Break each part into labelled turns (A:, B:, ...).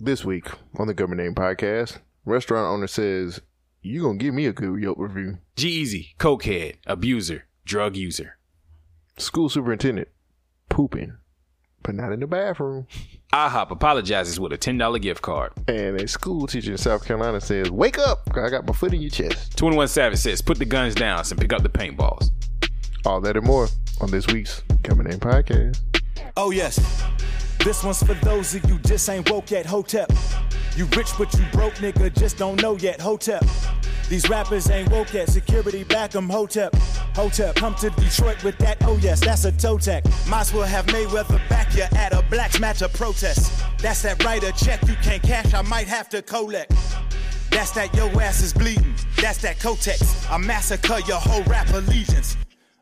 A: This week on the Government Name Podcast, restaurant owner says, You gonna give me a good Yelp review.
B: G-Eazy, E cokehead, abuser, drug user.
A: School superintendent, pooping, but not in the bathroom.
B: IHOP apologizes with a $10 gift card.
A: And a school teacher in South Carolina says, Wake up, I got my foot in your chest.
B: 21 Savage says, put the guns down and pick up the paintballs.
A: All that and more on this week's Government Name Podcast.
C: Oh yes, this one's for those of you just ain't woke yet. Hotep, you rich but you broke, nigga, just don't know yet. Hotep, these rappers ain't woke yet. Security back 'em. Hotep, Hotep, come to Detroit with that. Oh yes, that's a toe tag. Might as well have Mayweather back you at a blacks match a protest. That's that right a check you can't cash. I might have to collect. That's that yo ass is bleeding. That's that Kotex. I massacre your whole rap allegiance.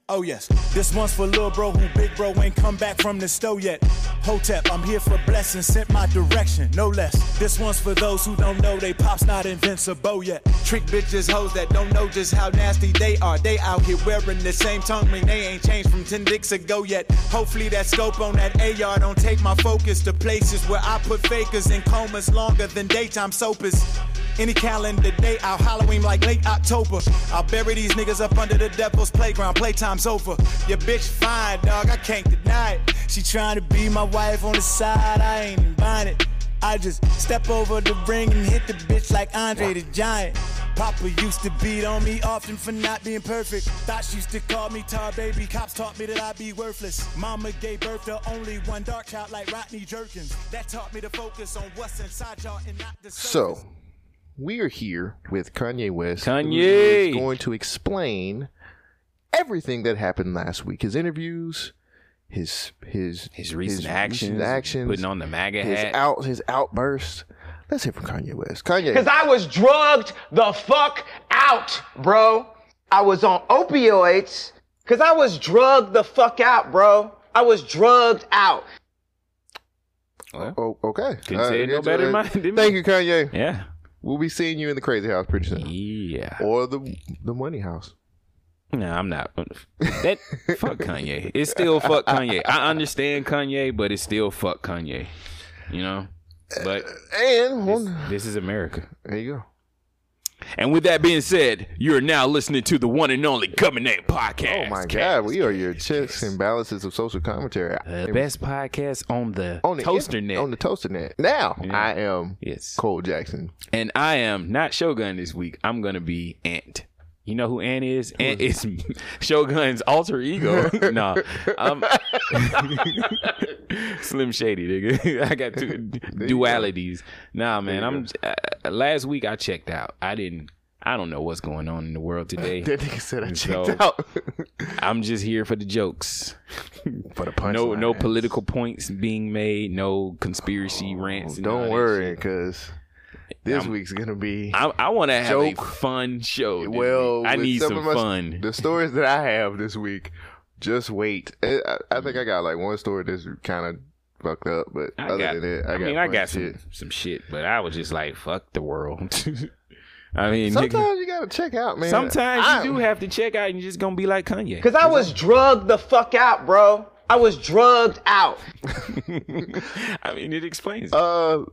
C: Oh yes, this one's for lil bro who big bro ain't come back from the stove yet. Hotep, I'm here for blessings, sent my direction, no less. This one's for those who don't know they pops not invincible yet.
D: Trick bitches, hoes that don't know just how nasty they are. They out here wearing the same tongue ring. They ain't changed from 10 dicks ago yet. Hopefully that scope on that AR don't take my focus to places where I put fakers in comas longer than daytime soapers. Any calendar day, I'll hollow him like late October. I'll bury these niggas up under the devil's playground. Playtime's over. Your bitch fine, dog. I can't deny it.
C: She trying to be my wife on the side, I ain't even buying it. I just step over the ring and hit the bitch like Andre the Giant. Papa used to beat on me often for not being perfect. Thought she used to call me tar baby. Cops taught me that I'd be worthless. Mama gave birth to only one dark child like Rodney Jerkins.
D: That taught me to focus on what's inside y'all and not the surface.
A: So, we are here with Kanye West.
B: Kanye!
A: who is going to explain everything that happened last week. His interviews, his his
B: His recent
A: recent
B: actions,
A: actions,
B: putting on the MAGA
A: his
B: hat.
A: out his outbursts. Let's hear from Kanye West. Kanye,
E: Because I was drugged the fuck out, bro. I was on opioids. Because I was drugged the fuck out, bro. I was drugged out.
B: Well,
A: oh, okay,
B: Couldn't say it no
A: that's-
B: better than
A: uh,
B: mine, didn't
A: Thank
B: I?
A: you, Kanye.
B: yeah.
A: We'll be seeing you in the crazy house pretty soon,
B: Yeah.
A: or the the money house.
B: No, I'm not. That fuck Kanye. It's still fuck Kanye. I understand Kanye, but it's still fuck Kanye. You know? But
A: And
B: this, this is America.
A: there you go.
B: And with that being said, you are now listening to the one and only Coming Name Podcast.
A: Oh my God, we are your checks and balances of social commentary
B: The Uh, best podcast on the,
A: on the
B: toaster net.
A: On the Uh, toaster net. Now
B: Yeah.
A: I am
B: yes.
A: Cole Jackson.
B: And I am not Shogun this week. I'm gonna be Ant. You know who Ant is? Ant is Shogun's alter ego. nah, I'm Slim Shady, nigga. I got two dualities. Nah, man. I'm uh, last week. I checked out. I didn't. I don't know what's going on in the world today.
A: That nigga said I checked
B: So-
A: out
B: I'm just here for the jokes.
A: for the punch.
B: No, no political points being made. No conspiracy rants. and all
A: Oh, Don't
B: that
A: worry,
B: shit.
A: because this
B: I'm-
A: week's gonna be
B: I, I want to have a
A: Joke.
B: fun show. this
A: well.
B: week. I
A: with
B: need some
A: of my-
B: fun.
A: The stories that I have this week, just wait. I, I- I think I got like one story that's kind of fucked up, but
B: I
A: other
B: got,
A: than that, I,
B: I,
A: got
B: mean, I
A: plenty
B: got some
A: of shit.
B: some shit, but I was just like, fuck the world. I mean, sometimes,
A: Sometimes you gotta check out, man.
B: sometimes
A: I-
B: you do have to check out, and you're just gonna be like Kanye.
E: Because I was drugged the fuck out, bro. I was drugged out.
B: I mean, it explains. it.
A: Uh,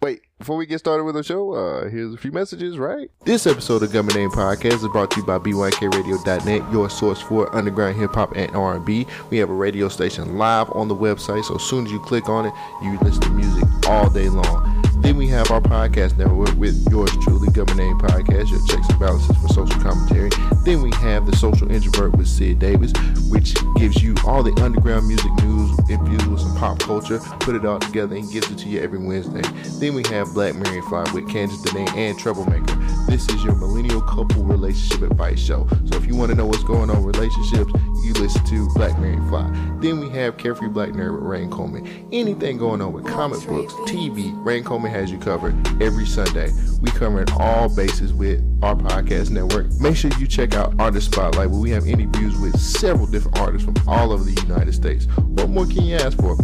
A: wait, before we get started with the show, uh, here's a few messages, right? This episode of Gummy Name Podcast is brought to you by B1KRadio.net, your source for underground hip hop and R&B. We have a radio station live on the website, so as soon as you click on it, you listen to music all day long. Then we have our podcast network with yours truly, Government Name Podcast, your checks and balances for social commentary. Then we have the Social Introvert with Sid Davis, which gives you all the underground music news infused with some pop culture, put it all together and gives it to you every Wednesday. Then we have Black Mary Fly with Candace Danae and Troublemaker. This is your millennial couple relationship advice show. So if you want to know what's going on with relationships, you listen to Black Mary Fly. Then we have Carefree Black Nerd with Rain Coleman. Anything going on with comic books, TV, Rain Coleman has you covered every Sunday. We covering all bases with our podcast network. Make sure you check out Artist Spotlight where we have interviews with several different artists from all over the United States. What more can you ask for?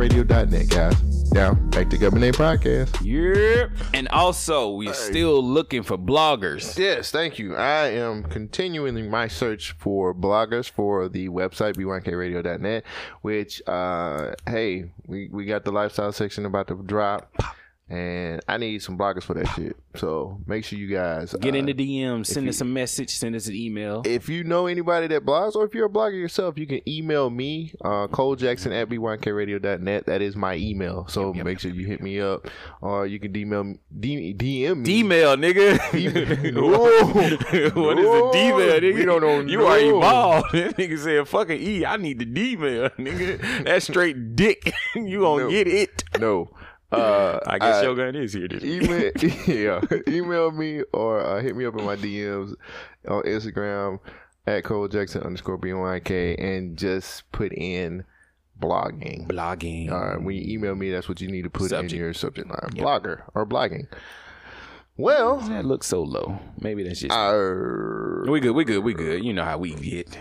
A: B1KRadio.net, guys. Now, back to Government Name Podcast.
B: Yep. And also, we're still looking for bloggers.
A: Yes, thank you. I am continuing my search for bloggers for the website b1kradio.net, which uh hey, we, we got the lifestyle section about to drop. and I need some blockers for that shit. So make sure you guys
B: Get
A: uh,
B: in the DM, send us a message, send us an email.
A: if you know anybody that blogs or if you're a blogger yourself, you can email me, uh, Cole Jackson at bynkradio.net. That is my email. So make sure you hit me up or you can DM, DM, DM me.
B: Email, nigga.
A: Ooh.
B: what is a D-mail,
A: Ooh.
B: nigga?
A: We don't know-
B: You are
A: no.
B: evolved. That nigga said, fucking E, I need the D-mail, nigga. That's straight dick. you gonna
A: No.
B: get it.
A: No. Uh,
B: I guess
A: uh,
B: your gun is here. Today.
A: email, yeah, email me or uh, hit me up in my DMs on Instagram at Cole Jackson underscore BYK and just put in blogging.
B: E- Blogging.
A: All right, when you email me, that's what you need to put
B: Subject.
A: in your subject line. Blogger or blogging. Well,
B: That looks so low. Maybe that's just.
A: uh,
B: we good, we good, we good. You know how we get.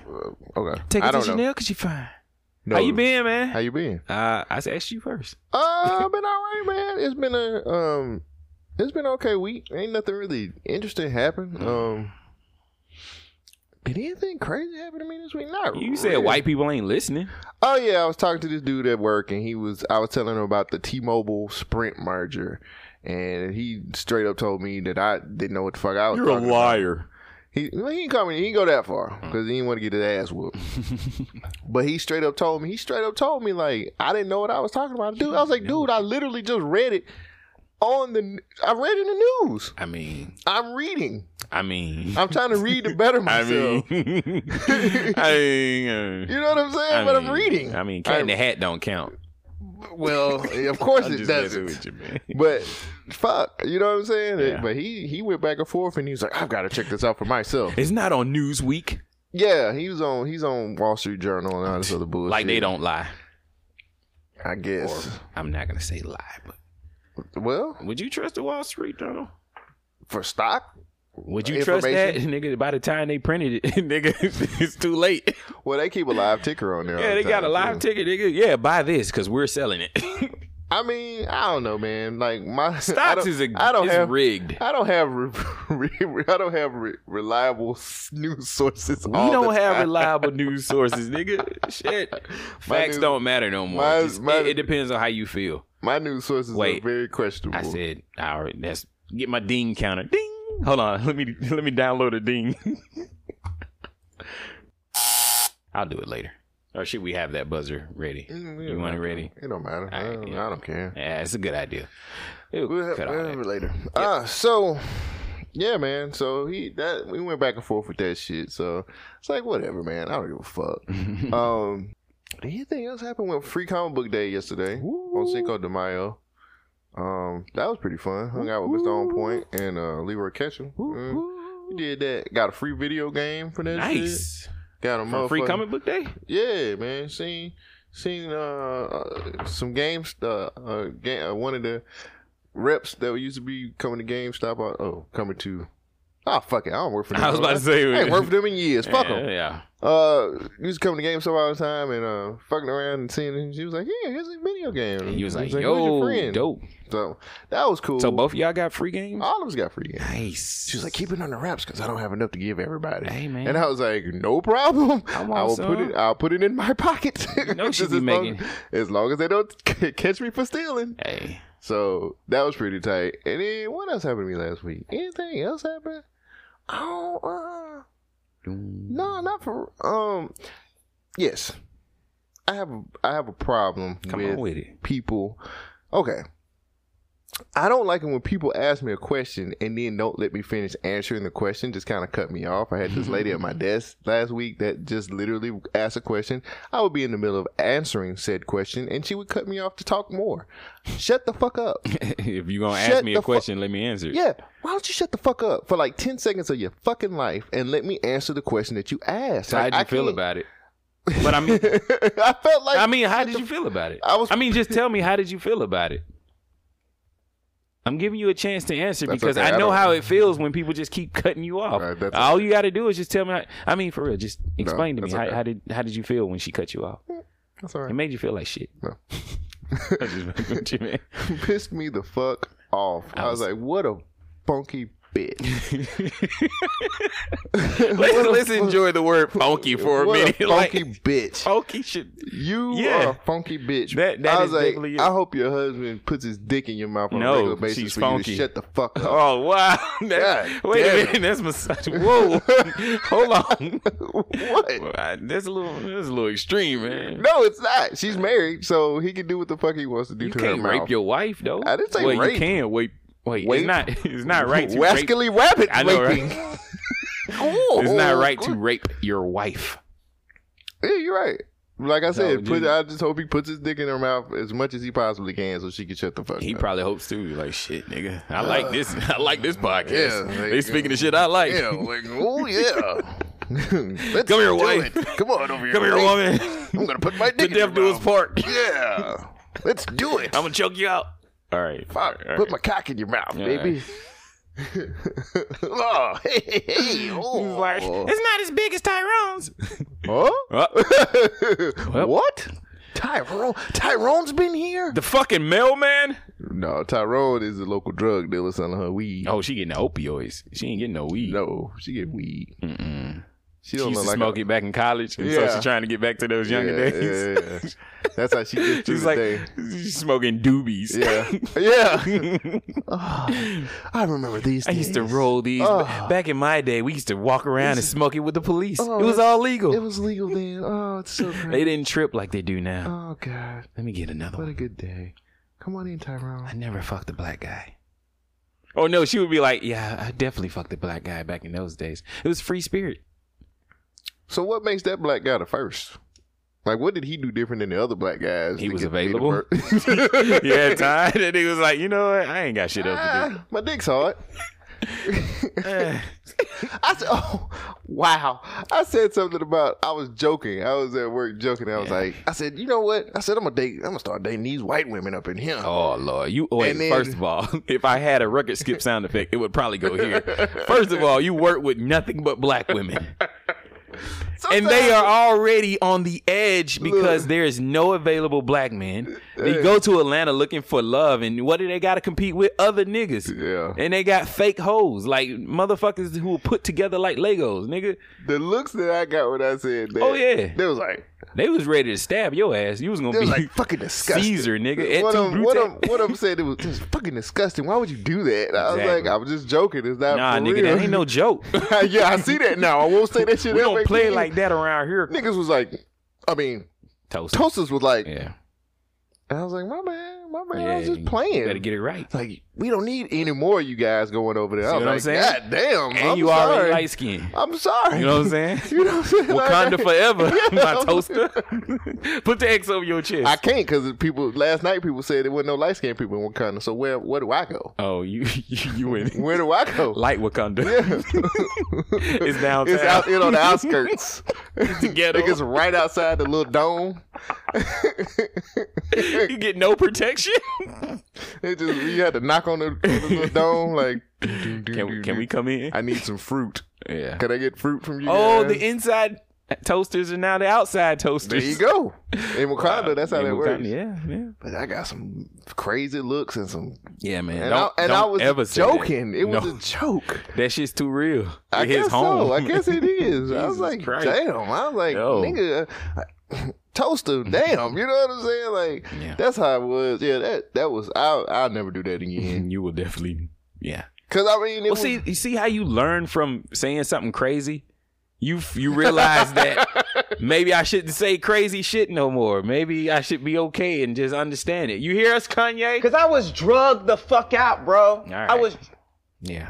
A: okay.
B: Take
A: I
B: it to
A: don't know.
B: Chanel because you fine.
A: No.
B: How you been, man?
A: How you been?
B: uh, I asked you first.
A: Uh, I've been all right, man. It's been a um, it's been okay week. Ain't nothing really interesting happen.
B: Mm.
A: Um, did anything crazy happen to me this week? Not
B: You said
A: really.
B: white people ain't listening.
A: Oh yeah, I was talking to this dude at work, and he was I was telling him about the T-Mobile Sprint merger, and he straight up told me that I didn't know what the fuck I was. talking about. He well, he didn't call me. He didn't go that far
B: Mm.
A: because he didn't want to get his ass whooped. but he straight up told me. He straight up told me like I didn't know what I was talking about, dude. I was like, dude, I literally just read it on the. I read in the news.
B: I mean,
A: I'm reading.
B: I mean,
A: I'm trying to read to better
B: I
A: myself.
B: mean, I mean, uh,
A: you know what I'm saying? but I'm
B: mean,
A: reading.
B: I mean, cat in
A: I-
B: the hat don't count.
A: well, of course it doesn't.
B: you, man.
A: But fuck, you know what I'm saying?
B: Yeah.
A: But he he went back and forth, and he was like, "I've got to check this out for myself."
B: It's not on Newsweek.
A: yeah, he was on he's on Wall Street Journal and all this other bullshit.
B: Like they don't lie.
A: I
B: Or
A: guess.
B: I'm not gonna say lie, but
A: well,
B: would you trust the Wall Street Journal?
A: for stock,
B: Would you trust that,
A: Information.
B: nigga? By the time they printed it, nigga, it's too late.
A: well, they keep a live ticker on there. all
B: Yeah,
A: the
B: they got a
A: time,
B: live
A: too.
B: ticket, nigga. Yeah, buy this because we're selling it.
A: I mean, I don't know, man. Like my I
B: Stocks
A: don't-
B: is a,
A: I don't
B: is
A: have.
B: rigged.
A: I don't have re- re- I don't have re- reliable s- news sources.
B: We don't have reliable news sources, nigga. Shit,
A: My
B: facts
A: news-
B: don't matter no more.
A: my-
B: Just-
A: my-
B: it, it depends on how you feel.
A: my news sources
B: Wait.
A: are very questionable.
B: I said, all right, that's get my ding counter. Ding. Hold on, let me let me download a ding. I'll do it later. Or should we have that buzzer ready?
A: Mm, it
B: You
A: don't
B: want it
A: matter.
B: ready?
A: It don't matter. I,
B: right,
A: don't,
B: yeah.
A: I don't care.
B: Yeah, it's a good idea.
A: We'll have,
B: Cut all
A: we'll
B: that.
A: have it later. Uh so yeah, man. So he that we went back and forth with that shit. So it's like whatever, man. I don't give a fuck. um, anything else happened with Free Comic Book Day yesterday on Cinco de Mayo? Um, that was pretty fun. Hung out with Mr. On Point and uh, Leroy Ketchum. Mm, we did that. Got a free video game for that. Shit.
B: Nice.
A: Got a
B: From free
A: motherfucking-
B: comic book day.
A: yeah, man. Seen seen uh, uh some games. Uh, uh, ga- uh, one of the reps that used to be coming to GameStop. Uh, oh, coming to. Ah, fuck it. I don't work for them.
B: I was about to say-
A: I ain't worked for them in years. Fuck them.
B: Yeah, yeah.
A: Uh, used to come to GameStop all the time and uh, fucking around and seeing. Him. She was like, "Yeah, here's a video game."
B: And you was
A: I
B: like,
A: "Who's your
B: yo,
A: friend?"
B: dope.
A: So that was cool.
B: So both of y'all got free games?
A: all of us got free games.
B: Nice.
A: She was like, keep it on the wraps because I don't have enough to give everybody.
B: Hey, man.
A: And I was like, no problem. I,
B: want
A: will
B: some.
A: put it. I'll put it in my pocket.
B: know she
A: Just
B: be
A: as long-
B: making-
A: as long as they don't c- catch me for stealing.
B: hey.
A: So that was pretty tight. And then what else happened to me last week? Anything else happened? Oh, uh, no, not for um. Yes, I have. A, I have a problem
B: Come
A: with
B: on with it.
A: people. Okay. I don't like it when people ask me a question and then don't let me finish answering the question. Just kind of cut me off. I had this lady at my desk last week that just literally asked a question. I would be in the middle of answering said question and she would cut me off to talk more. Shut the fuck up.
B: if you gonna
A: Shut
B: ask me
A: the
B: a
A: fu-
B: question, let me answer. it.
A: Yeah. Why don't you shut the fuck up for like 10 seconds of your fucking life and let me answer the question that you asked?
B: So how'd you
A: I
B: feel
A: can't-
B: about it? But I mean,
A: I felt like
B: I mean, how did you feel about it?
A: I was-
B: I mean, just tell me how did you feel about it? I'm giving you a chance to answer
A: That's
B: because
A: okay,
B: I
A: I
B: know
A: don't-
B: how it feels when people just keep cutting you off.
A: All right, that's
B: All you got to do is just tell me. How, I mean, for real, just explain to me
A: that's
B: how,
A: okay.
B: how did how did you feel when she cut you off?
A: That's all right.
B: It made you feel like shit.
A: No.
B: I'm just fucking with you, man.
A: pissed me the fuck off. I was,
B: was-
A: like, what a funky bed.
B: Let's, let's enjoy the word funky for a
A: what
B: minute.
A: a
B: like,
A: funky bitch.
B: funky shit.
A: You
B: Yeah.
A: are a funky bitch.
B: That- that
A: I was
B: is
A: like,
B: definitely it.
A: I hope your husband puts his dick in your mouth on
B: No,
A: a regular basis
B: she's
A: for
B: funky.
A: you to shut the fuck up.
B: Oh wow! That-
A: God
B: wait
A: damn
B: a
A: it.
B: minute, that's massage. Whoa, hold on.
A: what?
B: Well, That's a little, that's a little extreme, man.
A: No, it's not. She's married, so he can do what the fuck he wants to do
B: you
A: to
B: can't
A: her
B: rape
A: mouth.
B: your wife though.
A: I didn't say
B: well,
A: rape.
B: You can wait. Wait,
A: Wait.
B: it's not. It's not right to rape.
A: Rascally rabbit
B: I know, right?
A: raping. Ooh,
B: It's not
A: oh,
B: right to
A: good.
B: rape your wife.
A: Yeah, you're right. Like I said,
B: No,
A: put,
B: dude.
A: I just hope he puts his dick in her mouth as much as he possibly can, so she can shut the fuck
B: He
A: up.
B: probably hopes too. Like shit, nigga. I like this. I like this podcast.
A: Yeah, like,
B: they speaking the shit I like.
A: yeah, like oh yeah. Let's
B: Come here,
A: do
B: wife.
A: it. Come on over here.
B: Come here,
A: wife.
B: woman.
A: I'm gonna put my
B: The
A: dick in
B: deaf
A: your
B: do his
A: mouth.
B: part.
A: Yeah. Let's do it.
B: I'm gonna choke you out. All right.
A: Fuck,
B: All right.
A: Put my cock in your mouth, baby. oh, hey, hey, hey. Oh.
B: It's not as big as Tyrone's.
A: Huh?
B: Uh, Well-
A: what? Tyrone? Tyrone's been here?
B: the fucking mailman.
A: No, Tyrone is a local drug dealer selling her weed.
B: Oh, she getting the opioids. She ain't getting no weed.
A: No, she get weed.
B: Mm-mm.
A: Mm. She
B: She
A: don't
B: used
A: look
B: to
A: like
B: smoke
A: a-
B: it back in college, and so
A: Yeah.
B: she's trying to get back to those younger
A: yeah,
B: days.
A: yeah, yeah. That's how she gets through
B: She's
A: the
B: like
A: day.
B: she's smoking doobies.
A: Yeah, yeah. Ah, I remember these.
B: I used to
A: days.
B: roll these.
A: Oh.
B: Back in my day, we used to walk around and smoke it with the police.
A: Oh,
B: it was
A: it-
B: all legal.
A: It was legal then. Oh, it's so great.
B: they didn't trip like they do now.
A: Oh God,
B: Let me get another
A: what a
B: one.
A: good day. Come on in, Tyrone.
B: I never fucked a black guy. Oh no, she would be like, "Yeah, I definitely fucked a black guy back in those days. It was free spirit."
A: So what makes that black guy the first? Like, what did he do different than the other black guys?
B: He
A: to
B: was
A: get to be the
B: available.
A: first?
B: yeah, time. And he was like, "You know what? I ain't got shit else to
A: Ah, my dick's hard.
B: do." Eh.
A: I said, "Oh, wow!" I said something about I was joking. I was at work joking. I was like, "I said, you know what? I said I'm gonna date. I'm gonna start dating these white women up in here."
B: Oh Lord, you wait.
A: And then-
B: first of all, if I had a record skip sound effect, it would probably go here. First of all, you work with nothing but black women, and they are already on the edge because there is no available black men. They go to Atlanta looking for love, and what do they got to compete with? Other niggas.
A: Yeah.
B: And they got fake hoes, like motherfuckers who are put together like Legos, nigga.
A: the looks that I got when I said that.
B: Oh, yeah.
A: they was like
B: They was ready to stab your ass. You was gonna
A: they
B: be
A: was like fucking disgusting.
B: Caesar, nigga. Et
A: What
B: tu,
A: I'm, what
B: Brute.
A: I'm, what I'm saying, it was just fucking disgusting. Why would you do that? I was
B: Exactly.
A: like, I was just joking. It's not
B: Nah,
A: for
B: nigga,
A: real.
B: that ain't no joke.
A: yeah, I see that now. I won't say that shit.
B: We
A: That
B: don't
A: makes
B: play
A: me-
B: like that around here.
A: Niggas was like, I mean,
B: Toast.
A: Toasters was like,
B: Yeah.
A: and I was like, my man, my man, I was
B: you
A: just playing.
B: Better get it right.
A: It's like we don't need any more of you guys going over there.
B: See
A: I'm
B: what I'm
A: like,
B: saying?
A: God damn,
B: and
A: I'm
B: you
A: sorry.
B: already light skinned.
A: I'm sorry.
B: You know what I'm saying?
A: You know what I'm saying?
B: Wakanda
A: Like,
B: forever, my
A: Yeah.
B: toaster. Put the X over your chest.
A: I can't because people last night people said there wasn't no light skinned people in Wakanda. So where where do I go?
B: oh, you you, you win.
A: Where do I go?
B: Light Wakanda. it's downtown.
A: it's out you know the outskirts.
B: the ghetto.
A: Like it's right outside the little dome.
B: you get no protection.
A: It just you had to knock on the, on the little dome like. Can,
B: Can we, can we come in?
A: I need some fruit.
B: yeah.
A: Can I get fruit from you?
B: Oh,
A: guys?
B: the inside toasters are now the outside toasters.
A: There you go. In Wakanda, that's how
B: In
A: that
B: Wakanda,
A: works.
B: Yeah, yeah,
A: But I got some crazy looks and some
B: yeah, man.
A: and
B: don't,
A: I and I
B: don't
A: was
B: ever say that.
A: joking. It was
B: No.
A: a joke.
B: That shit's too real.
A: I
B: it
A: guess
B: hits home.
A: so. I guess it is. I was
B: Jesus
A: like,
B: Christ.
A: damn. I was like,
B: Yo.
A: nigga, toaster. Damn. You know what I'm saying? Like
B: Yeah.
A: that's how it was. Yeah. That that was. I I'll never do that again.
B: you will definitely, yeah.
A: Cause I mean, it
B: Well,
A: was,
B: see, you see how you learn from saying something crazy. You f- you realize that maybe I shouldn't say crazy shit no more. Maybe I should be okay and just understand it. You hear us, Kanye?
E: Cause I was drugged the fuck out, bro.
B: right.
E: I was
B: Yeah.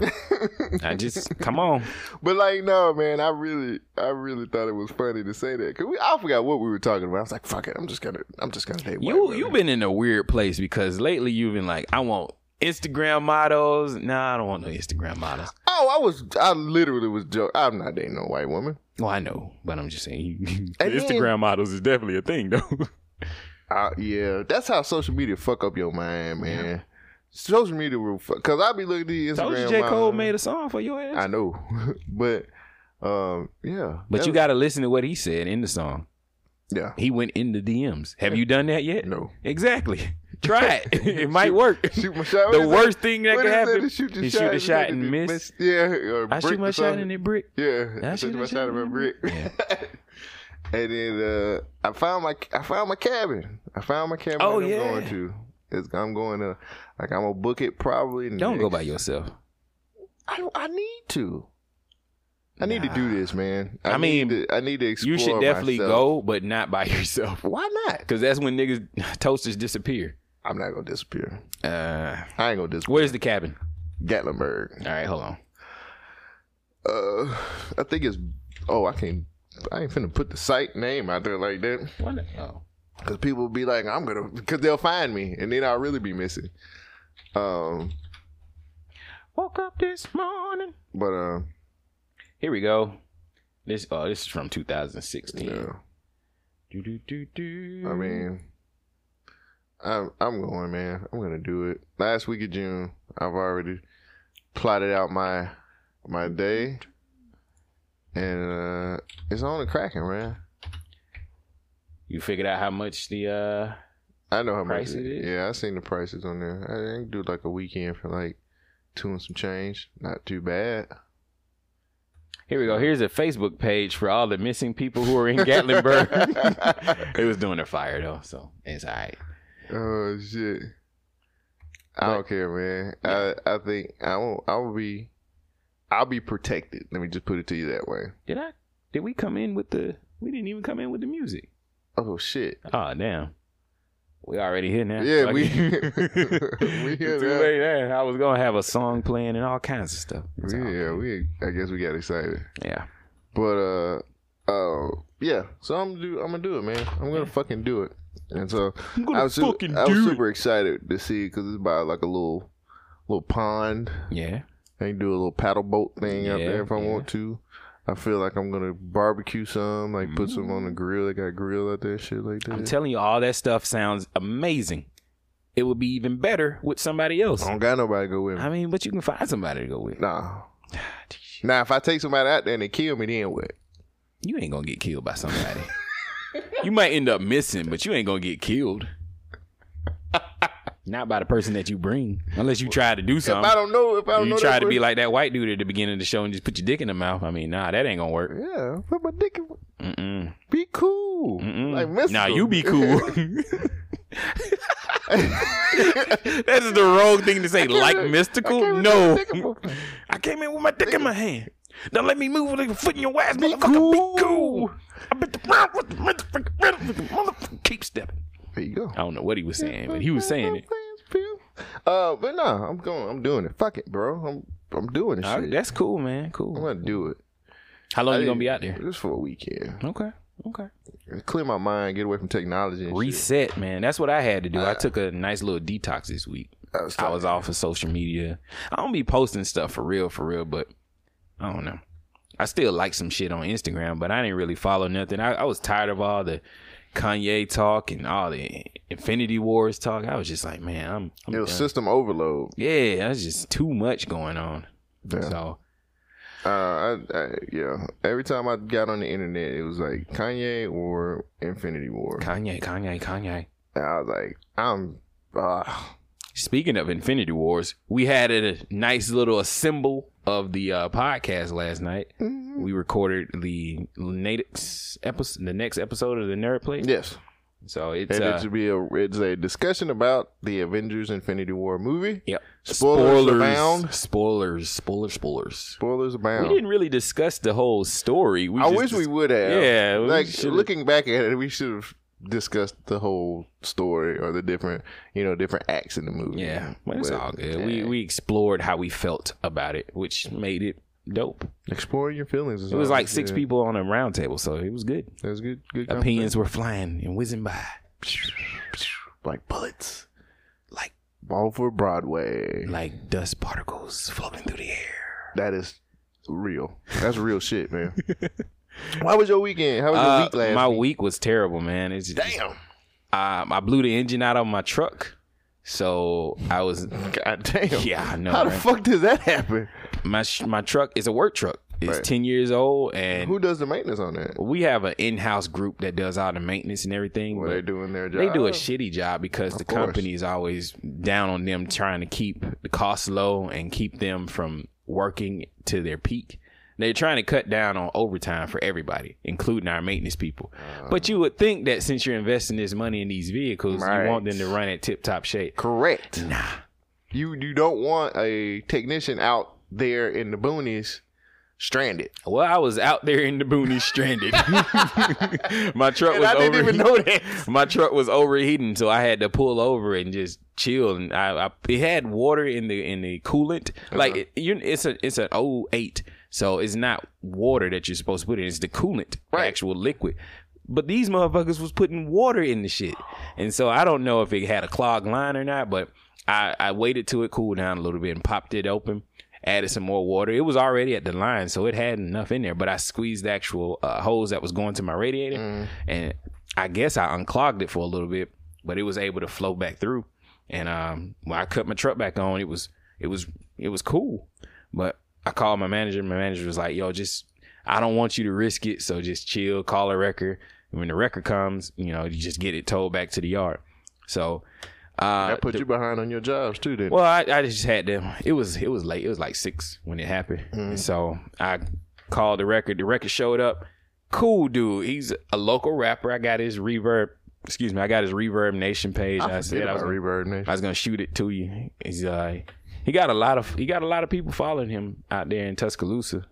B: I just come on.
A: but like, no, man. I really, I really thought it was funny to say that. Cause we, I forgot what we were talking about. I was like, fuck it. I'm just gonna, I'm just gonna date white
B: You
A: women.
B: you've been in a weird place because lately you've been like, I want Instagram models. Nah, I don't want no Instagram models.
A: Oh, I was, I literally was joking. I'm not dating no white woman.
B: Well, I know, but I'm just saying
A: And then-
B: Instagram models is definitely a thing though.
A: Uh, yeah, that's how social media fuck up your mind, man. Social media will fuck. Cause I be looking at these
B: Told you
A: Instagram.
B: J. Cole
A: models.
B: made a song for your ass.
A: I know, but um, yeah.
B: But you got to listen to what he said in the song.
A: yeah.
B: He went in the DMs. Have you done that yet?
A: No.
B: Exactly. Try it. It might work.
A: Shoot my shot. What
B: The
A: is
B: worst thing that
A: What
B: could
A: is
B: happen,
A: to Shoot your
B: he
A: shot.
B: shoot a
A: Is
B: shot
A: that
B: and
A: to
B: miss?
A: Yeah. Or
B: I shoot
A: brick
B: my
A: or
B: shot in
A: something.
B: the brick.
A: Yeah.
B: I
A: I
B: shoot
A: shoot
B: my
A: my
B: shot
A: shot in
B: in
A: my
B: the
A: brick. And then uh, I found my I found my cabin. I found my cabin.
B: Oh,
A: that I'm
B: yeah.
A: going to. It's, I'm going to like I'm gonna book it probably.
B: Don't go
A: next-
B: by yourself.
A: I don't- I need to. I need to do this, man. I,
B: I mean,
A: need to, I need to explore.
B: You should definitely
A: myself.
B: go, but not by yourself.
A: Why not?
B: Because that's when niggas toasters disappear.
A: I'm not gonna disappear.
B: Uh,
A: I ain't gonna disappear.
B: where's the cabin?
A: Gatlinburg.
B: All right, hold on.
A: Uh, I think it's. Oh, I can't. I ain't finna put the site name out there like that
B: What the- oh.
A: because people will be like, "I'm gonna," because they'll find me, and then I'll really be missing. Um,
B: Woke up this morning.
A: but um,
B: Here we go. This oh, this is from 2016.
A: yeah.
B: Do-do-do-do.
A: I mean, I'm I'm going, man. I'm gonna do it. Last week of June, I've already plotted out my my day, and uh it's on and cracking, man.
B: you figured out how much the uh
A: I know how much.
B: Price it is?
A: Yeah, I seen the prices on there. I think do like a weekend for like two and some change. Not too bad.
B: here we go. Here's a Facebook page for all the missing people who are in Gatlinburg. it was doing a fire though, so it's all right.
A: Oh shit! I don't care, man. I I think I won't. I will be. I'll be protected. Let me just put it to you that way.
B: Did I did we come in with the we didn't even come in with the music.
A: Oh shit!
B: Oh damn. We already here now.
A: Yeah,
B: Fuck
A: we-
B: it.
A: we here
B: Too
A: now.
B: late now. I was gonna have a song playing and all kinds of stuff. It's all-
A: Yeah, we. I guess we got excited,
B: yeah.
A: but uh, uh, yeah. So I'm gonna do. I'm gonna do it, man. I'm gonna fucking do it. And so I was, super, I was super excited to see because it's by like a little, little pond.
B: Yeah.
A: I can do a little paddle boat thing out
B: Yeah,
A: there if I
B: yeah.
A: want to. I feel like I'm gonna barbecue some, like put some on the grill. They got a grill out there, shit like that.
B: Mm. I'm telling you, all that stuff sounds amazing. It would be even better with somebody else.
A: I don't got nobody to go with me.
B: I mean, but you can find somebody to go with.
A: Nah. Now, if I take somebody out there and they kill me, then what?
B: You ain't gonna get killed by somebody. you might end up missing, but you ain't gonna get killed. Not by the person that you bring, unless you try to do
A: If I
B: something.
A: don't know, if I don't know,
B: Um, You
A: that
B: try to
A: person-
B: be like that white dude at the beginning of the show and just put your dick in the mouth. I mean, nah, that ain't gonna work.
A: yeah, put my dick. In,
B: Mm-mm.
A: be cool.
B: Mm-mm.
A: Like, miss
B: Mm. nah,
A: them.
B: you be cool. that is the wrong thing to say. Like
A: really- I
B: mystical?
A: can't
B: No.
A: really think of them.
B: I came in with my dick in my hand. Now let me move with a foot in your ass, motherfucker.
A: cool.
B: Be cool. I bet the round with the motherfucker, motherfucker, motherfucker keep stepping.
A: There you go.
B: I don't know what he was saying, Oh, but he was saying it.
A: Uh, but no, I'm going. I'm doing it. Fuck it, bro. I'm I'm doing this
B: All right,
A: shit.
B: that's cool, man.
A: I'm
B: Cool.
A: gonna do it.
B: How long you gonna be out there?
A: Just for a weekend.
B: Okay. Okay.
A: Clear my mind. Get away from technology. And shit.
B: Reset, man. That's what I had to do. I took a nice little detox this week.
A: I was
B: I was off of social media. I don't be posting stuff for real, for real, but I don't know. I still like some shit on Instagram, but I didn't really follow nothing. I, I was tired of all the Kanye talk and all the Infinity Wars talk. I was just like, man, I'm, I'm
A: It was
B: done.
A: system overload.
B: yeah, that's just too much going on. So
A: Uh, I, I, yeah. Every time I got on the internet, it was like Kanye or Infinity War.
B: Kanye, Kanye, Kanye.
A: And I was like, I'm. Uh,
B: Speaking of Infinity Wars, we had a nice little assemble of the uh, podcast last night.
A: Mm-hmm.
B: We recorded the next episode, the next episode of the Nerd Play.
A: yes.
B: So it's
A: And
B: uh,
A: it should be a it's a discussion about the Avengers Infinity War movie.
B: yep.
A: Spoilers abound.
B: spoilers, spoilers, spoilers.
A: Spoilers
B: We
A: abound.
B: didn't really discuss the whole story. We
A: I
B: just
A: wish we
B: dis-
A: would have.
B: Yeah, we
A: like
B: should've-
A: looking back at it, we should have discussed the whole story or the different, you know, different acts in the movie.
B: Yeah, but it's
A: But,
B: all good.
A: yeah.
B: We we explored how we felt about it, which made it dope.
A: explore your feelings. is
B: It was
A: all
B: like six
A: Oh, good.
B: people on a round table, so it was good.
A: It was good. Good
B: Opinions were flying and whizzing by.
A: conversation. like bullets,
B: Like-
A: ball for Broadway.
B: like dust particles floating through the air.
A: That is real. That's real shit, man. How was your weekend? How was your week last
B: Uh, my
A: week?
B: week was terrible, man. It's just, Um, I blew the engine out of my truck, so I was.
A: God damn.
B: Yeah, I know.
A: How the
B: right?
A: fuck does that happen?
B: my sh- my truck is a work truck. is
A: Right.
B: 10 years old and
A: Who does the maintenance on that?
B: we have an in-house group that does all the maintenance and everything.
A: What
B: but
A: they doing their job?
B: They do a shitty job because the
A: course.
B: company is always down on them trying to keep the costs low and keep them from working to their peak. They're trying to cut down on overtime for everybody, including our maintenance people.
A: Uh,
B: but you would think that since you're investing this money in these vehicles,
A: Right.
B: you want them to run at tip top shape.
A: Correct.
B: Nah.
A: You you don't want a technician out there in the boonies stranded.
B: Well, I was out there in the boonies stranded. my truck
A: And
B: was
A: I didn't
B: overheating.
A: even know that.
B: My truck was overheating, so I had to pull over and just chill. And I, I it had water in the in the coolant.
A: Uh-huh.
B: Like it, you, it's a it's an 08, so it's not water that you're supposed to put in. It's the coolant, the
A: Right.
B: actual liquid. But these motherfuckers was putting water in the shit, and so I don't know if it had a clogged line or not. But I I waited till it cooled down a little bit and popped it open added some more water. It was already at the line, so it had enough in there. But I squeezed the actual uh, hose that was going to my radiator, and I guess I unclogged it for a little bit, but it was able to flow back through. And um, when I cut my truck back on, it was it was it was cool. But I called my manager. and My manager was like, "Yo, just I don't want you to risk it, so just chill. Call a wrecker. And when the wrecker comes, you know, you just get it towed back to the yard." So. Uh,
A: That put you behind on your jobs too. Then
B: well, I, I just had them. It was it was late. It was like six when it happened. And so I called the record. The record showed up. Cool dude. He's a local rapper. I got his reverb. Excuse me. I got his Reverb Nation page. I, said I
A: about
B: was, gonna,
A: Rebirth
B: I
A: Nation.
B: was gonna shoot it to you. He's uh, he got a lot of he got a lot of people following him out there in Tuscaloosa.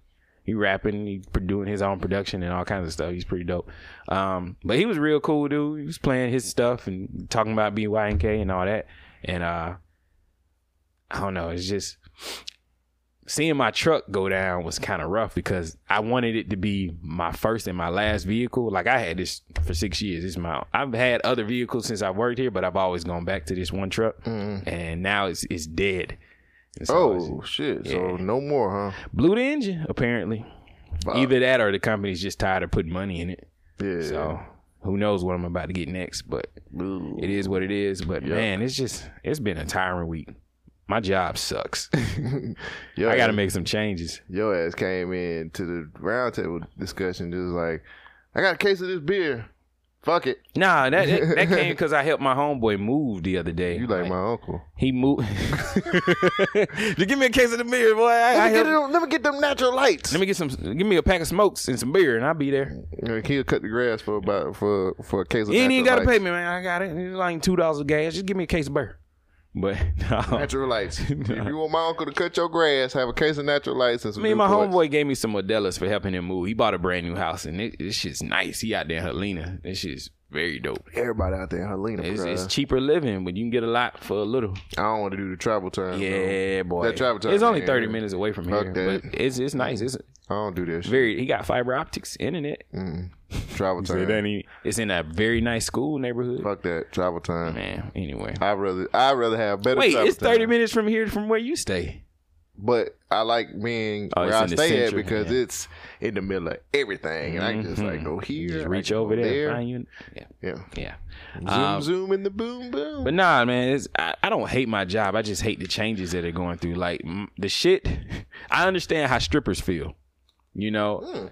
B: He rapping. He pr- doing his own production and all kinds of stuff. He's pretty dope. Um, but he was a real cool dude. He was playing his stuff and talking about BYNK and all that. And uh, I don't know. It's just seeing my truck go down was kind of rough because I wanted it to be my first and my last vehicle. Like I had this for six years. It's my I've had other vehicles since I worked here, but I've always gone back to this one truck, and now it's it's dead. And so it's-
A: Mm-hmm. Oh shit! So no more, huh?
B: blew the engine apparently. Either that or the company's just tired of putting money in it.
A: Yeah.
B: So who knows what I'm about to get next, but
A: Ooh.
B: it is what it is. But man, it's just it's been a tiring week. My job sucks.
A: Yo,
B: I got to make some changes.
A: Your ass came in to the roundtable discussion just like, I got a case of this beer. Fuck it.
B: Nah, that that, that came because I helped my homeboy move the other day.
A: You like my uncle?
B: he moved. Just give me a case of the beer, boy. I, I
A: Let me, get
B: helped-
A: it on- let me get them natural lights.
B: let me get some. Give me a pack of smokes and some beer, and I'll be there.
A: Uh, He'll cut the grass for about for for a case of.
B: You ain't even
A: natural
B: gotta pay
A: lights.
B: me, man. I got it. It's like two dollars of gas. Just give me a case of beer. But no.
A: Natural lights. If you want my uncle to cut your grass, have a case of natural lights and some.
B: Me and my
A: Newports.
B: homeboy gave me some Modelo's for helping him move. He bought a brand new house, and it, this shit's nice. He out there in Helena. This shit's very dope.
A: Everybody out there in Helena.
B: It's,
A: bruh.
B: it's cheaper living when you can get a lot for a little.
A: I don't want to do the travel time.
B: Yeah, boy.
A: That travel time
B: it's only
A: man.
B: 30 minutes away from
A: Fuck
B: here.
A: that.
B: But it's it's nice. It's
A: I don't do this.
B: very he got fiber optics, internet.
A: Mm-hmm. travel time.
B: It ain't even- it's in a very nice school neighborhood.
A: Fuck that travel time.
B: Man, anyway.
A: I rather I rather have better.
B: Wait,
A: travel
B: it's 30
A: time.
B: minutes from here from where you stay.
A: But I like being
B: Oh,
A: where
B: it's
A: I
B: in the
A: stay at
B: central,
A: because
B: yeah. Mm-hmm.
A: it's in the middle of everything, and I can just like go here,
B: Just
A: I
B: reach
A: can go
B: over there, find you. Yeah.
A: Yeah,
B: Yeah.
A: zoom
B: Um,
A: zoom in the boom boom.
B: But nah, man, it's, I, I don't hate my job. I just hate the changes that are going through. Like m- the shit, I understand how strippers feel. You know,
A: Hmm.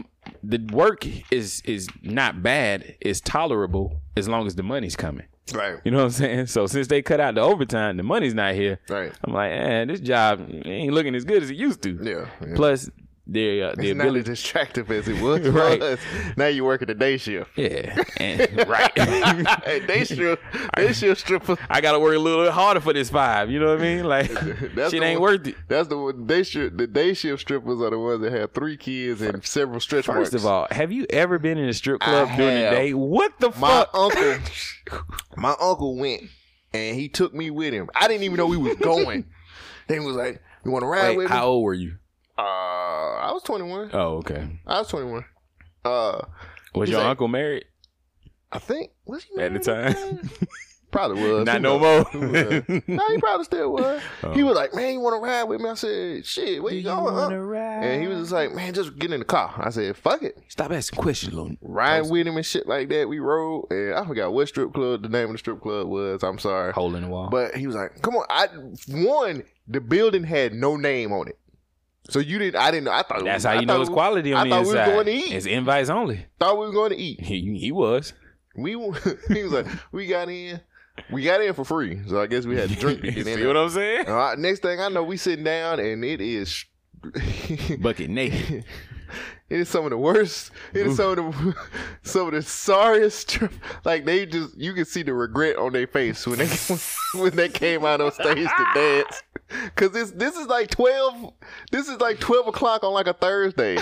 B: M- the work is is not bad. It's tolerable as long as the money's coming.
A: right,
B: You know what I'm saying? So since they cut out the overtime, the money's not here.
A: Right.
B: I'm like, eh, this job ain't looking as good as it used to.
A: yeah. yeah.
B: Plus, the uh, the
A: it's not as
B: ability.
A: distractive as it was.
B: Right.
A: right. Now you work at the day shift.
B: Yeah. And, right.
A: day shift. Day shift strippers.
B: I gotta work a little bit harder for this five. You know what I mean? Like,
A: That's
B: shit
A: the
B: ain't
A: one-
B: worth it.
A: That's the one. Day shift. The day shift strippers are the ones that have three kids and several stretch marks.
B: First of all, have you ever been in a strip club
A: I
B: during
A: have.
B: the day? What the
A: my
B: fuck?
A: uncle my uncle went and he took me with him. I didn't even know we was going. then he was like, You wanna ride
B: Wait,
A: with
B: how
A: me?
B: old were you?
A: Uh I was twenty one.
B: Oh, okay.
A: I was twenty one. Uh
B: Was
A: He's
B: your
A: like-
B: uncle married?
A: I think was he
B: At the
A: married Probably was.
B: Not
A: Who
B: no
A: knows?
B: more. Oh.
A: Who knows? no, he probably still was. He was like, Man, you wanna ride with me? I said, Shit, where you going? huh?" And he was just like, Man, just get in the car. I said, Fuck it.
B: Stop asking questions, Lone.
A: Ride with him and shit like that. We rode and I forgot what strip club the name of the strip club was. I'm sorry.
B: Hole in the wall.
A: But he was like, "Come on, I one the building had no name on it. So you didn't. I didn't know. I thought
B: That's
A: we,
B: how
A: I
B: you know
A: thought
B: it's
A: we-
B: quality on
A: I
B: the
A: thought
B: inside.
A: we were going to eat.
B: It's invites only.
A: thought we were going to eat.
B: He, he was.
A: We he was like, we got in. We got in for free, so I guess we had to drink to get in.
B: See
A: there.
B: what I'm saying?
A: All right, next thing I know, we sitting down and it is. it
B: Bucket Nate.
A: is some of the worst. It is some of the some of the sorriest. Trip. Like they just, you can see the regret on their face when they when they came out on stage to dance. Cause this this is like twelve. This is like twelve o'clock on like a Thursday.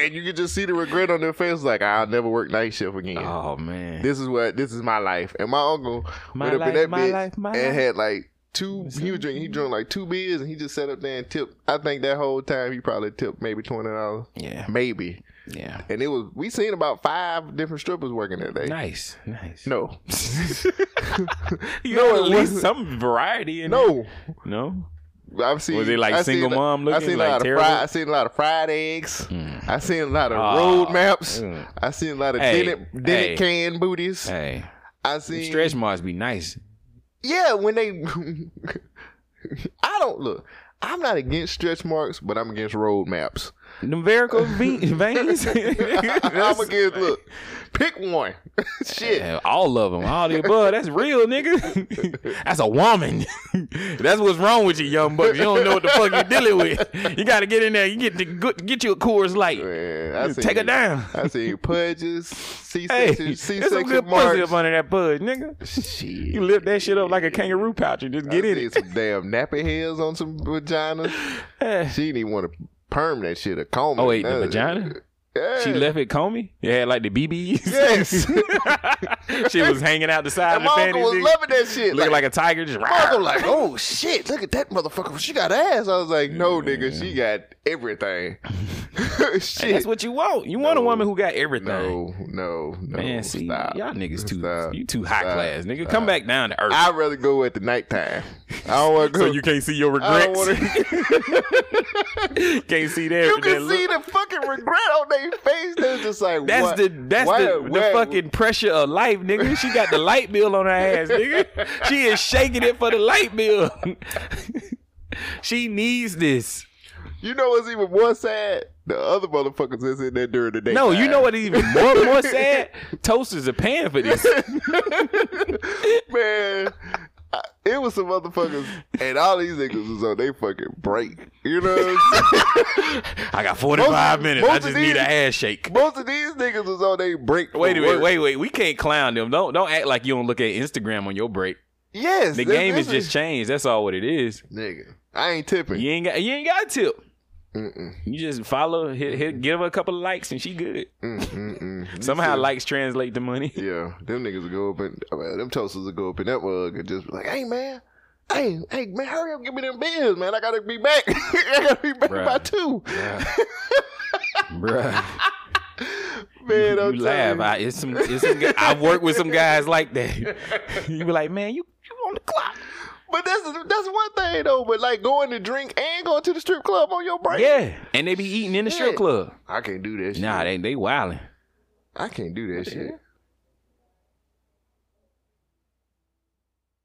A: And you can just see the regret on their face, like I'll never work night shift again
B: Oh man.
A: this is what this is my life. And my uncle
B: My
A: went up
B: life,
A: in that
B: my
A: bitch
B: life, my
A: and
B: life.
A: had like two. He was drinking. He drank like two beers, and he just sat up there and tipped. I think that whole time he probably tipped maybe twenty dollars,
B: yeah.
A: maybe.
B: Yeah.
A: And it was we seen about five different strippers working that day.
B: Nice. Nice.
A: No,
B: you
A: No,
B: know,
A: it
B: at least
A: wasn't.
B: some variety in
A: no.
B: it. No.
A: I've seen.
B: Was it like
A: I seen
B: single
A: a-
B: mom
A: I
B: looking,
A: seen
B: like
A: a lot
B: terrible? Hmm.
A: of fried. I seen a lot of fried eggs. I seen a lot of
B: Ah,
A: road maps.
B: mm.
A: I seen a lot of
B: Hey,
A: dented, dented
B: hey.
A: can booties.
B: Hey.
A: I seen
B: Stretch marks be nice.
A: Yeah, when they, I don't look. I'm not against stretch marks, but I'm against road maps.
B: Them varicose ve- veins.
A: I'm against look. Pick one. Shit.
B: Yeah, all of them, all the above. That's real, nigga. That's a woman. That's what's wrong with you, young bucks. You don't know what the fuck you're dealing with. You got to get in there. You get the good, get you a Coors Light.
A: Man, I
B: Take her down.
A: I see pudges, C
B: Hey,
A: section,
B: there's
A: C
B: some good
A: section
B: pussy
A: marks.
B: up under that bud, nigga.
A: Shit.
B: You lift that shit up like a kangaroo pouch and just get
A: I
B: in
A: see
B: it.
A: some damn nappy hairs on some vaginas.
B: Eh.
A: she didn't even want to perm that shit or comb it.
B: Oh wait, the
A: None of that.
B: vagina.
A: Yeah.
B: She left it comey. It had like the BBs.
A: Yes.
B: she was hanging out the side
A: And
B: of
A: my
B: the panties.
A: uncle was
B: nigga.
A: loving that shit.
B: Looking like, a tiger, just
A: Marco like, oh shit, look at that motherfucker. She got ass. I was like, no, nigga, she got everything. shit.
B: That's what you want. You want a
A: No.
B: woman who got everything.
A: no, no, no.
B: Man, see,
A: stop.
B: y'all niggas too
A: Stop.
B: you too high
A: Stop.
B: class, nigga. Come back down to earth.
A: I'd rather go at the nighttime. I don't want to go.
B: so you can't see your
A: I don't
B: regrets.
A: wanna, you
B: can't see there.
A: can see the fucking regret on their face. They're just like,
B: that's
A: what?
B: the that's
A: Why-
B: the,
A: why-
B: the fucking pressure of life, nigga. She got the light bill on her ass, nigga. She is shaking it for the light bill. she needs this.
A: You know what's even more sad? The other motherfuckers that's in there during the day.
B: No, you know what? Even more more sad. Toasters are paying for this.
A: man. I- It was some motherfuckers, and all these niggas was on they fucking break. You know what I'm saying?
B: I got forty five
A: Most-
B: minutes.
A: most
B: I
A: of
B: just
A: these-
B: need an ass shake.
A: Most of these niggas was on they break.
B: Wait,
A: a
B: wait, wait, wait. We can't clown them. Don't don't act like you don't look at Instagram on your break.
A: Yes,
B: The
A: this-
B: game
A: this
B: has just changed. That's all what it is.
A: Nigga, I ain't tipping.
B: You ain't got you ain't got a tip.
A: Mm-mm,
B: You just follow, hit, hit, give her a couple of likes, and she good.
A: mm, mm, mm. You
B: Somehow
A: see-
B: likes translate to money.
A: Yeah, them niggas will go up and I mean, them toasters will go up in that mug and just be like, "Hey man, hey, hey man, hurry up, give me them bills, man. I gotta be back. I gotta be back
B: Bruh.
A: by two.
B: Bruh,
A: Man,
B: you
A: I'm
B: laugh.
A: telling
B: I, it's some, it's some, gu- I work with some guys like that. you be like, man, you you on the clock?
A: But that's that's one thing though. But like going to drink and going to the strip club on your break.
B: Yeah, and they be eating in the strip
A: Shit.
B: club.
A: I can't do that. shit.
B: Nah, they they wilding.
A: I can't do that shit.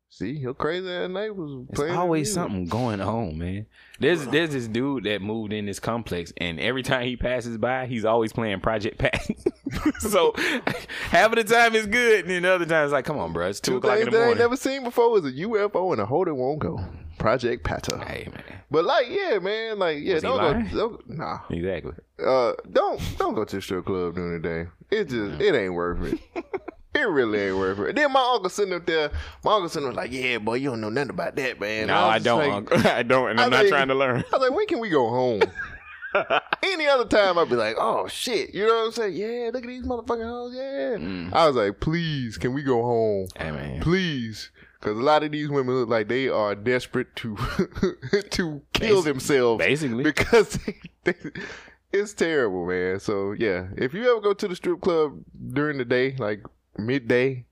A: See, your crazy ass night was
B: There's
A: playing. the
B: always
A: music.
B: something going on, man. There's there's this dude that moved in this complex, and every time he passes by, he's always playing Project Pat. so half of the time it's good, and then the other time it's like, come on, bro, it's two
A: Two
B: o'clock
A: things
B: in the
A: that I
B: morning.
A: ain't never seen before was a UFO and a hold it won't go. Project Pata.
B: Hey man,
A: But like, yeah, man, like, yeah,
B: Was he
A: don't
B: lying?
A: go, don't, nah,
B: exactly.
A: uh, don't don't go to the strip club during the day. It just it ain't worth it. It really ain't worth it. Then my uncle sitting up there. My uncle sitting up like, "Yeah, boy, you don't know nothing about that, man."
B: No,
A: was
B: I
A: just
B: don't.
A: like-
B: uncle. I don't, and I'm
A: I
B: not
A: think-
B: trying to learn.
A: I was like, when can we go home? Any other time, I'd be like, oh shit, you know what I'm saying? Yeah, look at these motherfucking hoes. Yeah.
B: Mm.
A: I was like, please, can we go home?
B: Hey man,
A: Please. Because a lot of these women look like they are desperate to to kill
B: Basi-
A: themselves.
B: basically.
A: Because they, they- it's terrible, man. So, yeah, if you ever go to the strip club during the day, like midday,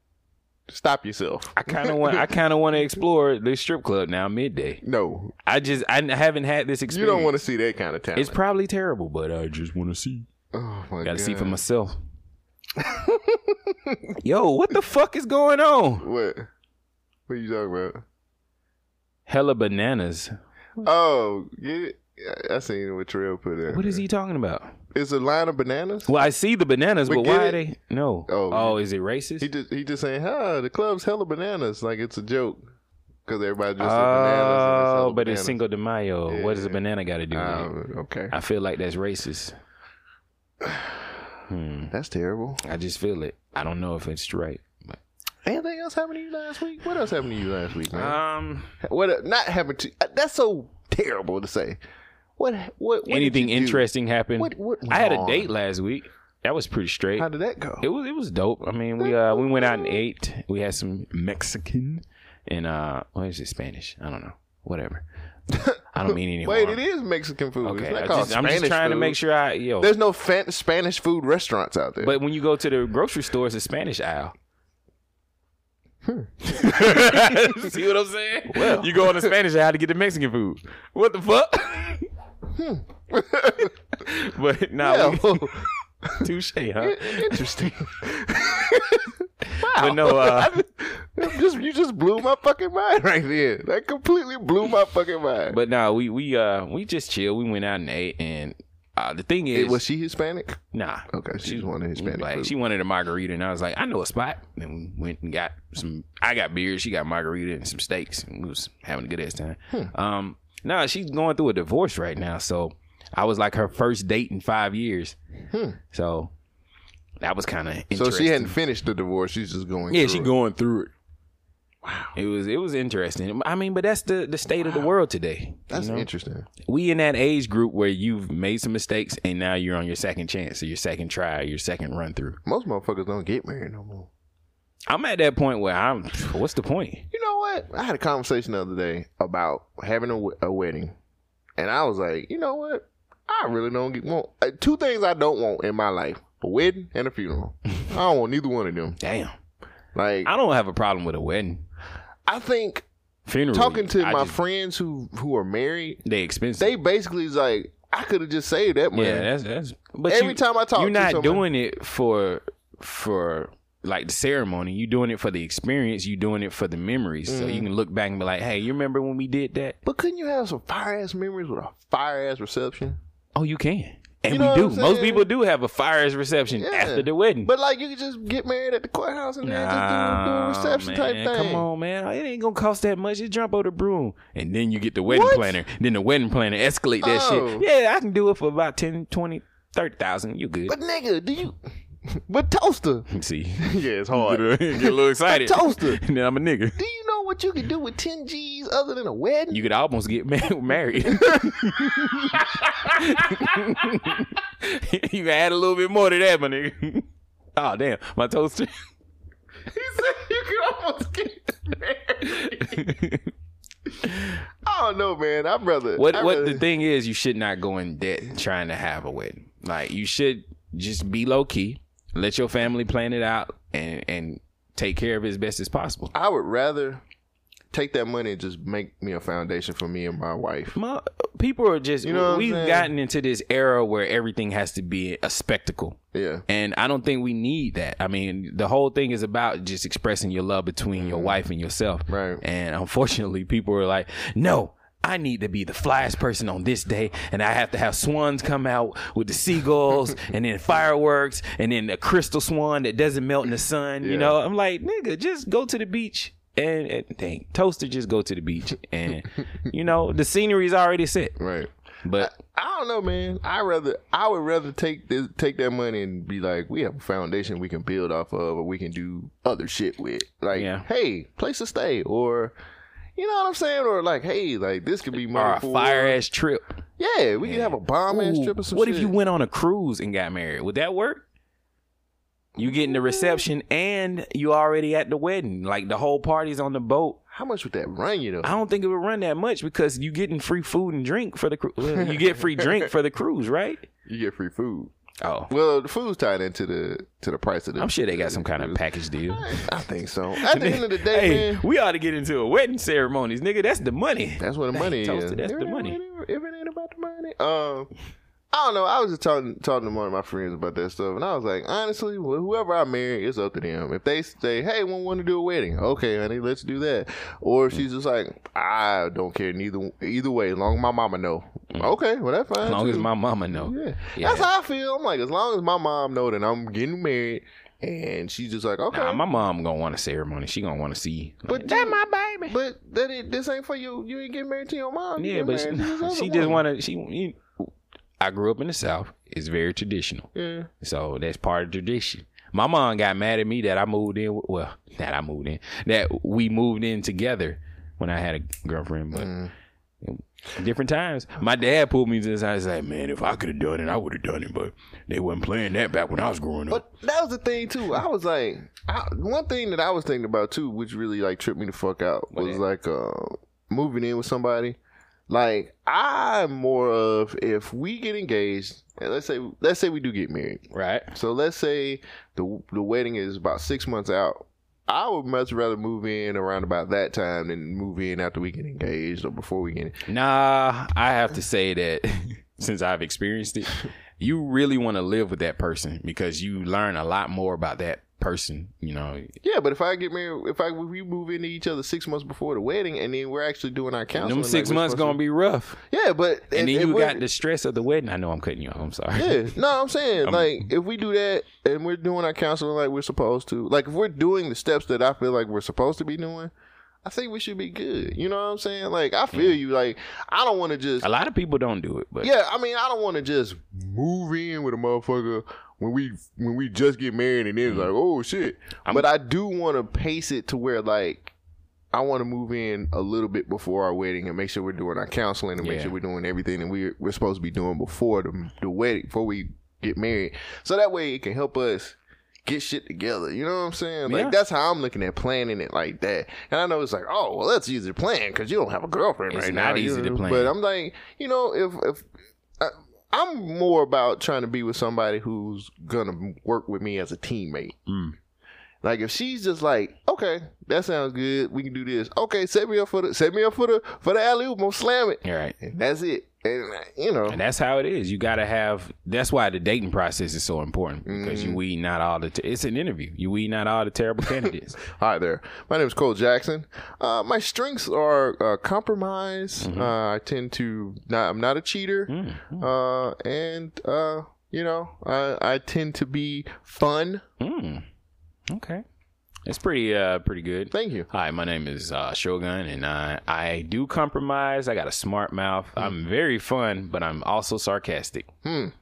A: stop yourself.
B: I kind of want. I kind of want to explore the strip club now midday.
A: No,
B: I just I haven't had this experience.
A: you don't want to see that kind of talent.
B: It's probably terrible, but I just want to see.
A: oh, my
B: Got to see for
A: God.
B: myself. Yo, what the fuck is going on?
A: What? What are you talking about?
B: Hella bananas.
A: Oh, get it? I, I seen it with Trill put in.
B: What is he talking about?
A: It's a line of bananas.
B: Well, I see the bananas,
A: We
B: but
A: get
B: why
A: it.
B: are they? No.
A: Oh.
B: Oh, is it racist?
A: He just he just saying, "Huh, the club's hella bananas." Like it's a joke because everybody just said bananas. and it's
B: oh,
A: hella
B: but it's Cinco de Mayo. What does a banana got to do? with it?
A: bananas. Um, okay,
B: I feel like that's racist. Hmm.
A: that's terrible.
B: I just feel it. I don't know if it's right. but-
A: Anything else happened to you last week? What else happened to you last week, man?
B: Um,
A: what not happened to? uh, That's so terrible to say. What what, what did
B: anything
A: you do?
B: interesting happened?
A: What- what
B: I had
A: wrong?
B: a date last week. That was pretty straight.
A: How did that go?
B: It was it was dope. I mean, we uh we went out and ate. We had some Mexican and uh what is it Spanish? I don't know. Whatever. I don't mean any
A: Wait,
B: harm.
A: it is Mexican food.
B: Okay,
A: it's
B: I
A: not called
B: just- I'm just
A: Spanish
B: trying to
A: food.
B: make sure I yo.
A: There's no fan- Spanish food restaurants out there.
B: But when you go to the grocery store, it's a Spanish aisle. Hmm. See what I'm saying? Well, you go in the Spanish aisle to get the Mexican food. What the fuck? Hmm. but nah,
A: yeah,
B: we-
A: well,
B: touche, huh?
A: interesting.
B: But no, uh,
A: It just you just blew my fucking mind right there. That completely blew my fucking mind.
B: but nah, we we uh we just chill. We went out and ate, and uh, the thing is,
A: It- was she Hispanic?
B: Nah.
A: Okay, she just wanted Hispanic
B: Like
A: food.
B: she wanted a margarita, and I was like, I know a spot. And we went and got some. I got beer. She got margarita and some steaks. And we was having a good ass time.
A: Hmm.
B: Um, nah, she's going through a divorce right now, so I was like her first date in five years. So that was kind of
A: Hmm. So
B: interesting.
A: she hadn't finished the divorce. She's just going.
B: Yeah,
A: through
B: she
A: it.
B: going through it. Wow, it was it was interesting. I mean, but that's the the state of the world today.
A: That's
B: you know?
A: interesting.
B: we in that age group where you've made some mistakes and now you're on your second chance or your second try, your second run through.
A: Most motherfuckers don't get married no more.
B: I'm at that point where I'm. What's the point?
A: You know what? I had a conversation the other day about having a, w- a wedding, and I was like, you know what? I really don't get, want uh, two things I don't want in my life: a wedding and a funeral. I don't want neither one of them.
B: Damn,
A: Like
B: I don't have a problem with a wedding,
A: I think
B: funeral.
A: talking to
B: I
A: my
B: just-
A: friends who who are married,
B: they expensive.
A: they basically is like, I could have just saved that money.
B: yeah, that's that's. But
A: Every
B: you-
A: time I talk
B: you're
A: to
B: not
A: someone-
B: doing it for for like the ceremony. You're doing it for the experience. You're doing it for the memories. So
A: Mm-hmm.
B: you can look back and be like, hey, you remember when we did that?
A: but couldn't you have some fire ass memories with a fire ass reception?
B: Oh, you can. And
A: You know
B: we do.
A: what I'm
B: Most
A: saying?
B: people do have a fire as reception
A: Yeah.
B: after the wedding.
A: But like you could just get married at the courthouse and then just do, do a reception
B: Nah,
A: type
B: man,
A: thing.
B: Come on, man. It ain't gonna cost that much. Just jump over the broom. And then you get the wedding
A: What?
B: planner. Then the wedding planner escalate that
A: Oh.
B: shit. Yeah, I can do it for about 10, 20, 30,000. You good.
A: But nigga, do you? But toaster,
B: See.
A: yeah, it's hard.
B: Get a little excited.
A: Toaster.
B: And then I'm a nigga.
A: Do you know what you could do with ten G's other than a wedding?
B: You could almost get ma- married. you can add a little bit more to that, my nigga. Oh damn, my toaster.
A: he said you could almost get married. I don't know, man. I brother.
B: What
A: I
B: what
A: really-
B: the thing is, you should not go in debt trying to have a wedding. Like you should just be low key, let your family plan it out, and and take care of it as best as possible.
A: I would rather take that money and just make me a foundation for me and my wife.
B: My, people are just
A: know what I'm
B: we've
A: saying?
B: gotten into this era where everything has to be a spectacle.
A: Yeah.
B: And I don't think we need that. I mean, the whole thing is about just expressing your love between your wife and yourself.
A: Mm-hmm. Right.
B: And unfortunately, people are like, no. I need to be the flyest person on this day, and I have to have swans come out with the seagulls, and then fireworks, and then a crystal swan that doesn't melt in the sun.
A: Yeah.
B: You know, I'm like, nigga, just go to the beach and, and dang, toaster, just go to the beach, and you know, the scenery is already set.
A: Right.
B: But
A: I don't know, man. I rather I would rather take this take that money and be like, we have a foundation we can build off of, or we can do other shit with. Like,
B: Yeah.
A: hey, place to stay, or you know what I'm saying, or like, hey, like this could be
B: or
A: money
B: a
A: for
B: fire ass trip.
A: Yeah, we could have a bomb ass
B: Ooh,
A: trip or some
B: what
A: shit.
B: if you went on a cruise and got married? Would that work? You getting the reception and you already at the wedding. Like the whole party's on the boat.
A: How much would that run you though?
B: I don't think it would run that much because you getting free food and drink for the cruise. Well, you get free drink for the cruise, right?
A: You get free food.
B: Oh,
A: Well, the food's tied into the to the price of the.
B: I'm sure they got some kind of package deal.
A: I think so. At the end of the day,
B: hey,
A: man,
B: we ought to get into a wedding ceremonies, nigga. That's the money.
A: That's where the money
B: toasted,
A: is.
B: that's the
A: If it
B: money.
A: ain't- If it ain't about the money, um, I don't know. I was just talking talking to one of my friends about that stuff, and I was like, honestly, wh- whoever I marry, it's up to them. If they say, hey, we want to do a wedding, okay, honey, let's do that. Or if she's just like, I don't care neither either way, as long as my mama know. Okay, well that's fine.
B: Mm. As long as
A: too.
B: my mama know.
A: yeah.
B: Yeah.
A: that's how I feel. I'm like, as long as my mom know that I'm getting married, and she's just like, okay,
B: Nah, my mom gonna want a ceremony. She gonna want to see. Like,
A: But
B: that
A: you-
B: my baby.
A: but that it, this ain't for you. You ain't getting married to your mom. You
B: yeah,
A: getting
B: but she,
A: married to this other
B: she just
A: woman.
B: wanna. She. You, I grew up in the South. It's very traditional.
A: Yeah.
B: So that's part of tradition. My mom got mad at me that I moved in. with- Well, that I moved in. That we moved in together when I had a girlfriend, but. Different times. My dad pulled me to the side. He's like, "Man, if I could have done it, I would have done it." But they wasn't playing that back when I was growing up.
A: But that was the thing too. I was like, I, one thing that I was thinking about too, which really like tripped me the fuck out, was like uh, moving in with somebody. Like I'm more of if we get engaged, and let's say let's say we do get married.
B: Right?
A: So let's say the the wedding is about six months out. I would much rather move in around about that time than move in after we get engaged or before we get.
B: Nah, I have to
A: Uh.
B: say that since I've experienced it, you really want to live with that person because you learn a lot more about that person. You know,
A: Yeah, but if I get married, if I if we move into each other six months before the wedding, and then we're actually doing our counseling.
B: them six months gonna be rough,
A: be yeah, but
B: and then you
A: we're-
B: got the stress of the wedding. I know I'm cutting you off. I'm sorry.
A: Yeah, no, I'm saying like if we do that and we're doing our counseling like we're supposed to, like if we're doing the steps that I feel like we're supposed to be doing, I think we should be good. You know what I'm saying? Like I feel you. Like I don't want to just
B: A lot of people don't do it, but
A: yeah. I mean, I don't want to just move in with a motherfucker when we when we just get married and then
B: Mm-hmm.
A: it's like oh shit. but I do want to pace it to where like. I want to move in a little bit before our wedding and make sure we're doing our counseling and make
B: Yeah.
A: sure we're doing everything that we're, we're supposed to be doing before the, the wedding, before we get married. So that way it can help us get shit together. You know what I'm saying? Like,
B: Yeah.
A: that's how I'm looking at planning it like that. And I know it's like, oh, well, that's easy to plan because you don't have a girlfriend
B: It's
A: right now.
B: not
A: you
B: easy to
A: know?
B: plan.
A: But I'm like, you know, if, if, I, I'm more about trying to be with somebody who's gonna work with me as a teammate. Like if she's just like, okay, that sounds good. We can do this. Okay, set me up for the set me up for the for the alley oop. I'm gonna slam it.
B: all right.
A: And that's it. And uh, you know,
B: And that's how it is. You gotta have. That's why the dating process is so important because
A: Mm-hmm.
B: you weed out all the. Te- it's an interview. You weed out all the terrible candidates.
A: hi there. My name is Cole Jackson. Uh, my strengths are uh, compromise.
B: Mm-hmm.
A: Uh, I tend to not. I'm not a cheater. Uh, and uh, you know, I I tend to be fun.
B: Hmm. Okay. That's pretty uh pretty good.
A: Thank you.
B: Hi, my name is uh, Shogun, and I I do compromise. I got a smart mouth. I'm very fun, but I'm also sarcastic. Mm.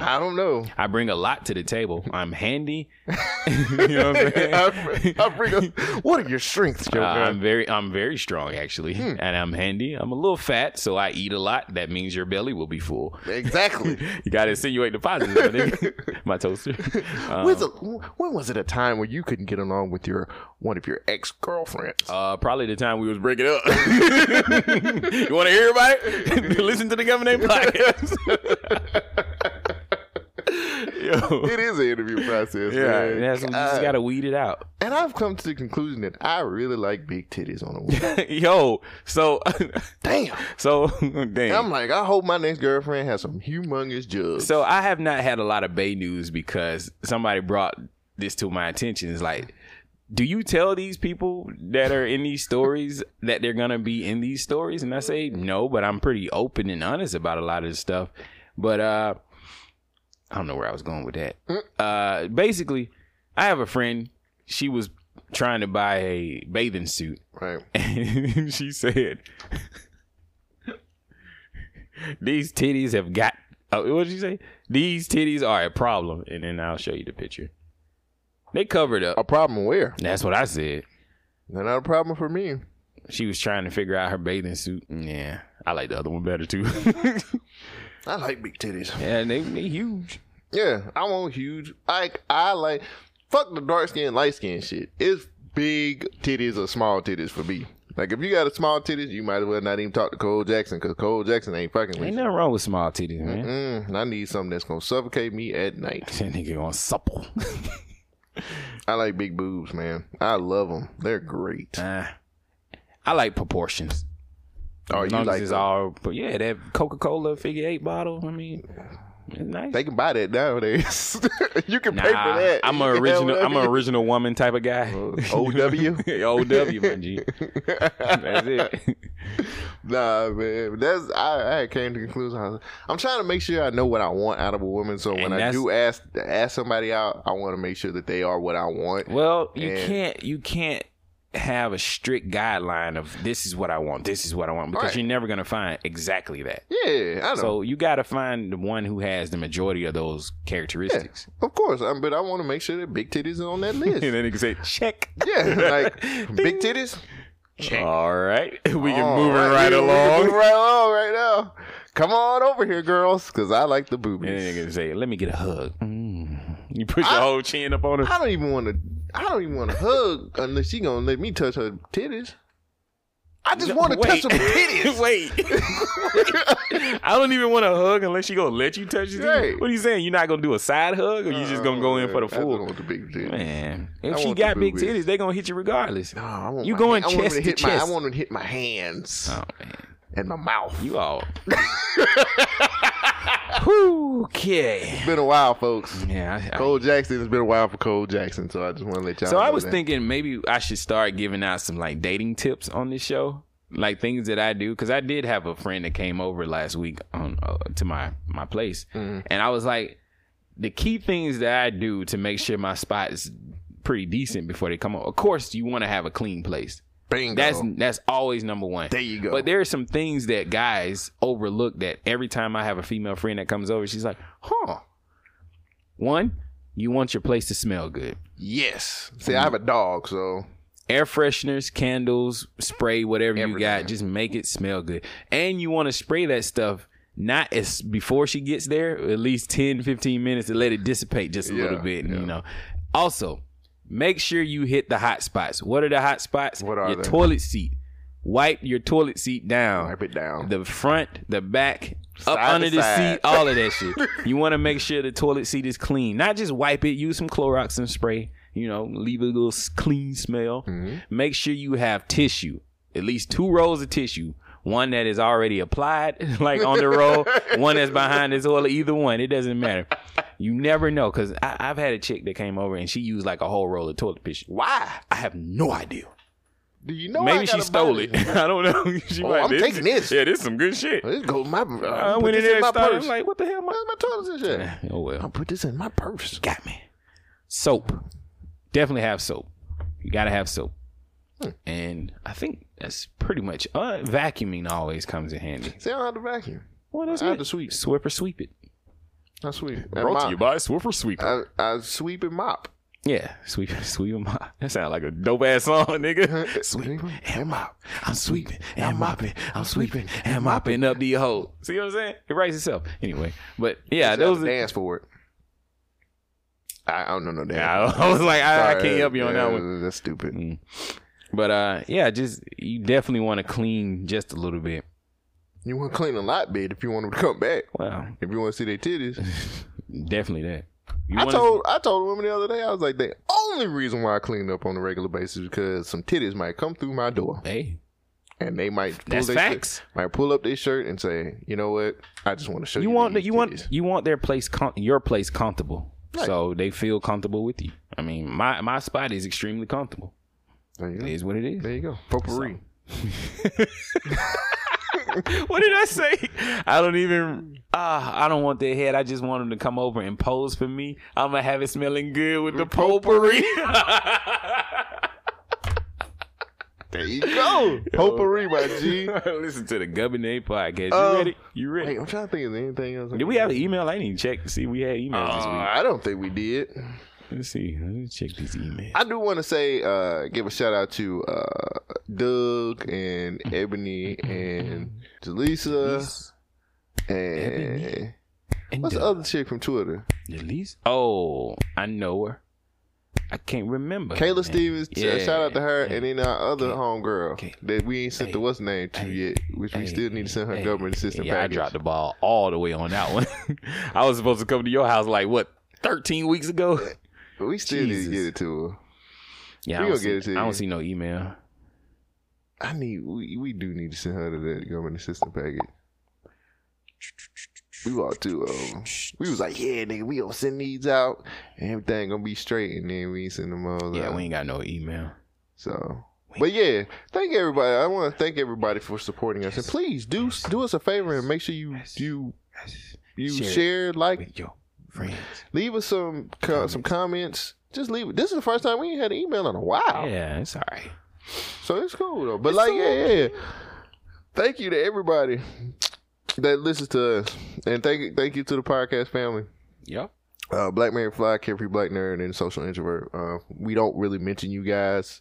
A: I don't know.
B: I bring a lot to the table. I'm handy. you know what I'm saying?
A: I, I bring up, what are your strengths, Joe?
B: Uh, I'm very I'm very strong actually, and I'm handy. I'm a little fat, so I eat a lot. That means your belly will be full.
A: exactly.
B: You gotta insinuate the positive, my nigga. my toaster.
A: When's
B: Uh,
A: the- when was it a time where you couldn't get along with your one of your ex girlfriends?
B: Uh, probably the time we was breaking up. you want to hear about it? Listen to the Governor Name podcast. Yo,
A: it is an interview process.
B: yeah,
A: man.
B: that's, you
A: God.
B: just gotta weed it out.
A: and I've come to the conclusion that I really like big titties on a woman.
B: Yo, so
A: Damn.
B: so
A: I'm
B: damn.
A: like, I hope my next girlfriend has some humongous jugs.
B: So I have not had a lot of Bay news because somebody brought this to my attention. It's like, do you tell these people that are in these stories that they're gonna be in these stories? And I say no, but I'm pretty open and honest about a lot of this stuff. But uh, I don't know where I was going with that. Uh, basically, I have a friend. She was trying to buy a bathing suit,
A: right.
B: and she said, "These titties have got." Oh, what did she say? These titties are a problem, and then I'll show you the picture. They covered up.
A: A problem where?
B: That's what I said.
A: They're not a problem for me.
B: She was trying to figure out her bathing suit. Yeah, I like the other one better too.
A: I like big titties.
B: yeah, they they huge.
A: Yeah, I want huge. Like I like fuck the dark skin, light skin shit. It's big titties or small titties for me. Like if you got a small titties, you might as well not even talk to Cole Jackson because Cole Jackson ain't fucking with
B: Ain't
A: you.
B: nothing wrong with small titties, man.
A: Mm, and I need something that's gonna suffocate me at night.
B: That nigga going supple.
A: I like big boobs, man. I love them. They're great.
B: Nah. I like proportions.
A: Oh,
B: As
A: you
B: long as
A: like
B: it's
A: them.
B: all, but yeah, that Coca Cola figure eight bottle. I mean, It's nice.
A: They can buy that nowadays. you can pay for
B: Nah,
A: that.
B: I'm an
A: You can have
B: original. I'm an
A: whatever
B: original woman type of guy.
A: you- OW.
B: OW, my G. That's it.
A: Nah, man. That's I, I came to the conclusion. I was- I'm trying to make sure I know what I want out of a woman. So when
B: And
A: I
B: that's-
A: do ask ask somebody out, I want to make sure that they are what I want.
B: Well, you
A: And-
B: can't. You can't have a strict guideline of this is what I want. This is what I want because
A: Right.
B: you're never gonna find exactly that.
A: yeah, I know.
B: So you got to find the one who has the majority of those characteristics.
A: of course, um, but I want to make sure that big titties are on that list.
B: And then he can say, check.
A: yeah, like big titties.
B: All right. We can
A: All
B: move it
A: yeah, we
B: right
A: can
B: along.
A: move right along right now. Come on over here, girls, because I like the
B: And then he
A: boobies.
B: can say, let me get a hug. Mm. You put your whole chin up on her.
A: I don't even want to. I don't even want to hug unless she gonna let me touch her titties. I just want to touch
B: Wait.
A: some titties.
B: Wait. I don't even want to hug unless she going to let you touch it.
A: Right.
B: What are you saying? You're not going to do a side hug or you
A: Oh,
B: just going to go in for the
A: I don't
B: full?
A: want the big titties.
B: Man,
A: I
B: if she
A: want the
B: got big
A: boobies.
B: titties, they going to hit you regardless.
A: No, Oh, I want
B: You
A: my
B: going
A: hand- I want 'em
B: chest
A: to
B: to
A: hit
B: chest.
A: My, I want 'em to hit my hands
B: Oh, man.
A: and my mouth.
B: You all. Whew, okay.
A: It's been a while, folks.
B: Yeah, I- I,
A: Cole Jackson. It's been a while for Cole Jackson, so I just want to let y'all.
B: So I
A: know
B: was
A: that.
B: thinking maybe I should start giving out some like dating tips on this show, like things that I do. Because I did have a friend that came over last week on uh, to my my place,
A: Mm-hmm.
B: and I was like, the key things that I do to make sure my spot is pretty decent before they come over. Of course, you want to have a clean place.
A: Bingo.
B: That's that's always number one.
A: There you go.
B: But there are some things that guys overlook that every time I have a female friend that comes over, she's like, huh. One, you want your place to smell good
A: yes. See, I have
B: Mm.
A: a dog, so
B: air fresheners, candles, spray, whatever you
A: Everything.
B: got, just make it smell good. And you want to spray that stuff not as before she gets there, at least 10, 15 minutes to let it dissipate just a little
A: Yeah,
B: bit, you know. Also, make sure you hit the hot spots. What are the hot spots?
A: What are
B: your
A: they?
B: toilet seat. Wipe your toilet seat down.
A: wipe it down.
B: The front, the back, up
A: Oh. Side to
B: under the
A: side.
B: seat, all of that shit. You want to make sure the toilet seat is clean. Not just wipe it. Use some Clorox and spray. You know, leave a little s- clean smell.
A: Mm-hmm.
B: Make sure you have tissue, at least two rolls of tissue. One that is already applied, like on the roll. one that's behind the toilet. Either one, it doesn't matter. You never know, cause I, I've had a chick that came over and she used like a whole roll of toilet tissue.
A: Why?
B: I have no idea.
A: Do you know? Oh, I
B: Maybe she
A: got a
B: stole
A: body?
B: it. I don't know. she
A: Oh,
B: might-
A: I'm taking this.
B: Yeah, this is some good shit.
A: This go my. uh,
B: I
A: I
B: went in there and
A: my
B: Uh, started.
A: purse.
B: I'm like, what the hell? am I
A: Where's my toilet and shit?
B: Oh
A: I
B: well,
A: put this in my purse.
B: got me. Soap, definitely have soap. You gotta have soap. Hmm. And I think that's pretty much uh, vacuuming always comes in handy.
A: See, I don't have to vacuum.
B: What is
A: I have
B: it?
A: to sweep.
B: Sweep or sweep it.
A: I sweep.
B: Brought to
A: My-
B: you by Swiffer Sweeper.
A: I, I sweep and mop.
B: yeah, sweep, sweep 'em up. That sounds like a dope ass song, nigga.
A: Sweep and mop.
B: I'm sweeping and mopping. I'm sweeping and mopping up the hole. See what I'm saying? It writes itself. Anyway, but yeah,
A: Those
B: those are,
A: dance for it. I, I don't know no dance.
B: I was like, I, I
A: Sorry,
B: can't help you on
A: yeah,
B: that one.
A: That's stupid.
B: Mm. But uh, yeah, just you definitely want to clean just a little bit.
A: You want to clean a lot, bit if you want them to come back.
B: Wow,
A: If you want to see their titties,
B: definitely that. You
A: I
B: wanna-
A: told I told a woman the other day I was like, the only reason why I clean up on a regular basis is because some titties might come through my door
B: Hey,
A: and they might pull
B: That's
A: their
B: facts.
A: Shirt, might pull up their shirt and say, you know what, I just want to show you.
B: you want
A: these
B: you
A: titties."
B: want you want their place com- your place comfortable,
A: Right.
B: so they feel comfortable with you. I mean, my my spot is extremely comfortable.
A: There you
B: It
A: go.
B: is what it is.
A: There you go. Potpourri.
B: what did I say? I don't even. Ah, I don't want their head. I just want them to come over and pose for me. I'm gonna have it smelling good with the potpourri.
A: There you go. Potpourri, my G.
B: Listen to the Gubby Nate podcast. You
A: Um,
B: ready? You ready?
A: Hey, I'm trying to think of anything else.
B: Did we have an email? I didn't even check to see if we had emails
A: Uh,
B: this week.
A: I don't think we did.
B: Let's see. Let me check these emails.
A: I do want to say, uh, give a shout out to uh, Doug and Ebony and Jaleesa and
B: And
A: uh, what's the other chick from Twitter?
B: Elise? Oh, I know her. I can't remember. her
A: Kayla
B: name.
A: Stevens. ch-
B: Yeah.
A: shout out to her and then our other homegirl
B: Okay.
A: that we ain't sent the
B: Hey.
A: what's name to yet, which we
B: Hey,
A: still need to send her
B: hey,
A: government assistance
B: Yeah,
A: package.
B: I dropped the ball all the way on that one. I was supposed to come to your house like what, thirteen weeks ago?
A: But we still need
B: Jesus.
A: to get it to her.
B: Yeah,
A: We
B: I
A: gonna
B: don't,
A: get
B: see,
A: it to
B: I
A: you.
B: don't see no email.
A: I need we, we do need to send her to that government assistance package. we want to. Um, we was like, yeah, nigga, we gonna send these out, and everything gonna be straight, and then we send them all
B: Yeah,
A: out.
B: we ain't got no email.
A: So, but yeah, thank everybody. I want to thank everybody for supporting us, and please do do us a favor and make sure you you you
B: Share
A: share,
B: it.
A: like,
B: With your friends.
A: leave us some co- some comments. Just leave it. This is the first time we ain't had an email in a while,
B: Yeah, it's all right.
A: so it's cool though. But like, yeah, yeah. Thank you to everybody that listens to us, and thank thank you to the podcast family.
B: Yep.
A: uh, Black Man Fly, Carefree Black Nerd, and Social Introvert. Uh, we don't really mention you guys.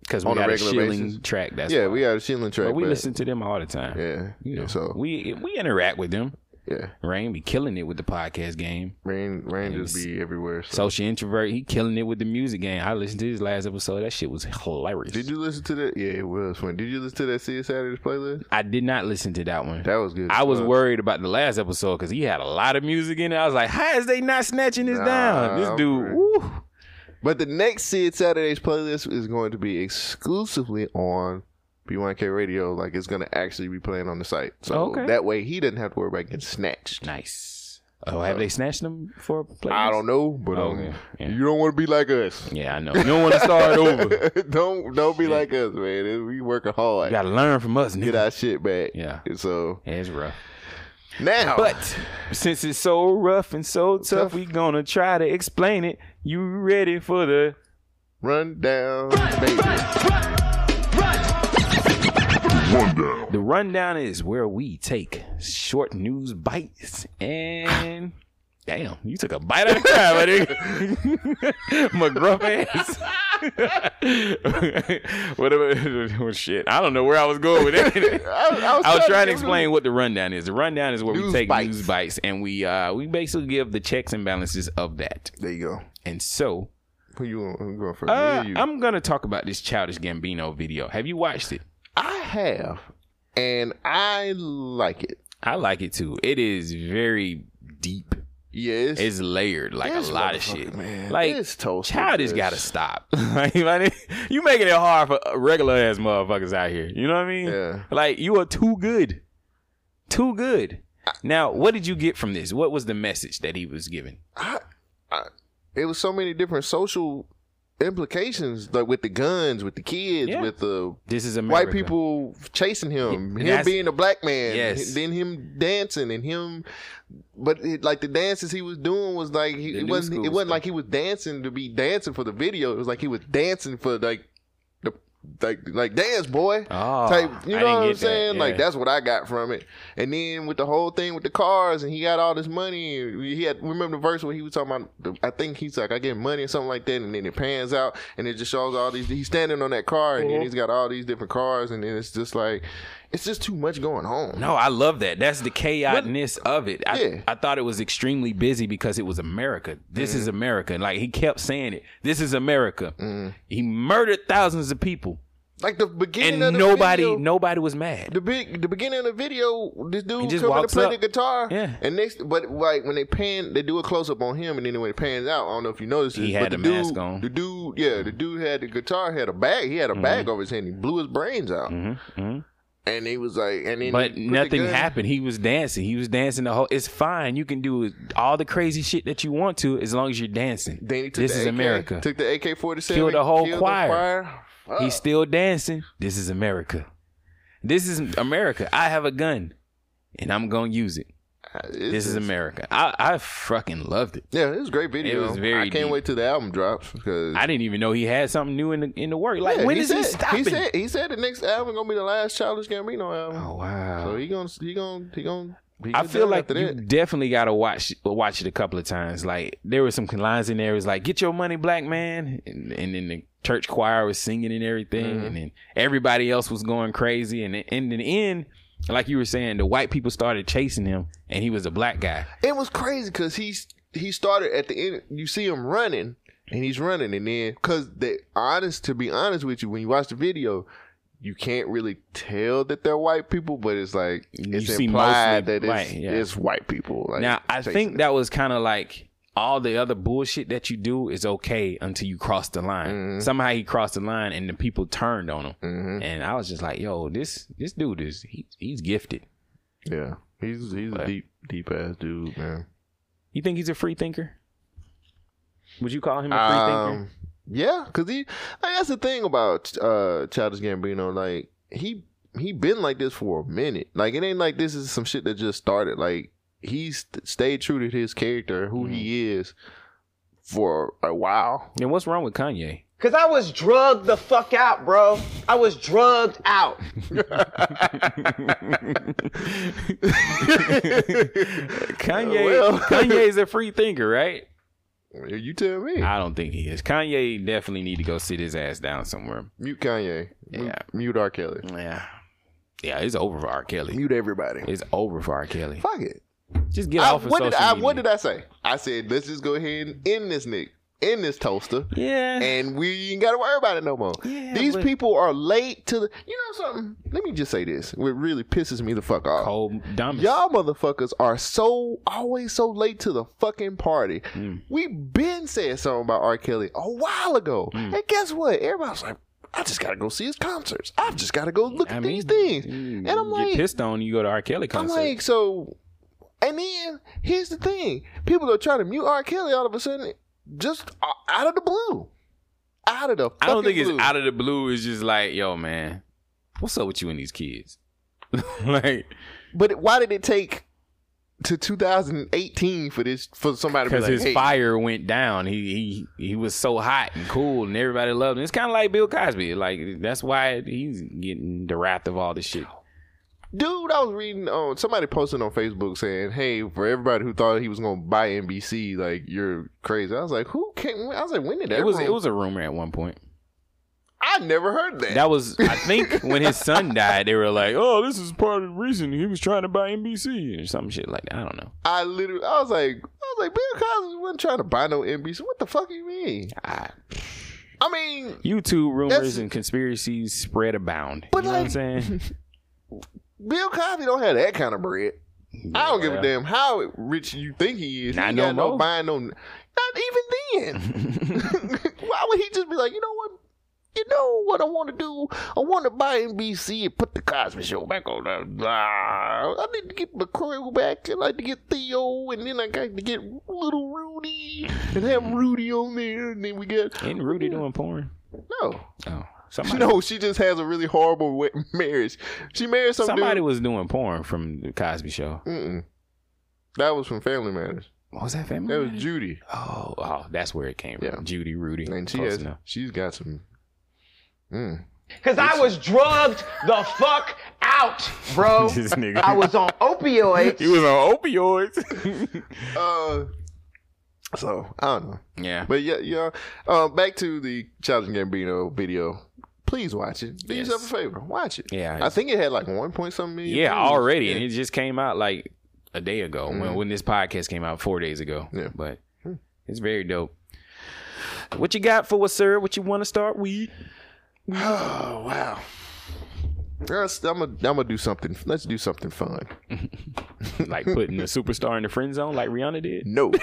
B: Because we
A: On a
B: got a
A: regular
B: shilling
A: basis.
B: track. That's
A: yeah,
B: why.
A: we got a shilling track.
B: But we
A: but-
B: listen to them all the time.
A: Yeah,
B: You know,
A: so
B: we we interact with them.
A: yeah,
B: Rain be killing it with the podcast game.
A: rain, rain
B: Yeah,
A: just be everywhere. So.
B: Social introvert, he killing it with the music game. I listened to his last episode. That shit was hilarious.
A: did you listen to that? Yeah, it was fun. Did you listen to that See It Saturdays playlist?
B: I did not listen to that one.
A: That was good.
B: I was
A: stuff.
B: worried about the last episode because he had a lot of music in it. I was like, how is they not snatching this
A: Nah,
B: down? This
A: I'm
B: dude,
A: worried.
B: woo.
A: But the next See It Saturdays playlist is going to be exclusively on B1K Radio. Like it's going to actually be playing on the site. So
B: Okay.
A: that way he doesn't have to worry about getting snatched.
B: Nice. Oh, have they snatched him for a play?
A: I don't know, but um,
B: Okay, Oh, yeah.
A: you don't want to be like us.
B: Yeah, I know. You don't want to start over.
A: don't don't be like us, man. We working
B: You
A: hard.
B: got to learn from us, nigga.
A: Get our shit back.
B: Yeah.
A: And so
B: Yeah, it's rough.
A: now,
B: But since it's so rough and so tough,
A: Tough.
B: we gonna try to explain it. You ready for the
A: run down, baby.
B: the rundown is where we take short news bites and damn, you took a bite out of crab, my nigga. my gruff ass. Whatever well, shit. I don't know where I was going with it.
A: I, I
B: I was trying to
A: give
B: explain what the rundown is. The rundown is where we
A: News
B: take
A: bites.
B: news bites and we uh we basically give the checks and balances of that.
A: them- There you go.
B: And so
A: Who you going, who you going first?
B: Uh,
A: Me or you?
B: I'm gonna talk about this childish Gambino video. Have you watched it?
A: I have, and I like it.
B: I like it too. It is very deep.
A: Yes.
B: It's layered, like
A: This
B: a lot of
A: motherfucker,
B: shit.
A: man.
B: like
A: This toast
B: childish
A: is-
B: gotta stop. like, my nigga, you making it hard for regular ass motherfuckers out here. You know what I mean?
A: Yeah.
B: Like you are too good, too good. Now, what did you get from this? What was the message that he was giving?
A: I, I, it was so many different social implications, like with the guns, with the kids,
B: Yeah.
A: with the
B: This is
A: white
B: America.
A: people chasing him,
B: Yeah,
A: him
B: that's-
A: being a black man,
B: Yes.
A: then him dancing and him. But it, like the dances he was doing was like he,
B: The
A: it
B: new
A: wasn't it
B: school
A: wasn't
B: stuff.
A: like he was dancing to be dancing for the video. It was like he was dancing for like the like like dance boy.
B: Oh,
A: Type, you know
B: I
A: what
B: didn't get
A: I'm
B: that.
A: saying? Like
B: Yeah.
A: that's what I got from it. And then with the whole thing with the cars, and he got all this money. He had remember the verse where he was talking about. The, I think he's like, I get money or something like that. And then it pans out, and it just shows all these. He's standing on that car, and then he's got all these different cars, and then it's just like, it's just too much going on.
B: No, I love that. That's the chaotness of it. I,
A: Yeah.
B: I thought it was extremely busy because it was America. This
A: Mm.
B: is America. Like he kept saying it. This is America.
A: Mm.
B: He murdered thousands of people,
A: Like the beginning
B: and
A: of the
B: nobody,
A: video-
B: nobody was mad.
A: the big the beginning of the video, this dude
B: just
A: coming to
B: walks
A: play
B: up.
A: the guitar.
B: Yeah.
A: And next but like when they pan they do a close up on him and then when it pans out, I don't know if you noticed this,
B: He had
A: but
B: a
A: the
B: mask
A: dude,
B: on. Mm-hmm.
A: The dude yeah, the dude had the guitar, had a bag he had a bag over his head, and he blew his brains out.
B: mhm.
A: And he was like and then
B: But
A: he put the
B: nothing
A: gun-
B: happened. He was dancing. He was dancing the whole. It's fine. You can do all the crazy shit that you want to as long as you're dancing.
A: Then he took
B: this
A: the
B: is
A: AK
B: America.
A: Took the AK forty seven.
B: Killed the whole choir. He's still dancing. This is America. This is America. I have a gun, and I'm gonna use it. This is America. I, I fucking loved it.
A: Yeah, it was a great video.
B: was very
A: I can't
B: deep.
A: wait till the album drops because
B: I didn't even know he had something new in the in the work. Like
A: Yeah,
B: when is he
A: said-
B: stopping?
A: He said he said the next album gonna be the last Childish Gambino album.
B: oh wow.
A: So he gonna he gonna he gonna. He
B: I
A: get
B: feel
A: done
B: like
A: after
B: you
A: that.
B: definitely gotta watch watch it a couple of times. Like there were some lines in there. It was like, "Get your money, black man," and, and then the church choir was singing and everything,
A: Mm-hmm.
B: and then everybody else was going crazy. And, and in the end, like you were saying, the white people started chasing him, and he was a black guy.
A: it was crazy because he's he started at the end. You see him running and he's running, and then because they honest to be honest with you, when you watch the video. You can't really tell that they're white people, but it's like
B: You
A: it's
B: see
A: implied
B: mostly
A: that it's,
B: white, yeah.
A: it's white people. Like,
B: now I
A: chasing
B: think
A: it.
B: that was kind of like all the other bullshit that you do is okay until you cross the line.
A: Mm-hmm.
B: Somehow he crossed the line and the people turned on him. And I was just like, yo, this this dude is he, he's gifted.
A: yeah, He's he's a deep deep ass dude, man.
B: You think he's a free thinker? Would you call him a free thinker?
A: Um, yeah, because he I that's the thing about uh Childish Gambino. Like he he been like this for a minute. Like it ain't like this is some shit that just started. Like he's stayed true to his character, who he
B: Mm-hmm.
A: is, for a while.
B: And what's wrong with Kanye?
E: Cause I was drugged the fuck out, bro. I was drugged out.
B: Kanye
A: Well.
B: Kanye is a free thinker, right?
A: You tell me.
B: I don't think he is. Kanye definitely need to go sit his ass down somewhere.
A: Mute Kanye. Mute-
B: Yeah.
A: Mute R. Kelly.
B: Yeah. Yeah, it's over for R. Kelly.
A: Mute everybody.
B: It's over for R. Kelly.
A: Fuck it.
B: Just get
A: I-
B: off of
A: what
B: social
A: did I
B: media.
A: what did I say? I said let's just go ahead and end this nick, end this toaster,
B: Yeah.
A: and we ain't got to worry about it no more.
B: Yeah,
A: These
B: but-
A: people are late to the. You know something? Let me just say this. What really pisses me the fuck off.
B: Cold dumb.
A: uh, Y'all motherfuckers are so always so late to the fucking party.
B: Mm.
A: We been said something about R. Kelly a while ago,
B: Mm.
A: and guess what? Everybody's like, I just gotta go see his concerts. I've just gotta go look
B: I
A: at
B: mean,
A: these things,
B: you
A: and I'm
B: get
A: like,
B: pissed on. You go to R. Kelly
A: I'm
B: concert.
A: like, so, and then here's the thing: people are trying to mute R. Kelly all of a sudden, just o- out of the blue, out of the.
B: I don't
A: fucking
B: think it's
A: blue.
B: out of the blue. It's just like, yo, man, what's up with you and these kids? like,
A: But why did it take to 2018 for this for somebody to be
B: because
A: like,
B: his
A: hey,
B: fire went down. He he he was so hot and cool, and everybody loved him. It's kind of like Bill Cosby. Like that's why he's getting the wrath of all this shit.
A: dude? I was reading on somebody posted on Facebook saying, hey, for everybody who thought he was gonna buy NBC, like you're crazy. I was like, who came? I was like, when did that?
B: It was it
A: rumor-
B: was a rumor at one point.
A: I never heard that.
B: That was I think when his son died, they were like, "Oh, this is part of the reason he was trying to buy NBC or some shit like that." I don't know.
A: I literally, I was like, I was like, Bill Cosby wasn't trying to buy no NBC. What the fuck you mean?
B: I,
A: I mean,
B: YouTube rumors
A: That's-
B: and conspiracies spread abound.
A: But
B: you know
A: like-
B: what I'm saying?
A: Bill Cosby don't have that kind of bread. I don't give a
B: well.
A: damn how rich you think he is.
B: Not
A: he
B: no
A: got no
B: more.
A: buying no. Not even then. Why would he just be like, you know what? You know what I want to do? I want to buy NBC and put the Cosby Show back on. The, Ah, I need to get McCoy back. I like to get Theo, and then I got to get little Rudy and have Rudy on there, and then we get
B: Ain't Rudy doing porn?
A: no.
B: Oh, somebody,
A: No, she just has a really horrible wa- marriage. She married some
B: somebody
A: dude.
B: was doing porn from the Cosby Show.
A: Mm-mm. That was from Family Matters.
B: What was that family?
A: That was
B: matter?
A: Judy,
B: oh, oh, that's where it came from.
A: Yeah.
B: Judy Rudy.
A: and she
B: Close
A: has
B: enough.
A: she's got some. Mm.
E: Cause I was drugged the fuck out,
A: Oh.
E: bro.
B: This nigga.
E: I was on opioids.
B: He was on opioids.
A: Uh, so I don't know,
B: yeah.
A: but yeah, yeah. Uh, back to the Childish Gambino video. Please watch it. Do
B: Yes.
A: yourself a favor. Watch it.
B: Yeah,
A: I
B: it's-
A: think it had like one point something million.
B: yeah,
A: views.
B: already. And
A: Yeah. Mm-hmm.
B: it just came out like a day ago when, when this podcast came out four days ago.
A: Yeah. Hmm.
B: But it's very dope. What you got for us, sir? What you want to start with?
A: Oh wow. Let's- I'm gonna I'm gonna do something. Let's do something fun.
B: like putting a superstar in the friend zone like Rihanna did?
A: No.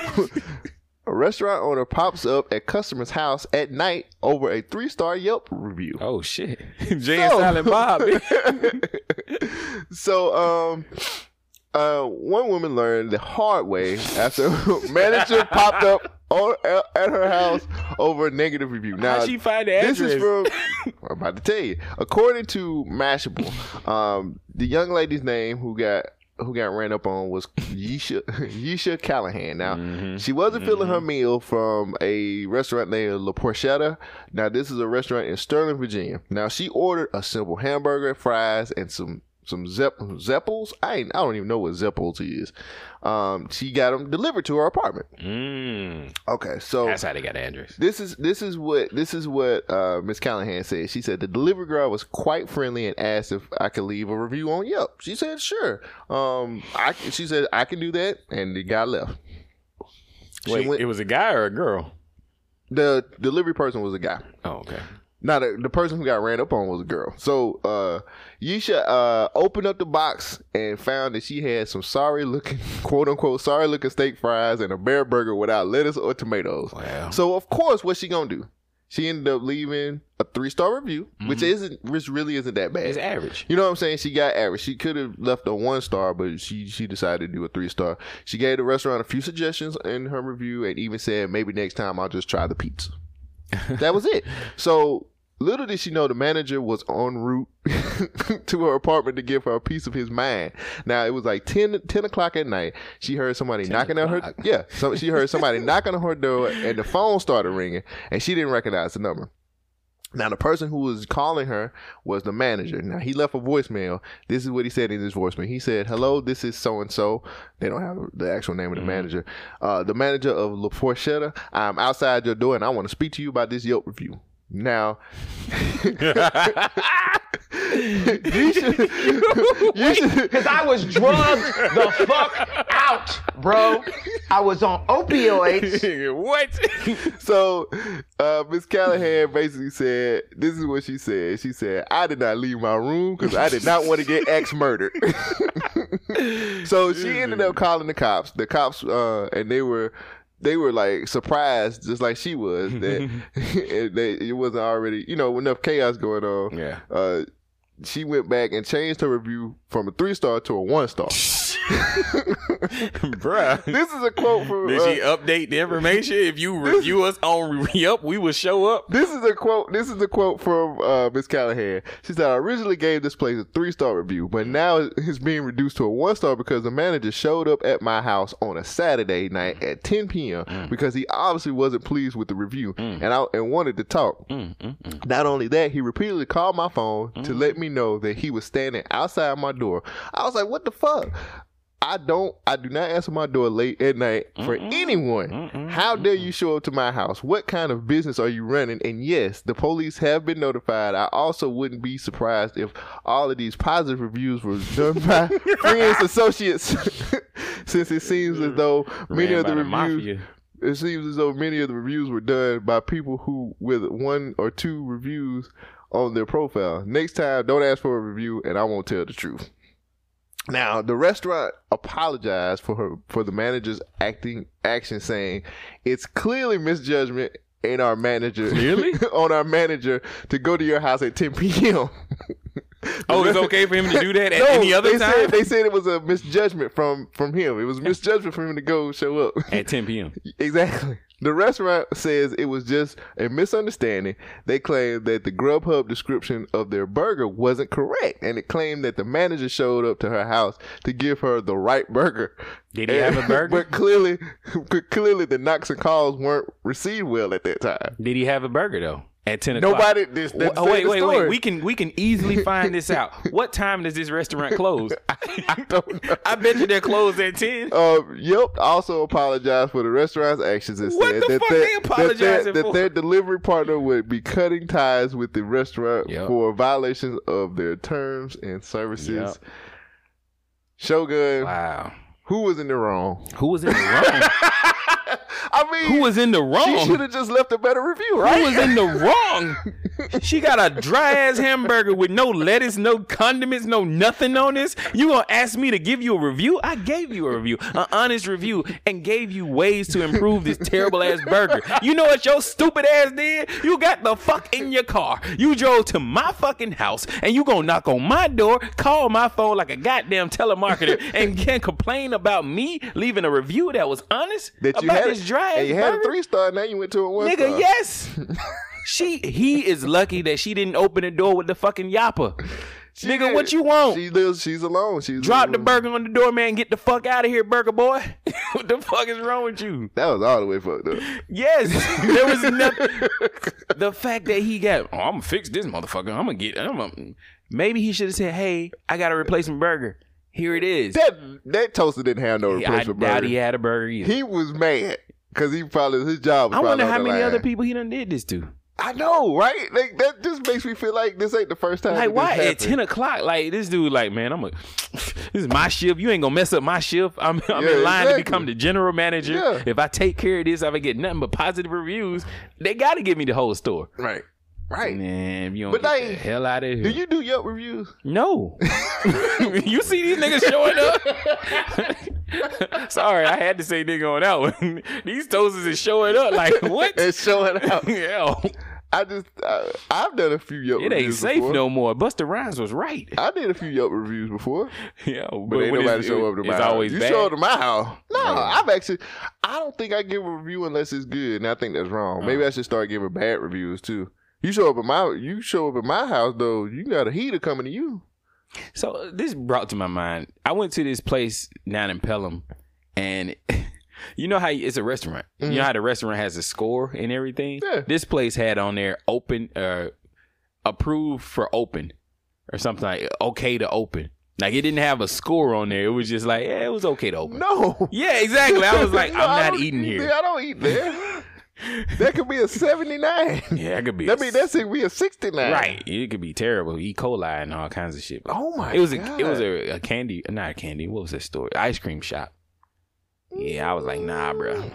A: a restaurant owner pops up at customer's house at night over a three star Yelp review.
B: Oh, shit. Jay and
A: So-
B: Silent Bob.
A: So, um, uh, one woman learned the hard way after manager popped up on, at, at her house over a negative review. Now,
B: How'd she find the
A: Uh, this is
B: address?
A: from. I'm about to tell you. According to Mashable, um, the young lady's name who got who got ran up on was Yisha Yisha Callahan. Now, she wasn't filling her meal from a restaurant named La Porchetta. Now, this is a restaurant in Sterling, Virginia. Now, she ordered a simple hamburger, fries, and some some Zepp- Zeppels. I ain't, I don't even know what Zeppels is. Um, she got them delivered to her apartment.
B: Mm,
A: Okay, so
B: that's how they got the address.
A: this is this is what this is what uh, Miss Callahan said. She said the delivery girl was quite friendly and asked if I could leave a review on Yelp. She said sure. Um, I she said I can do that, and the guy left. She
B: Wait,
A: went-
B: it was a guy or a girl?
A: the delivery person was a guy.
B: Oh, okay.
A: Now the, the person who got ran up on was a girl. So uh Yisha uh opened up the box and found that she had some sorry looking quote unquote sorry looking steak fries and a bear burger without lettuce or tomatoes.
B: Wow.
A: So of course what's she gonna do? She ended up leaving a three star review, which isn't which really isn't that bad.
B: Mm-hmm. It's average.
A: You know what I'm saying? She got average. She could have left a one star, but she she decided to do a three star. She gave the restaurant a few suggestions in her review and even said maybe next time I'll just try the pizza. that was it. So little did she know the manager was en route to her apartment to give her a piece of his mind. Now it was like 10, 10 o'clock at night. She heard somebody knocking on her. Yeah, so she heard somebody knocking on her door, and the phone started ringing, and she didn't recognize the number. Now the person who was calling her was the manager. Now he left a voicemail. This is what he said in his voicemail. He said, "Hello, this is so and so." They don't have the actual name of the manager. Uh, the manager of La Porchetta. I'm outside your door, and I want to speak to you about this Yelp review. Now, you should, you should,
E: Cause I was drugged the fuck out, bro. I was on opioids.
B: what?
A: So, uh, Miss Callahan basically said, "This is what she said. She said I did not leave my room because I did not want to get ex murdered." so she ended up calling the cops. The cops, uh, and they were. They were like surprised, just like she was, that it- they, it wasn't already, you know, enough chaos going on.
B: Yeah.
A: Uh, she went back and changed her review from a three star to a one star.
B: Bruh.
A: This is a quote from.
B: Did
A: uh,
B: she update the information? If you review us on Yup, we will show up.
A: This is a quote. This is a quote from uh, Miss Callahan. She said, "I originally gave this place a three star review, but now it's being reduced to a one star because the manager showed up at my house on a Saturday night at 10 p.m. because he obviously wasn't pleased with the review and I and wanted to talk. Not only that, he repeatedly called my phone
B: Mm-hmm.
A: to let me know that he was standing outside my door. I was like, what the fuck? I don't, I do not answer my door late at night for anyone. How dare you show up to my house? What kind of business are you running? And yes, the police have been notified. I also wouldn't be surprised if all of these positive reviews were done by friends, associates, since it seems as though many of
B: Ran
A: the
B: by the
A: reviews
B: mafia.
A: it seems as though many of the reviews were done by people who with one or two reviews on their profile. Next time, don't ask for a review, and I won't tell the truth. Now, the restaurant apologized for her for the manager's acting action, saying it's clearly misjudgment in our manager
B: Clearly?
A: on our manager to go to your house at 10 p.m.
B: Oh, it's okay for him to do that at
A: No,
B: any other
A: they
B: time?
A: said they said it was a misjudgment from from him. It was misjudgment for him to go show up.
B: at 10 p.m.
A: Exactly. The restaurant says it was just a misunderstanding. They claimed that the Grubhub description of their burger wasn't correct, and it claimed that the manager showed up to her house to give her the right burger.
B: Did he have a burger?
A: but clearly, but clearly, the knocks and calls weren't received well at that time.
B: Did he have a burger though? At 10 o'clock.
A: Nobody. This, that's
B: Oh, wait,
A: the
B: wait,
A: story.
B: wait. We can we can easily find this out. What time does this restaurant close?
A: I don't know.
B: I bet you they're closed at 10.
A: Um, Yelp also apologized for the restaurant's actions and
B: What
A: said
B: the
A: that,
B: fuck
A: their-
B: they
A: that their-
B: apologizing
A: that
B: for?
A: their delivery partner would be cutting ties with the restaurant
B: Yep.
A: for violations of their terms and services.
B: Yep.
A: Shogun,
B: Wow.
A: who was in the wrong?
B: Who was in the wrong?
A: I mean,
B: Who was in the wrong?
A: she should have just left a better review, right?
B: Who was in the wrong? She got a dry ass hamburger with no lettuce, no condiments, no nothing on this. You gonna ask me to give you a review? I gave you a review, an honest review, and gave you ways to improve this terrible ass burger. You know what your stupid ass did? You got the fuck in your car. You drove to my fucking house, and you gonna knock on my door, call my phone like a goddamn telemarketer, and can complain about me leaving a review that was honest
A: that you
B: about
A: had
B: this dry
A: and
B: ass
A: you had a
B: burger?
A: three star, now you went to a one
B: Nigga,
A: star.
B: yes. she he is lucky that she didn't open the door with the fucking yapper.
A: She
B: Nigga,
A: did.
B: what you want?
A: She lives. She's alone. She's
B: Drop the
A: alone.
B: burger on the door, man. Get the fuck out of here, burger boy. what the fuck is wrong with you?
A: That was all the way fucked up.
B: Yes, there was nothing. the fact that he got, oh, I'm gonna fix this motherfucker. I'm gonna get. I'm gonna, maybe he should have said, hey, I got a replacement burger. Here it is.
A: That that toaster didn't have no
B: I
A: replacement
B: doubt
A: burger.
B: he had a burger either.
A: He was mad because he probably his job. Was
B: I
A: probably
B: wonder
A: on
B: how
A: the
B: many
A: line.
B: other people he done did this to.
A: I know, right? Like that just makes me feel like this ain't the first time.
B: Like
A: that
B: why
A: this
B: at ten
A: happened.
B: o'clock? Like this dude, like man, I'm a. This is my shift. You ain't gonna mess up my shift. I'm, I'm
A: Yeah,
B: in line
A: exactly.
B: to become the general manager.
A: Yeah.
B: If I take care of this, I would get nothing but positive reviews. They got to give me the whole store.
A: Right, right.
B: Man, if you don't
A: But
B: get
A: they-
B: the hell out of here.
A: Do you do Yelp reviews?
B: no, you see these niggas showing up. Sorry, I had to say nigga on that one. these toasters is showing up. Like what?
A: It's showing out.
B: Hell.
A: I just I, I've done a few Yelp.
B: It ain't
A: reviews
B: safe
A: before.
B: no more. Buster Rhymes was right.
A: I did a few Yelp reviews before,
B: Yeah,
A: but, ain't
B: when
A: nobody
B: it's-
A: show up to my
B: It's
A: house.
B: always
A: you
B: bad.
A: show up to my house. No, I've actually. I don't think I give a review unless it's good, and I think that's
B: Uh-huh.
A: wrong. Maybe I should start giving bad reviews too. You show up at my you show up at my house though. You got a heater coming to you.
B: So uh, this brought to my mind. I went to this place down in Pelham, and you know how you- it's a restaurant. You know how the restaurant has a score and everything.
A: Mm-hmm. Yeah.
B: This place had on there open, uh, approved for open, or something like okay to open. Like it didn't have a score on there. It was just like yeah, it was okay to open.
A: No.
B: Yeah, exactly. I was like,
A: No, I
B: I'm not
A: don't-
B: eating here.
A: Yeah, I don't eat there. that could be a seventy nine.
B: Yeah, I could be.
A: I mean, that's it. We a sixty nine.
B: right. It could be terrible. E. coli and all kinds of shit.
A: Oh my.
B: It was a
A: God.
B: it was a, a candy, not a candy. What was that store? Ice cream shop. Yeah, I was like, nah, bro.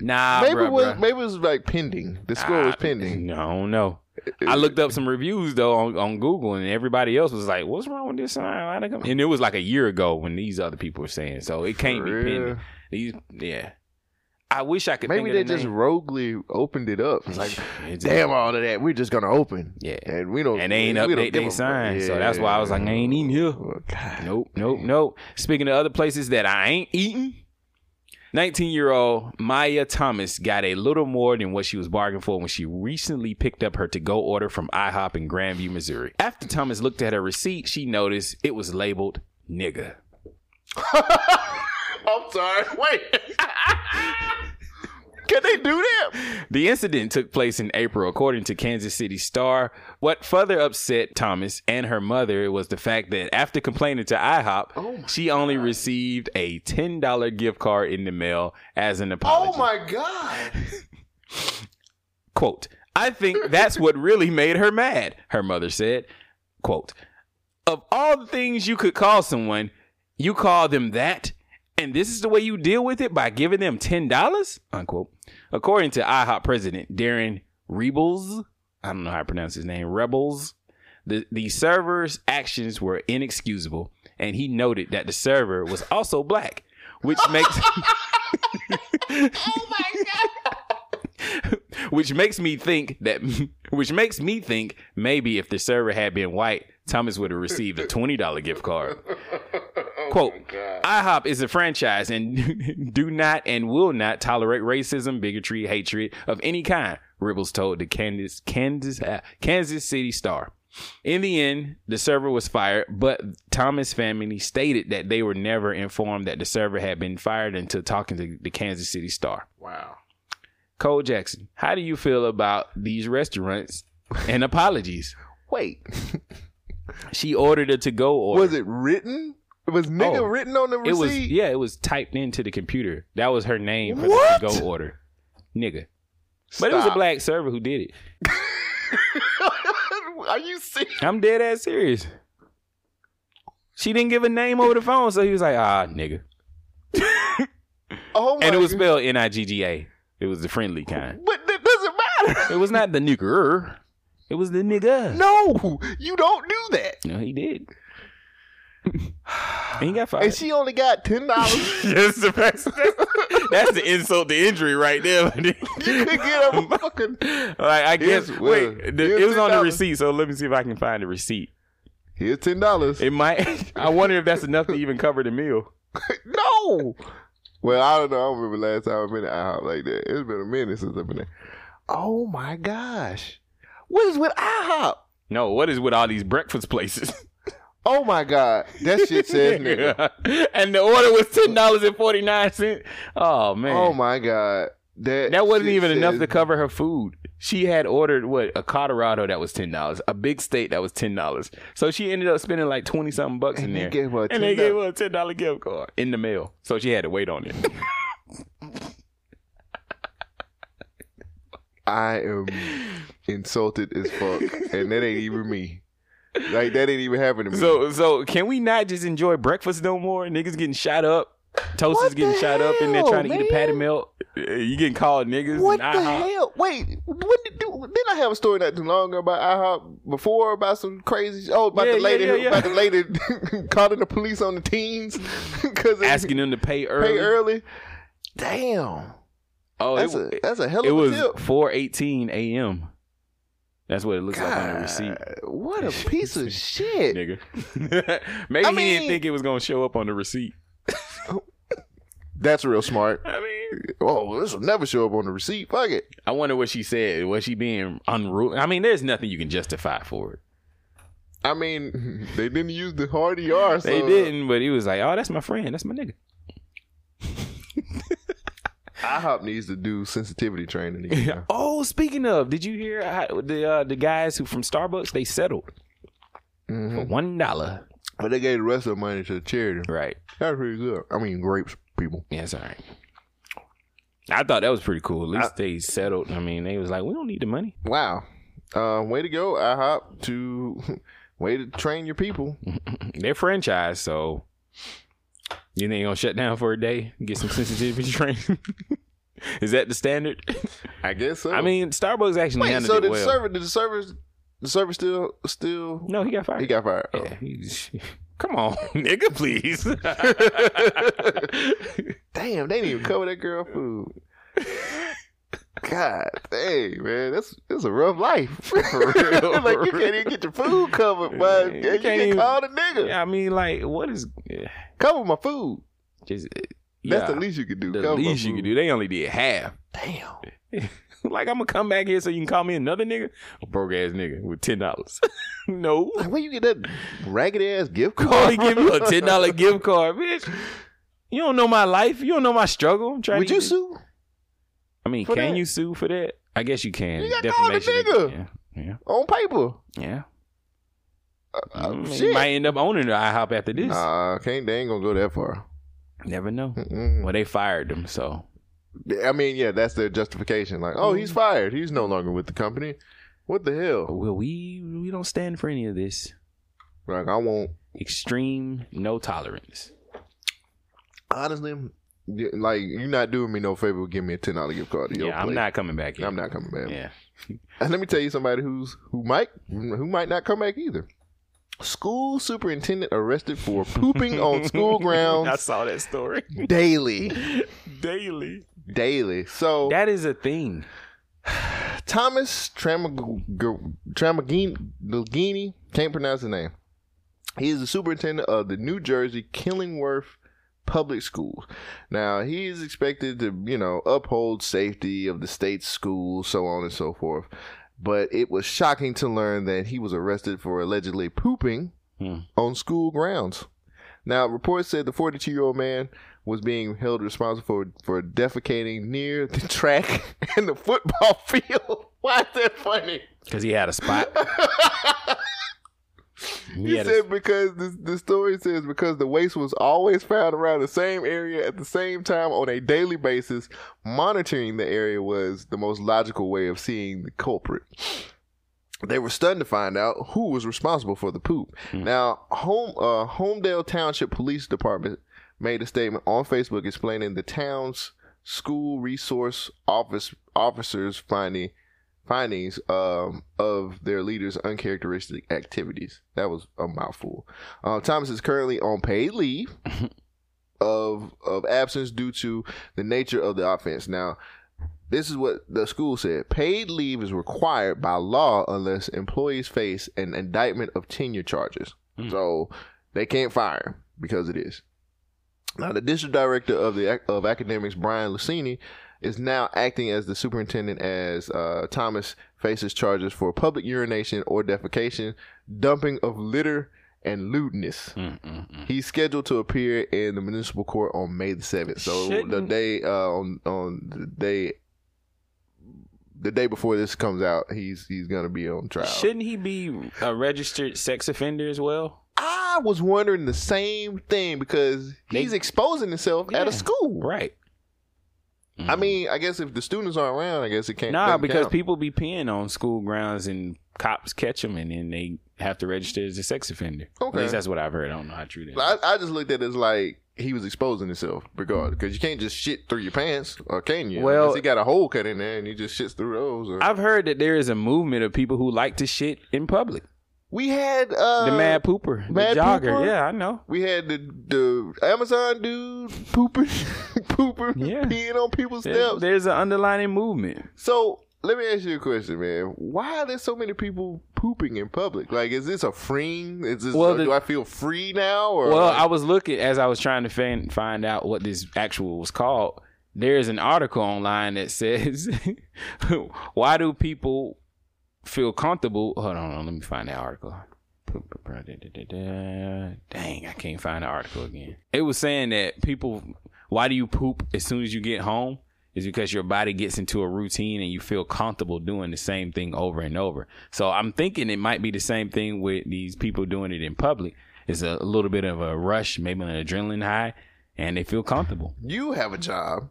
B: Nah,
A: Mm. maybe
B: bruh,
A: it was
B: bruh.
A: maybe it was like pending. The score was
B: Ah,
A: pending.
B: No, no. I looked up some reviews though on, on Google, and everybody else was like, "What's wrong with this sign?" Why'd it come-" And it was like a year ago when these other people were saying, so it can't
A: For
B: be
A: real?
B: pending. These, yeah. I wish I could.
A: Maybe
B: think
A: they
B: of the
A: just
B: name.
A: roguely opened it up. It's like,
B: It's-
A: damn, all of that. We're just gonna open.
B: Yeah.
A: and we don't.
B: and they ain't
A: we don't
B: update
A: give
B: their
A: a-
B: sign, so that's why I was like, I
A: Yeah.
B: ain't eating here.
A: Oh, God.
B: Nope, nope, nope. Speaking of other places that I ain't eating, 19 year old Maya Thomas got a little more than what she was bargaining for when she recently picked up her to go order from IHOP in Grandview, Missouri. After Thomas looked at her receipt, she noticed it was labeled nigga.
A: I'm sorry. Wait. Can they do that?
B: The incident took place in April, according to Kansas City Star. What further upset Thomas and her mother was the fact that after complaining to IHOP,
A: Oh
B: she only received a $10 gift card in the mail as an apology.
A: Oh my god.
B: Quote, I think that's what really made her mad, her mother said. Quote, of all the things you could call someone, you call them that, and this is the way you deal with it by giving them $10? Unquote. According to IHOP president Darren Rebels, I don't know how to pronounce his name, Rebels, the, the server's actions were inexcusable, and he noted that the server was also black, which makes. which makes me think that which makes me think maybe if the server had been white thomas would have received a $20 gift card quote ihop is a franchise and do not and will not tolerate racism bigotry hatred of any kind ribbles told the kansas kansas uh, kansas city star in the end, the server was fired, but Thomas family stated that they were never informed that the server had been fired until talking to the Kansas City Star.
A: Wow.
B: Cole Jackson, how do you feel about these restaurants and apologies?
A: Wait.
B: She ordered a to go order.
A: Was it written? Was nigga
B: Oh.
A: written on the receipt?
B: It was yeah, it was typed into the computer. That was her name for
A: What?
B: the to go order. Nigga. But it was a
A: Stop.
B: black server who did it.
A: Are you serious?
B: I'm dead ass serious. She didn't give a name over the phone, so he was like, ah, nigga.
A: Oh my
B: And it was
A: God.
B: spelled N I G G A. It was the friendly kind.
A: But that doesn't matter.
B: It was not the nigger. It was the nigga.
A: No, you don't do that.
B: No, he did. and he got fired.
A: And she only got ten dollars.
B: Yes, the fact- that's, that's the insult to injury right there. like
A: you could get a fucking.
B: I guess
A: Here's-
B: wait, the,
A: here's
B: it was on the
A: $10.
B: receipt, so let me see if I can find the receipt.
A: Here's ten dollars.
B: It might. I wonder if that's enough to even cover the meal.
A: No. Well, I don't know. I don't remember last time I've been out like that. It's been a minute since I've been there. Oh my gosh. What is with IHOP?
B: No, what is with all these breakfast places?
A: Oh my god. That shit says nigga.
B: and the order was ten dollars and forty nine cent. Oh man,
A: Oh my god. That
B: that wasn't
A: shit
B: even enough
A: says-
B: to cover her food. She had ordered what a Colorado that was ten dollars, a big state that was ten dollars. So she ended up spending like twenty something bucks in
A: And they
B: there.
A: gave her a
B: and they gave
A: $10.
B: her a ten dollar gift card in the mail, so she had to wait on it.
A: I am insulted as fuck. and that ain't even me. Like that ain't even happening to me.
B: so so can we not just enjoy breakfast no more? Niggas getting shot up, toast is
A: What
B: getting
A: the
B: shot up, and they're
A: hell,
B: trying to eat a patty
A: man?
B: melt. Uh, You getting called niggas?
A: What the
B: and IHOP.
A: hell? Wait, when did do, did I have a story not too long ago about IHOP before about some crazy? Oh, about
B: Yeah,
A: the
B: yeah,
A: lady,
B: yeah,
A: who-
B: yeah.
A: about the lady calling the police on the teens because
B: Asking them to pay early.
A: pay early. Damn,
B: Oh,
A: that's
B: it,
A: a that's a hell
B: it
A: of a
B: was
A: tip.
B: four eighteen a.m. That's what it looks like on the receipt,
A: What a piece of shit.
B: nigga. Maybe
A: I
B: he didn't
A: mean-
B: think it was gonna show up on the receipt.
A: That's real smart.
B: I mean,
A: Oh, this will never show up on the receipt. Fuck it.
B: I wonder what she said. Was she being unruly? I mean, there's nothing you can justify for it.
A: I mean, they didn't use the hard ER. So
B: They didn't, but he was like, "Oh, that's my friend. That's my nigga."
A: IHOP needs to do sensitivity training again.
B: Oh, speaking of, did you hear how, the uh, the guys who from Starbucks they settled for one dollar?
A: Mm-hmm. But they gave the rest of the money to the charity.
B: Right.
A: That's pretty good. I mean, grapes, people.
B: Yeah, it's all right. I thought that was pretty cool. At least they settled. I mean, they was like, "We don't need the money."
A: Wow. Uh, way to go, IHOP, to way to train your people.
B: Mm-hmm. They're franchised, so you think they gonna shut down for a day, and get some sensitivity training? Is that the standard?
A: I guess so.
B: I mean, Starbucks actually
A: Wait,
B: handled
A: so
B: it
A: did the
B: well.
A: server? Did the service? The server still still?
B: no, he got fired.
A: He got fired. Oh.
B: Yeah, he's- Come on, nigga, please.
A: Damn, they didn't even cover that girl food. God, dang, man, that's that's a rough life. like you can't even get your food covered, but
B: You
A: you,
B: can't
A: get
B: even-
A: called a nigga.
B: I mean, like, what is yeah,
A: Cover my food.
B: just? uh,
A: That's
B: yeah,
A: the least you could do.
B: the
A: cover my
B: least you
A: food.
B: can do. They only did half.
A: Damn.
B: like, I'm gonna come back here so you can call me another nigga, a broke ass nigga with ten dollars. no,
A: Like, where you get that ragged ass gift
B: oh,
A: card?
B: he give you a ten dollar gift card, bitch. You don't know my life. You don't know my struggle. I'm trying
A: Would
B: to
A: you
B: get-
A: sue?
B: I mean,
A: for
B: can
A: that?
B: you sue for that? I guess you can.
A: You got called a
B: Defamation.
A: nigga.
B: Yeah,
A: On paper.
B: yeah. yeah.
A: Uh,
B: Mm, you
A: shit.
B: might end up owning the IHOP after this.
A: Nah, can't. They ain't gonna go that far.
B: Never know.
A: Mm-mm.
B: Well, they fired him, so
A: I mean, yeah, that's their justification. Like, oh,
B: Mm-hmm.
A: he's fired. He's no longer with the company. What the hell?
B: well, we we don't stand for any of this
A: Like, I won't.
B: extreme no tolerance.
A: Honestly, y- like, you're not doing me no favor. with giving me a ten dollar gift card. To your
B: yeah, I'm
A: place.
B: not coming back. Here.
A: I'm not coming back.
B: Yeah,
A: And let me tell you somebody who's who might who might not come back either. School superintendent arrested for pooping on school
B: I
A: grounds
B: saw that story
A: daily,
B: daily.
A: daily. So
B: That is a thing.
A: Thomas Tramagini, can't pronounce his name. He is the superintendent of the New Jersey Killingworth Public Schools. Now, he is expected to, you know, uphold safety of the state's schools, so on and so forth. But it was shocking to learn that he was arrested for allegedly pooping
B: Hmm.
A: on school grounds. Now, reports said the 42 year old man was being held responsible for, for defecating near the track and the football field. Why is that funny?
B: Cause he had a spot.
A: He
B: he had a,
A: said because the, the story says because the waste was always found around the same area at the same time on a daily basis, monitoring the area was the most logical way of seeing the culprit. They were stunned to find out who was responsible for the poop.
B: Hmm.
A: Now, home uh, Homedale Township Police Department made a statement on Facebook explaining the town's school resource office officers finding findings um, of their leader's uncharacteristic activities. That was a mouthful. Uh, Thomas is currently on paid leave of of absence due to the nature of the offense. Now, this is what the school said: paid leave is required by law unless employees face an indictment of tenure charges. So they can't fire him because of this. Now, the district director of the of academics, Brian Lucini, is now acting as the superintendent as uh, Thomas faces charges for public urination or defecation, dumping of litter, and lewdness.
B: Mm,
A: He's scheduled to appear in the municipal court on May the seventh. So the
B: Shouldn't-
A: day uh, on on the day the day before this comes out, he's he's gonna be on trial.
B: mm. shouldn't he be a registered sex offender as well?
A: I was wondering the same thing because
B: They-
A: he's exposing himself at
B: Yeah.
A: a school.
B: Right.
A: I mean, I guess if the students aren't around, I guess it can't.
B: Nah,
A: doesn't
B: because
A: count.
B: people be peeing on school grounds and cops catch them and then they have to register as a sex offender.
A: Okay.
B: At least that's what I've heard. I don't know how true that is.
A: I, I just looked at it as like he was exposing himself, regardless, because you can't just shit through your pants, or can you?
B: Well-
A: Unless he got a hole cut in there and he just shits through those. Or...
B: I've heard that there is a movement of people who like to shit in public.
A: we had uh,
B: The mad pooper,
A: Mad
B: the jogger.
A: Pooper?
B: Yeah, I know.
A: we had the the Amazon dude pooping, pooping,
B: Yeah.
A: peeing on people's
B: There-
A: steps.
B: There's an underlining movement.
A: So Let me ask you a question, man. Why are there so many people pooping in public? Like, is this a freeing? Is this
B: Well, the-
A: do I feel free now? Or
B: Well,
A: like-
B: I was looking as I was trying to find, find out what this actual was called. There is an article online that says, "Why do people feel comfortable?" Hold on, let me find that article. Dang, I can't find the article again. It was saying that people, why do you poop as soon as you get home? Is because your body gets into a routine and you feel comfortable doing the same thing over and over. So I'm thinking it might be the same thing with these people doing it in public. It's a little bit of a rush, maybe an adrenaline high, and they feel comfortable.
A: you have a job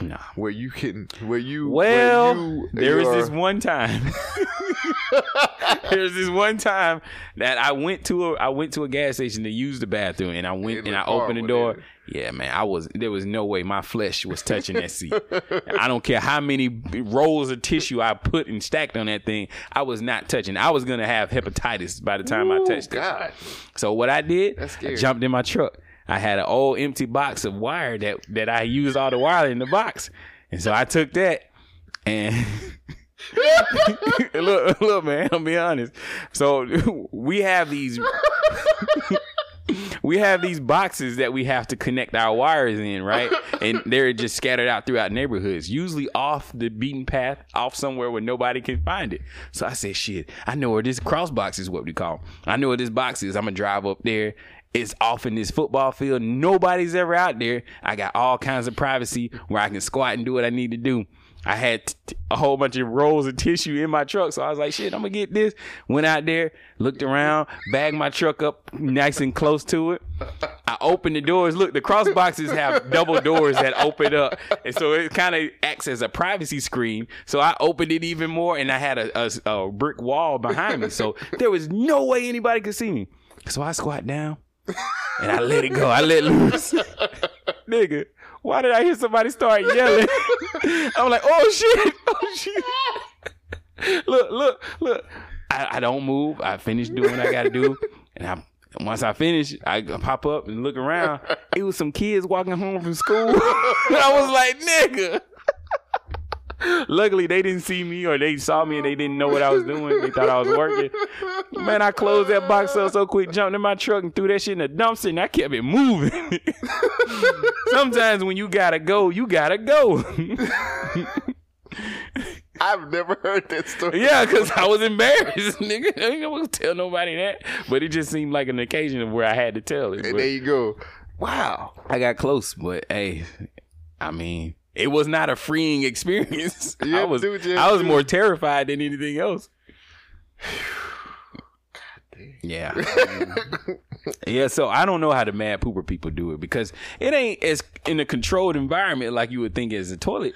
B: Nah.
A: where you can, where you,
B: Well,
A: where you,
B: there was
A: you
B: this
A: are-
B: one time. There's this one time that I went to a I went to a gas station to use the bathroom, and I went
A: It
B: and
A: was
B: I opened the
A: horrible,
B: door.
A: dude.
B: Yeah, man, I was there was no way my flesh was touching that seat. I don't care how many b- rolls of tissue I put and stacked on that thing, I was not touching. I was gonna have hepatitis by the time I touched it.
A: God.
B: So what I did,
A: That's
B: I
A: scary.
B: jumped in my truck. I had an old empty box of wire that that I used all the wire in the box, and so I took that and. look, look, man. I'll be honest. So we have these, we have these boxes that we have to connect our wires in, right? And they're just scattered out throughout neighborhoods, usually off the beaten path, off somewhere where nobody can find it. So I said, "Shit, I know where this cross box is. What we call. 'em. I know where this box is. I'm gonna drive up there it's off in this football field. Nobody's ever out there. I got all kinds of privacy where I can squat and do what I need to do. I had t- t- a whole bunch of rolls of tissue in my truck, so I was like, "Shit, I'm gonna get this." Went out there, looked around, bagged my truck up nice and close to it. I opened the doors. Look, the cross boxes have double doors that open up, and so it kind of acts as a privacy screen. So I opened it even more, and I had a, a- a brick wall behind me, so there was no way anybody could see me. So I squat down and I let it go. I let loose. Nigga, why did I hear somebody start yelling? I'm like, oh shit, oh shit. look, look, look. I, I don't move. I finish doing what I gotta do. And I once I finish, I pop up and look around. It was some kids walking home from school. and I was like, nigga. Luckily, they didn't see me or they saw me and they didn't know what I was doing. They thought I was working. Man, I closed that box up so quick, jumped in my truck and threw that shit in the dumpster, and I kept it moving. Sometimes when you gotta go, you gotta go.
A: I've never heard that story.
B: yeah, because I was embarrassed, nigga. I ain't gonna tell nobody that. But it just seemed like an occasion of where I had to tell it.
A: And
B: but-
A: there you go. Wow.
B: I got close, but hey, I mean, it was not a freeing experience. I
A: Yeah,
B: was,
A: dude, yeah,
B: I was
A: dude.
B: more terrified than anything else. Yeah, yeah. So I don't know how the mad pooper people do it because it ain't as in a controlled environment like you would think as a toilet.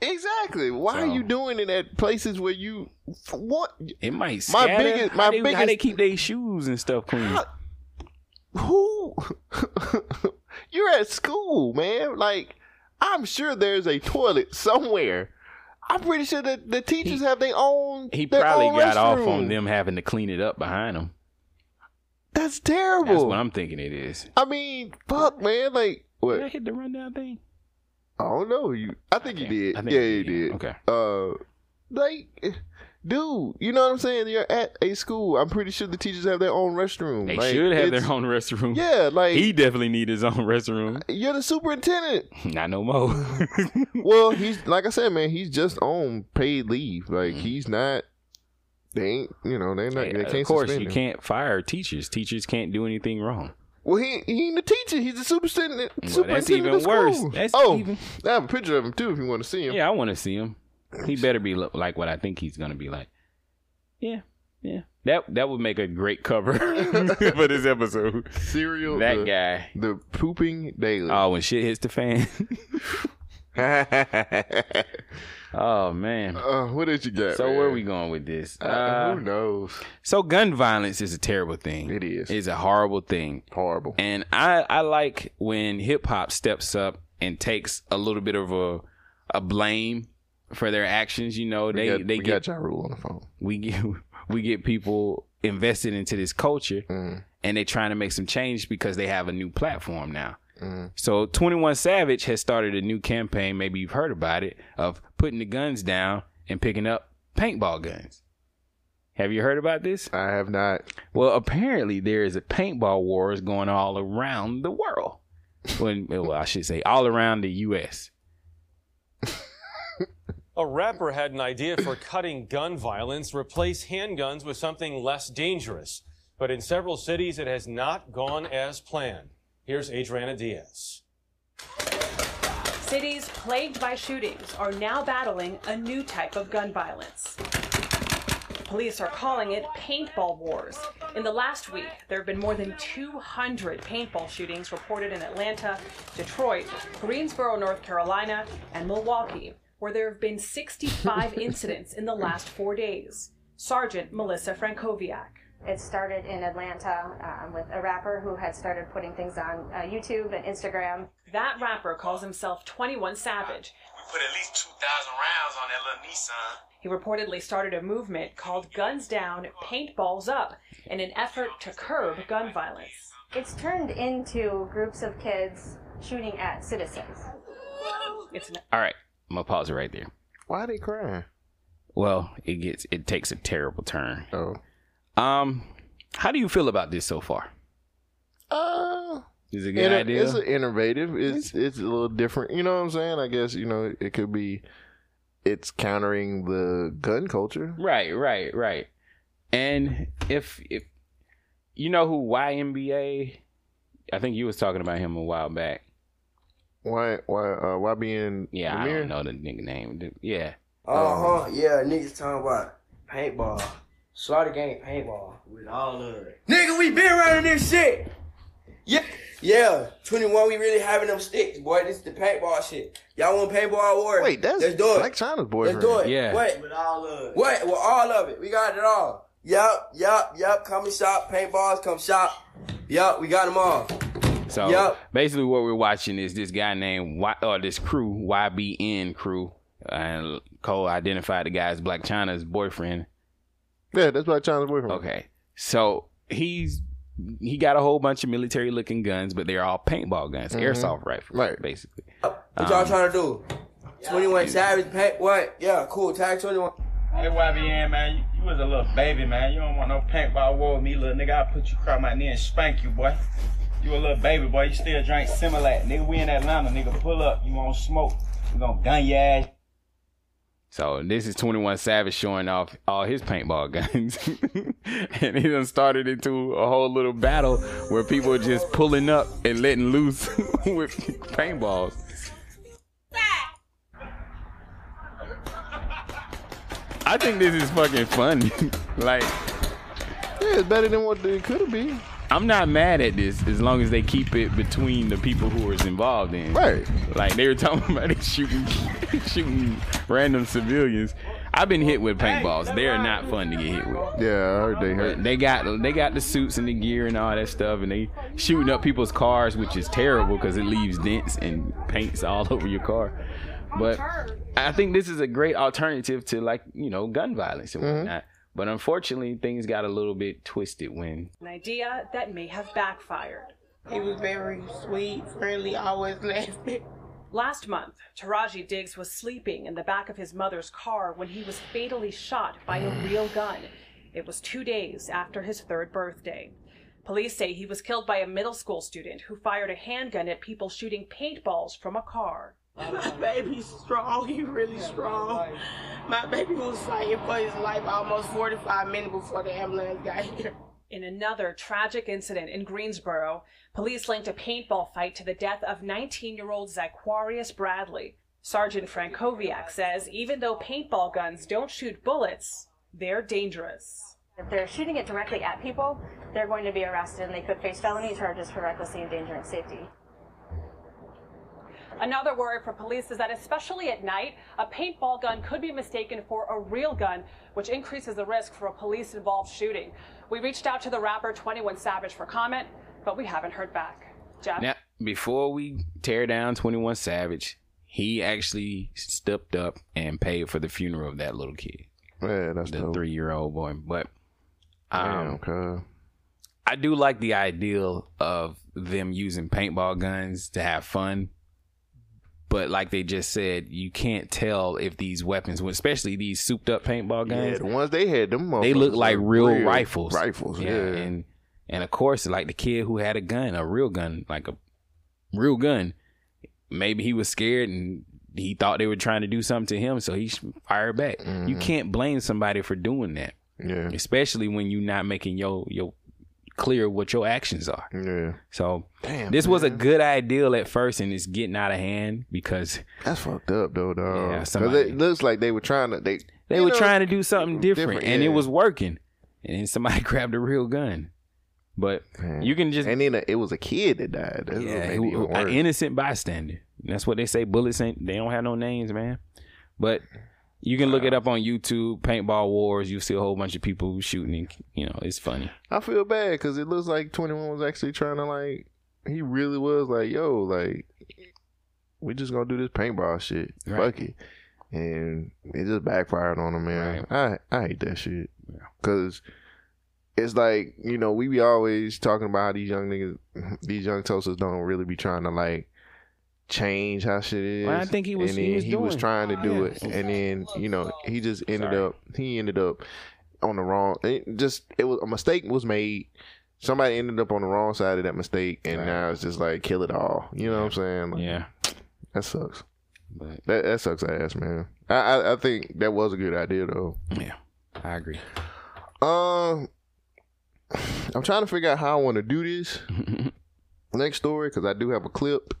A: Exactly. Why
B: So-
A: are you doing it at places where you for what?
B: It might.
A: My
B: scatter.
A: biggest-
B: How
A: my
B: they- How
A: biggest-
B: they keep their shoes and stuff clean?
A: How- Who? You're at school, man. Like I'm sure there's a toilet somewhere. I'm pretty sure that the teachers have their own.
B: He
A: their
B: probably
A: own
B: got off
A: restroom.
B: on them having to clean it up behind him.
A: That's terrible.
B: That's what I'm thinking. It is.
A: I mean, fuck, man. Like what?
B: Did I hit the rundown thing?
A: I don't know. You, I think you did.
B: I think
A: yeah,
B: I
A: you
B: did, yeah.
A: did.
B: Okay.
A: Uh, like, dude, you know what I'm saying? You're at a school. I'm pretty sure the teachers have their own restroom.
B: They
A: Like,
B: should have
A: it's-
B: their own restroom.
A: Yeah, like
B: He definitely need his own restroom.
A: you're the superintendent.
B: Not no more.
A: well, he's like I said, man. He's just on paid leave. Like he's not. They ain't. You know, they not. they can't
B: Mm-hmm. of course,
A: suspend
B: you
A: him.
B: can't fire teachers. Teachers can't do anything wrong.
A: Well, he he ain't the teacher. He's the superintendent.
B: Well,
A: superintendent
B: that's even
A: of school.
B: worse. That's
A: oh,
B: even-
A: I have a picture of him too if you want to see him.
B: Yeah, I want to see him. He better be lo- like what I think he's gonna be like. Yeah, yeah. That that would make a great cover for this episode.
A: Serial.
B: That
A: the,
B: guy.
A: The pooping daily.
B: Oh, when shit hits the fan. oh man.
A: Uh, what did you get?
B: So where are we going with this?
A: Uh,
B: Uh,
A: who knows?
B: so gun violence is a terrible thing.
A: It is.
B: It's a horrible thing.
A: Horrible.
B: And I, I like when hip hop steps up and takes a little bit of a a blame for their actions. You know, they
A: we got,
B: they
A: we
B: get
A: got Ja Rule on the phone.
B: we get we get people invested into this culture and they're trying to make some change because they have a new platform now. So 21 Savage has started a new campaign, maybe you've heard about it, of putting the guns down and picking up paintball guns. Have you heard about this?
A: I have not.
B: Well, apparently there is a paintball wars going all around the world. When, well, I should say all around the U.S.
F: A rapper had an idea for cutting gun violence, replace handguns with something less dangerous. But in several cities, it has not gone as planned. Here's Adriana Diaz.
G: Cities plagued by shootings are now battling a new type of gun violence. Police are calling it paintball wars. In the last week, there have been more than 200 paintball shootings reported in Atlanta, Detroit, Greensboro, North Carolina, and Milwaukee, where there have been 65 incidents in the last four days. Sergeant Melissa Frankoviak.
H: It started in Atlanta um, with a rapper who had started putting things on uh, YouTube and Instagram.
G: That rapper calls himself 21 Savage.
I: We put at least 2,000 rounds on that little Nissan.
G: He reportedly started a movement called Guns Down, Paintballs Up in an effort to curb gun violence.
H: It's turned into groups of kids shooting at citizens.
G: It's an
B: All right, I'm gonna pause it right there.
A: Why are they crying?
B: Well, it gets it takes a terrible turn.
A: Oh.
B: Um, how do you feel about this so far?
A: Uh,
B: Is it a good
A: inno-
B: idea?
A: It's innovative. It's it's a little different. You know what I'm saying? I guess you know it could be. It's countering the gun culture.
B: Right, right, right. And if if you know who YMBA, I think you was talking about him a while back.
A: Why why uh, why being
B: Yeah, I
A: Premier?
B: don't know the nigga name. Yeah,
J: Uh huh. Yeah, niggas talking about paintball. Slaughter game paintball. With all of it. Nigga, we been running this shit. Yeah. Yeah. 21, we really having them sticks, boy. This is the paintball shit. Y'all want paintball war?
A: Wait, that's
J: Let's do it.
A: Black China's
J: Let's
A: boyfriend.
J: do it.
B: Yeah.
J: What? With all of it. What? With all of it. We got it all. Yup, yup, yup. Come and shop. Paintballs, come shop. Yup, we got them all.
B: So
J: Yup.
B: basically, what we're watching is this guy named Y or this crew YBN crew, and Cole identified the guy as Black China's boyfriend.
A: Yeah, that's Black China's boyfriend.
B: Okay, so he's he got a whole bunch of military looking guns, but they're all paintball guns, airsoft rifles,
A: Right.
B: Basically,
J: What y'all trying to do? 21 Savage, paint, what? Yeah, cool. Tag 21.
K: Hey YBN man, you, you was a little baby man. You don't want no paintball war with me, little nigga. I'll put you across my knee and spank you, boy. You a little baby boy. You still drink Similac, nigga. We in Atlanta, nigga. Pull up. You want smoke? We gonna gun your ass.
B: so this is Twenty One Savage showing off all his paintball guns, and he done started into a whole little battle where people are just pulling up and letting loose with paintballs. I think this is fucking funny. like.
A: Yeah, it's better than what it could have been.
B: I'm not mad at this as long as they keep it between the people who is involved in. it.
A: Right.
B: Like they were talking about it shooting shooting random civilians. I've been hit with paintballs. They're not fun to get hit with.
A: Yeah, I heard they heard.
B: But they got they got the suits and the gear and all that stuff, and they shooting up people's cars, which is terrible because it leaves dents and paints all over your car. But I think this is a great alternative to like you know gun violence and whatnot. But unfortunately, things got a little bit twisted when
G: idea that may have backfired.
K: He was very sweet, friendly, always laughing.
G: Last month, Taraji Diggs was sleeping in the back of his mother's car when he was fatally shot by a real gun. It was two days after his third birthday. Police say he was killed by a middle school student who fired a handgun at people shooting paintballs from a car.
K: My baby's strong. He really strong. My baby was fighting for his life almost 45 minutes before the ambulance got here.
G: In another tragic incident in Greensboro, police linked a paintball fight to the death of 19 year old Zaquarius Bradley. Sergeant Frankoviak says even though paintball guns don't shoot bullets, they're dangerous.
H: If they're shooting it directly at people, they're going to be arrested and they could face felony charges for recklessly endangering safety.
G: Another worry for police is that, especially at night, a paintball gun could be mistaken for a real gun, which increases the risk for a police involved shooting. We reached out to the rapper 21 Savage for comment, but we haven't heard back. Jeff?
B: Now, before we tear down 21 Savage, he actually stepped up and paid for the funeral of that little kid,
A: Man, that's
B: the
A: dope.
B: three year old boy. But
A: Damn,
B: um,
A: cuz.
B: I do like the ideal of them using paintball guns to have fun, But like they just said, you can't tell if these weapons, especially these souped up paintball guns,
A: Yeah, the ones they had, them
B: they look
A: motherfuckers
B: like
A: were
B: real,
A: real
B: rifles.
A: rifles, yeah.
B: And and of course, like the kid who had a gun, a real gun, like a real gun. Maybe he was scared and he thought they were trying to do something to him, so he sh- fired back. You can't blame somebody for doing that.
A: Mm-hmm. Yeah.
B: Especially when you're not making your your clear what your actions are.
A: Yeah.
B: So
A: Mm. Damn,
B: this was a
A: man.
B: good ideal at first and it's getting out of hand because
A: That's fucked up though, dog.
B: Yeah,
A: Because
B: somebody-
A: it looks like they were trying to they
B: they
A: you
B: were
A: know,
B: trying to do something different,
A: different,
B: and it
A: yeah.
B: was working. And then somebody grabbed a real gun. But you can just
A: and then it was a kid that died. That's what
B: yeah,
A: made it
B: who- uh,
A: even
B: an
A: worse.
B: innocent bystander. That's what they say. Bullets ain't they don't have no names, man. But you can look it up on YouTube. Paintball wars. You see a whole bunch of people shooting. And, you know, it's funny.
A: I feel bad because it looks like Twenty One was actually trying to like. He really was like, yo, like, we just gonna do this paintball shit.
B: Right.
A: Fuck it. And it just backfired on him, man. I I hate that shit because it's like you know we be always talking about how these young niggas, these young toasters don't really be trying to like change how shit is.
B: Well, I think he was-
A: And
B: he
A: then
B: was
A: he was
B: doing-
A: trying to do it, and then you know he just ended
B: Sorry.
A: up he ended up on the wrong. It just it was a mistake was made. Somebody ended up on the wrong side of that mistake, and now it's just like kill it all. You know what I'm saying? Like,
B: Yeah.
A: that sucks.
B: But
A: That that sucks ass, man. I, I I think that was a good idea though.
B: yeah, I agree.
A: Um, I'm trying to figure out how I want to do this next story because I do have a clip.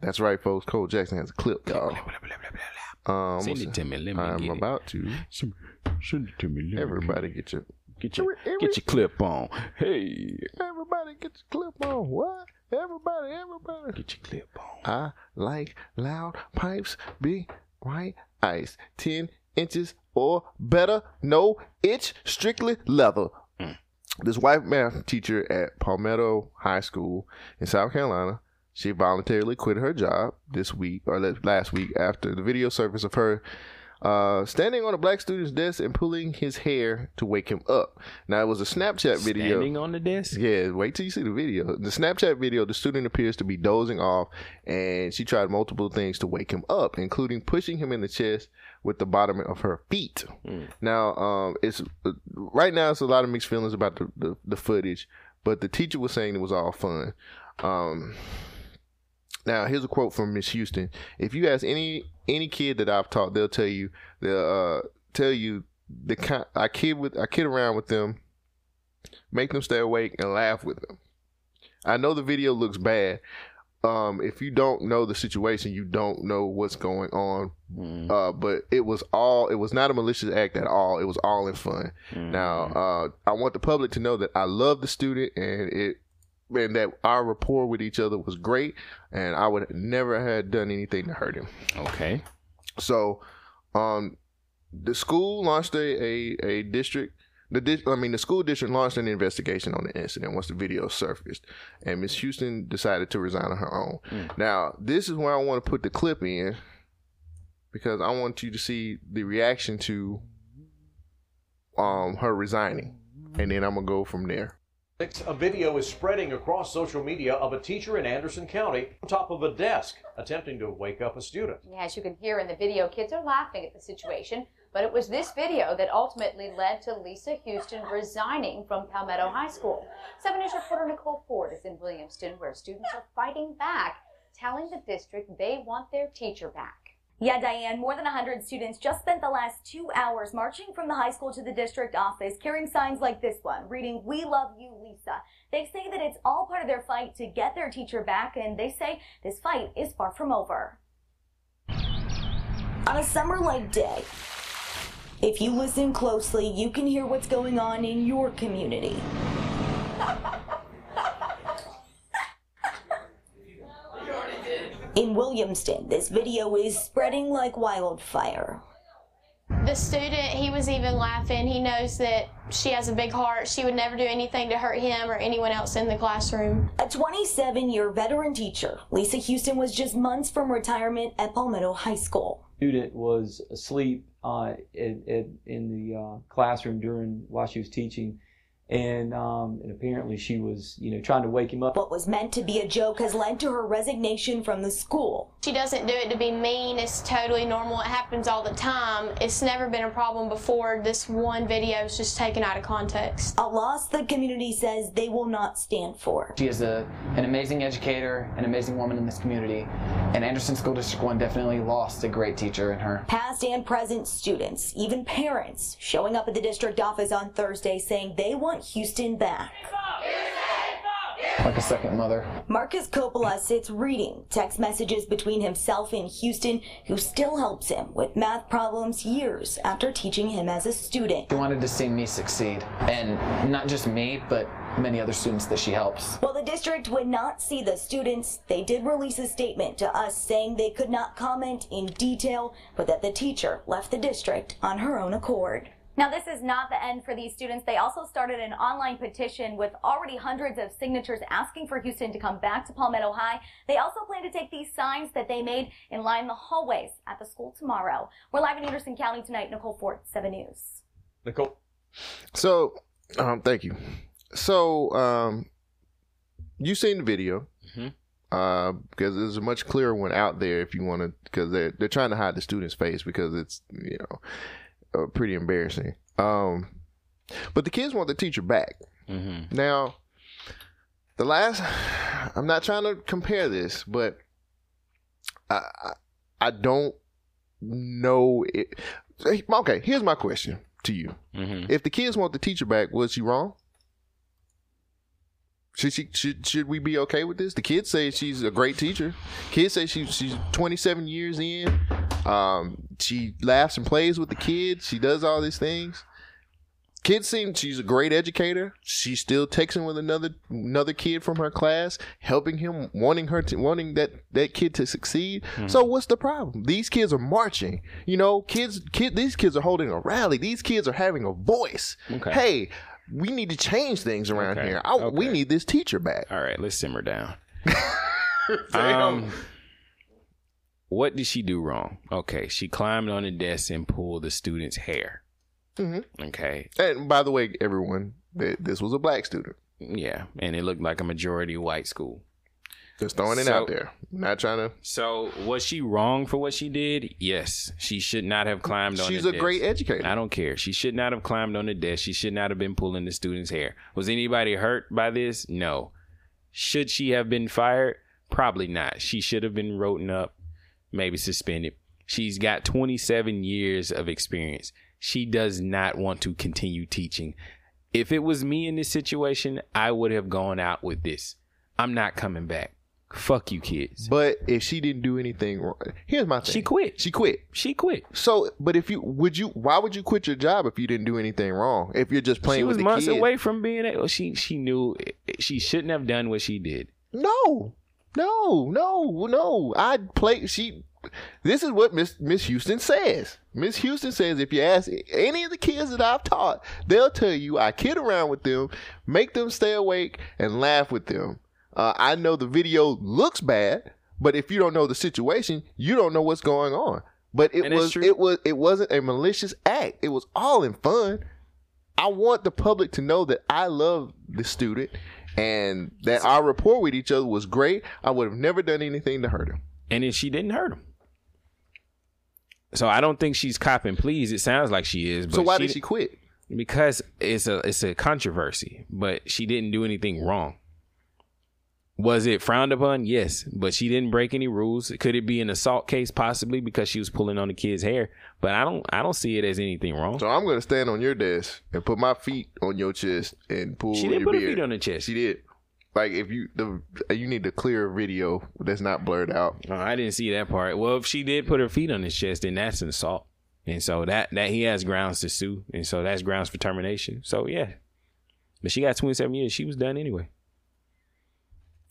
A: That's right, folks. Cole Jackson has a clip, y'all. Um,
B: Send it to me. Let me
A: I'm
B: get it.
A: about to.
B: Send it to me.
A: Everybody, get your
B: Get your get your clip on. Hey,
A: everybody get your clip on. What? Everybody, everybody.
B: get your clip on.
A: I like loud pipes, big white ice, 10 inches or better, no itch, strictly leather. Mm. This white math teacher at Palmetto High School in South Carolina, she voluntarily quit her job this week or la- last week after the video surfaced of her uh, standing on a black student's desk and pulling his hair to wake him up. Now it was a Snapchat video.
B: Standing on the desk.
A: Yeah, wait till you see the video. The Snapchat video, the student appears to be dozing off, and she tried multiple things to wake him up, including pushing him in the chest with the bottom of her feet. Now, um, it's right now it's a lot of mixed feelings about the, the, the footage, but the teacher was saying it was all fun. Um, now, here's a quote from Miss Houston. If you ask any any kid that I've taught, they'll tell you they'll uh, tell you the kind I kid with I kid around with them, make them stay awake and laugh with them. I know the video looks bad. Um, if you don't know the situation, you don't know what's going on. Uh, but it was all it was not a malicious act at all. It was all in fun. Now, uh, I want the public to know that I love the student and it and that our rapport with each other was great and I would never have done anything to hurt him.
B: Okay.
A: So, um, the school launched a a, a district. The di- I mean, the school district launched an investigation on the incident once the video surfaced, and Miss Houston decided to resign on her own. Now, this is where I want to put the clip in because I want you to see the reaction to um her resigning, and then I'm gonna go from there.
L: A video is spreading across social media of a teacher in Anderson County on top of a desk attempting to wake up a student.
M: Yeah, as you can hear in the video, kids are laughing at the situation, but it was this video that ultimately led to Lisa Houston resigning from Palmetto High School. 7 News reporter Nicole Ford is in Williamston, where students are fighting back, telling the district they want their teacher back.
N: Yeah, Diane, more than 100 students just spent the last two hours marching from the high school to the district office carrying signs like this one, reading, We Love You, Lisa. They say that it's all part of their fight to get their teacher back, and they say this fight is far from over. On a summer like day, if you listen closely, you can hear what's going on in your community. In Williamston, this video is spreading like wildfire.
O: The student, he was even laughing. He knows that she has a big heart. She would never do anything to hurt him or anyone else in the classroom.
N: A 27 year veteran teacher, Lisa Houston was just months from retirement at Palmetto High School.
P: student was asleep uh, in, in, in the uh, classroom during while she was teaching, and um, and apparently she was you know trying to wake him up.
N: What was meant to be a joke has led to her resignation from the school.
O: She doesn't do it to be mean. It's totally normal. It happens all the time. It's never been a problem before. This one video is just taken out of context.
N: A loss the community says they will not stand for.
Q: She is a, an amazing educator, an amazing woman in this community, and Anderson School District 1 definitely lost a great teacher in her.
N: Past and present students, even parents, showing up at the district office on Thursday saying they want Houston back.
Q: Like a second mother.
N: Marcus Coppola sits reading text messages between himself and Houston, who still helps him with math problems years after teaching him as a student.
Q: She wanted to see me succeed, and not just me, but many other students that she helps.
N: While the district would not see the students, they did release a statement to us saying they could not comment in detail, but that the teacher left the district on her own accord. Now,
M: This is not the end for these students. They also started an online petition with already hundreds of signatures asking for Houston to come back to Palmetto High. They also plan to take these signs that they made and line the hallways at the school tomorrow. We're live in Anderson County tonight. Nicole Fort, 7 News.
L: Nicole.
A: So, um, thank you. So, um, you seen the video because there's a much clearer one out there if you want to, because they're they're trying to hide the student's face because it's you know uh, pretty embarrassing. Um, but the kids want the teacher back. Now, the last, I'm not trying to compare this, but I I, I don't know it. Okay, here's my question to you: If the kids want the teacher back, was she wrong? Should she should should we be okay with this? The kids say she's a great teacher. Kids say she she's 27 years in. Um, she laughs and plays with the kids. She does all these things. Kids seem she's a great educator. She's still texting with another another kid from her class, helping him, wanting her to wanting that that kid to succeed. So what's the problem? These kids are marching. You know, kids kid these kids are holding a rally. These kids are having a voice.
B: Okay.
A: Hey, we need to change things around
B: Okay,
A: here. I, We
B: okay.
A: need this teacher back.
B: All right, let's simmer down.
A: Damn.
B: Um, what did she do wrong? Okay, she climbed on the desk and pulled the student's hair.
A: Mhm.
B: Okay,
A: And by the way, everyone, th- this was a black student.
B: yeah, and it looked like a majority white school.
A: Just throwing it out there. Not trying to.
B: So was she wrong for what she did? Yes, she should not have climbed on.
A: She's
B: the
A: a
B: desk.
A: great educator.
B: I don't care. She should not have climbed on the desk. She should not have been pulling the student's hair. Was anybody hurt by this? No. Should she have been fired? Probably not. She should have been roten up, maybe suspended. She's got 27 years of experience. She does not want to continue teaching. If it was me in this situation, I would have gone out with this. I'm not coming back. Fuck you, kids.
A: But if she didn't do anything wrong, here's my thing. She
B: quit.
A: She quit.
B: She quit.
A: So, but if you would you, why would you quit your job if you didn't do anything wrong? If you're just playing
B: she was
A: with the
B: months
A: kid?
B: away from being able. She she knew she shouldn't have done what she did.
A: No, no, no, no. I play. She. This is what Miss Miss Houston says. Miss Houston says if you ask any of the kids that I've taught, they'll tell you I kid around with them, make them stay awake, and laugh with them. Uh, I know the video looks bad, but if you don't know the situation, you don't know what's going on. But it
B: And it's
A: was
B: true.
A: it was it wasn't a malicious act. It was all in fun. I want the public to know that I love the student and that our rapport with each other was great. I would have never done anything to hurt him.
B: And then she didn't hurt him. So I don't think she's copping please. It sounds like she is. But
A: So why did she quit?
B: Because it's a it's a controversy, but she didn't do anything wrong. Was it frowned upon? Yes, but she didn't break any rules. Could it be an assault case possibly because she was pulling on the kid's hair? But I don't I don't see it as anything wrong.
A: So I'm gonna stand on your desk and put my feet on your chest and pull.
B: She didn't
A: your
B: put her
A: beard.
B: feet on the chest.
A: She did. Like if you the you need to clear video that's not blurred out.
B: Oh, I didn't see that part. Well, if she did put her feet on his chest, then that's an assault, and so that that he has grounds to sue, and so that's grounds for termination. So yeah, but she got 27 years. She was done anyway.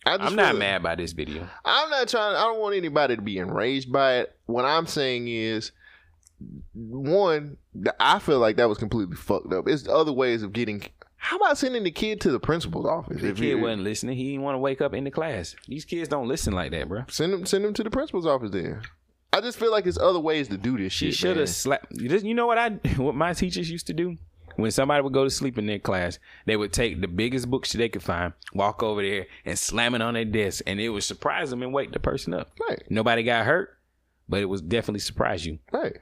A: I just
B: I'm not
A: feel-
B: mad by this video.
A: I'm not trying. I don't want anybody to be enraged by it. What I'm saying is, one, th- I feel like that was completely fucked up. It's other ways of getting. How about sending the kid to the principal's office?
B: The
A: If
B: kid
A: you-
B: wasn't listening. He didn't want to wake up in the class. These kids don't listen like that, bro.
A: send him, send him to the principal's office. Then I just feel like there's other ways to do this
B: She
A: shit.
B: should
A: man.
B: have slapped. You just- you know what I what my teachers used to do? When somebody would go to sleep in their class, they would take the biggest books they could find, walk over there, and slam it on their desk, and it would surprise them and wake the person up.
A: Right.
B: Nobody got hurt, but it was definitely surprise you.
A: Right.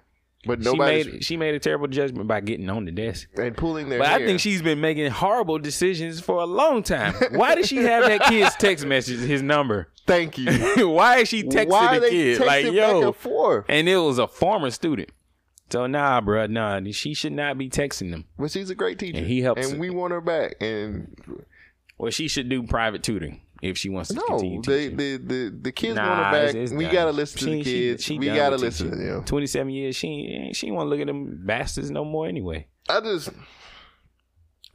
A: But
B: she
A: nobody's-
B: made she made a terrible judgment by getting on the desk
A: and pulling their
B: But I
A: hair.
B: think she's been making horrible decisions for a long time. Why did she have that kid's text message, his number?
A: Thank you.
B: Why is she texting
A: Why
B: the
A: they
B: kid?
A: texting
B: Like
A: back
B: yo,
A: and forth?
B: and it was a former student. So nah, bruh, nah, she should not be texting them.
A: But she's a great teacher,
B: and he helps.
A: and we want her back. And
B: well, she should do private tutoring if she wants to
A: No,
B: continue.
A: they, the the the kids
B: nah,
A: want her back.
B: it's- it's
A: we
B: done.
A: gotta listen to
B: She-
A: the
B: she-
A: kids.
B: she
A: we
B: done
A: gotta
B: with
A: listen to
B: teaching.
A: them.
B: Twenty-seven years, she she want to look at them bastards no more anyway.
A: I just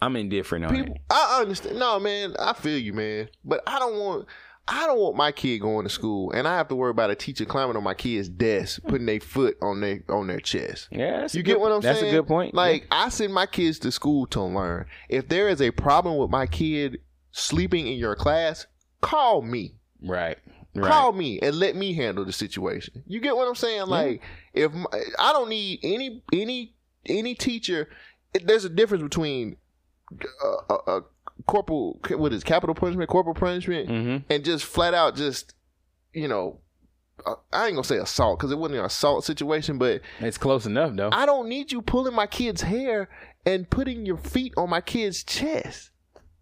B: I'm indifferent on it.
A: people, I understand. No, man, I feel you, man. But I don't want. I don't want my kid going to school, and I have to worry about a teacher climbing on my kid's desk, putting their foot on their on their chest.
B: Yeah, that's a
A: you
B: good-
A: get what I'm
B: that's a
A: saying.
B: good point.
A: Like I send my kids to school to learn. If there is a problem with my kid sleeping in your class, call me.
B: Right.
A: Call me and let me handle the situation. You get what I'm saying? Like if my, I don't need any any any teacher, there's a difference between a, a, a corporal what is it, capital punishment, corporal punishment,
B: Mm. Mm-hmm.
A: and just flat out just you know. uh, I ain't gonna say assault because it wasn't an assault situation, but
B: it's close enough though.
A: I don't need you pulling my kid's hair and putting your feet on my kid's chest.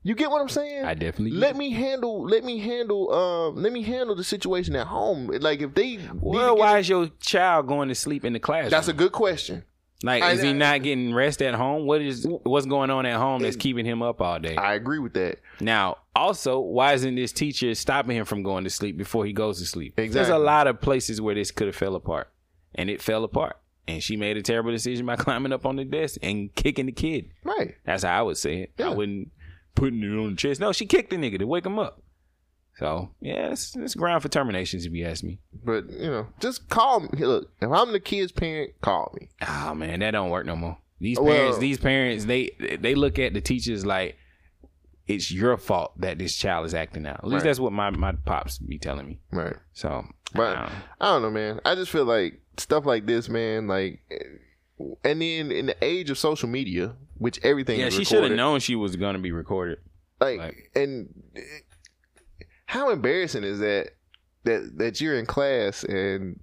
A: You get what I'm saying?
B: I definitely
A: let me handle. Let me handle. Um, let me handle the situation at home. Like if they
B: Well, why is your child going to sleep in the classroom?
A: That's a good question.
B: Like,
A: I-
B: is he not getting rest at home? What is what's going on at home that's keeping him up all day? I
A: agree with that.
B: Now, also, why isn't this teacher stopping him from going to sleep before he goes to sleep? There's a
A: Exactly.
B: lot of places where this could have fell apart, and it fell apart. And she made a terrible decision by climbing up on the desk and kicking the kid.
A: Right.
B: That's how I would say it. I wouldn't putting it on the chest. No, she kicked the nigga to wake him up. So yeah, it's, it's ground for terminations if you ask me.
A: But you know, just call me. Look, if I'm the kid's parent, call me.
B: Oh man, that don't work no more. These
A: Well-
B: parents, these parents, they they look at the teachers like it's your fault that this child is acting out. At least
A: Right.
B: that's what my my pops be telling me.
A: Right.
B: So,
A: but I don't, know, man. I just feel like stuff like this, man. Like, and then in the age of social media, which everything
B: yeah,
A: is
B: she should
A: recorded,
B: have known she was gonna be recorded.
A: Like, and how embarrassing is that that that you're in class and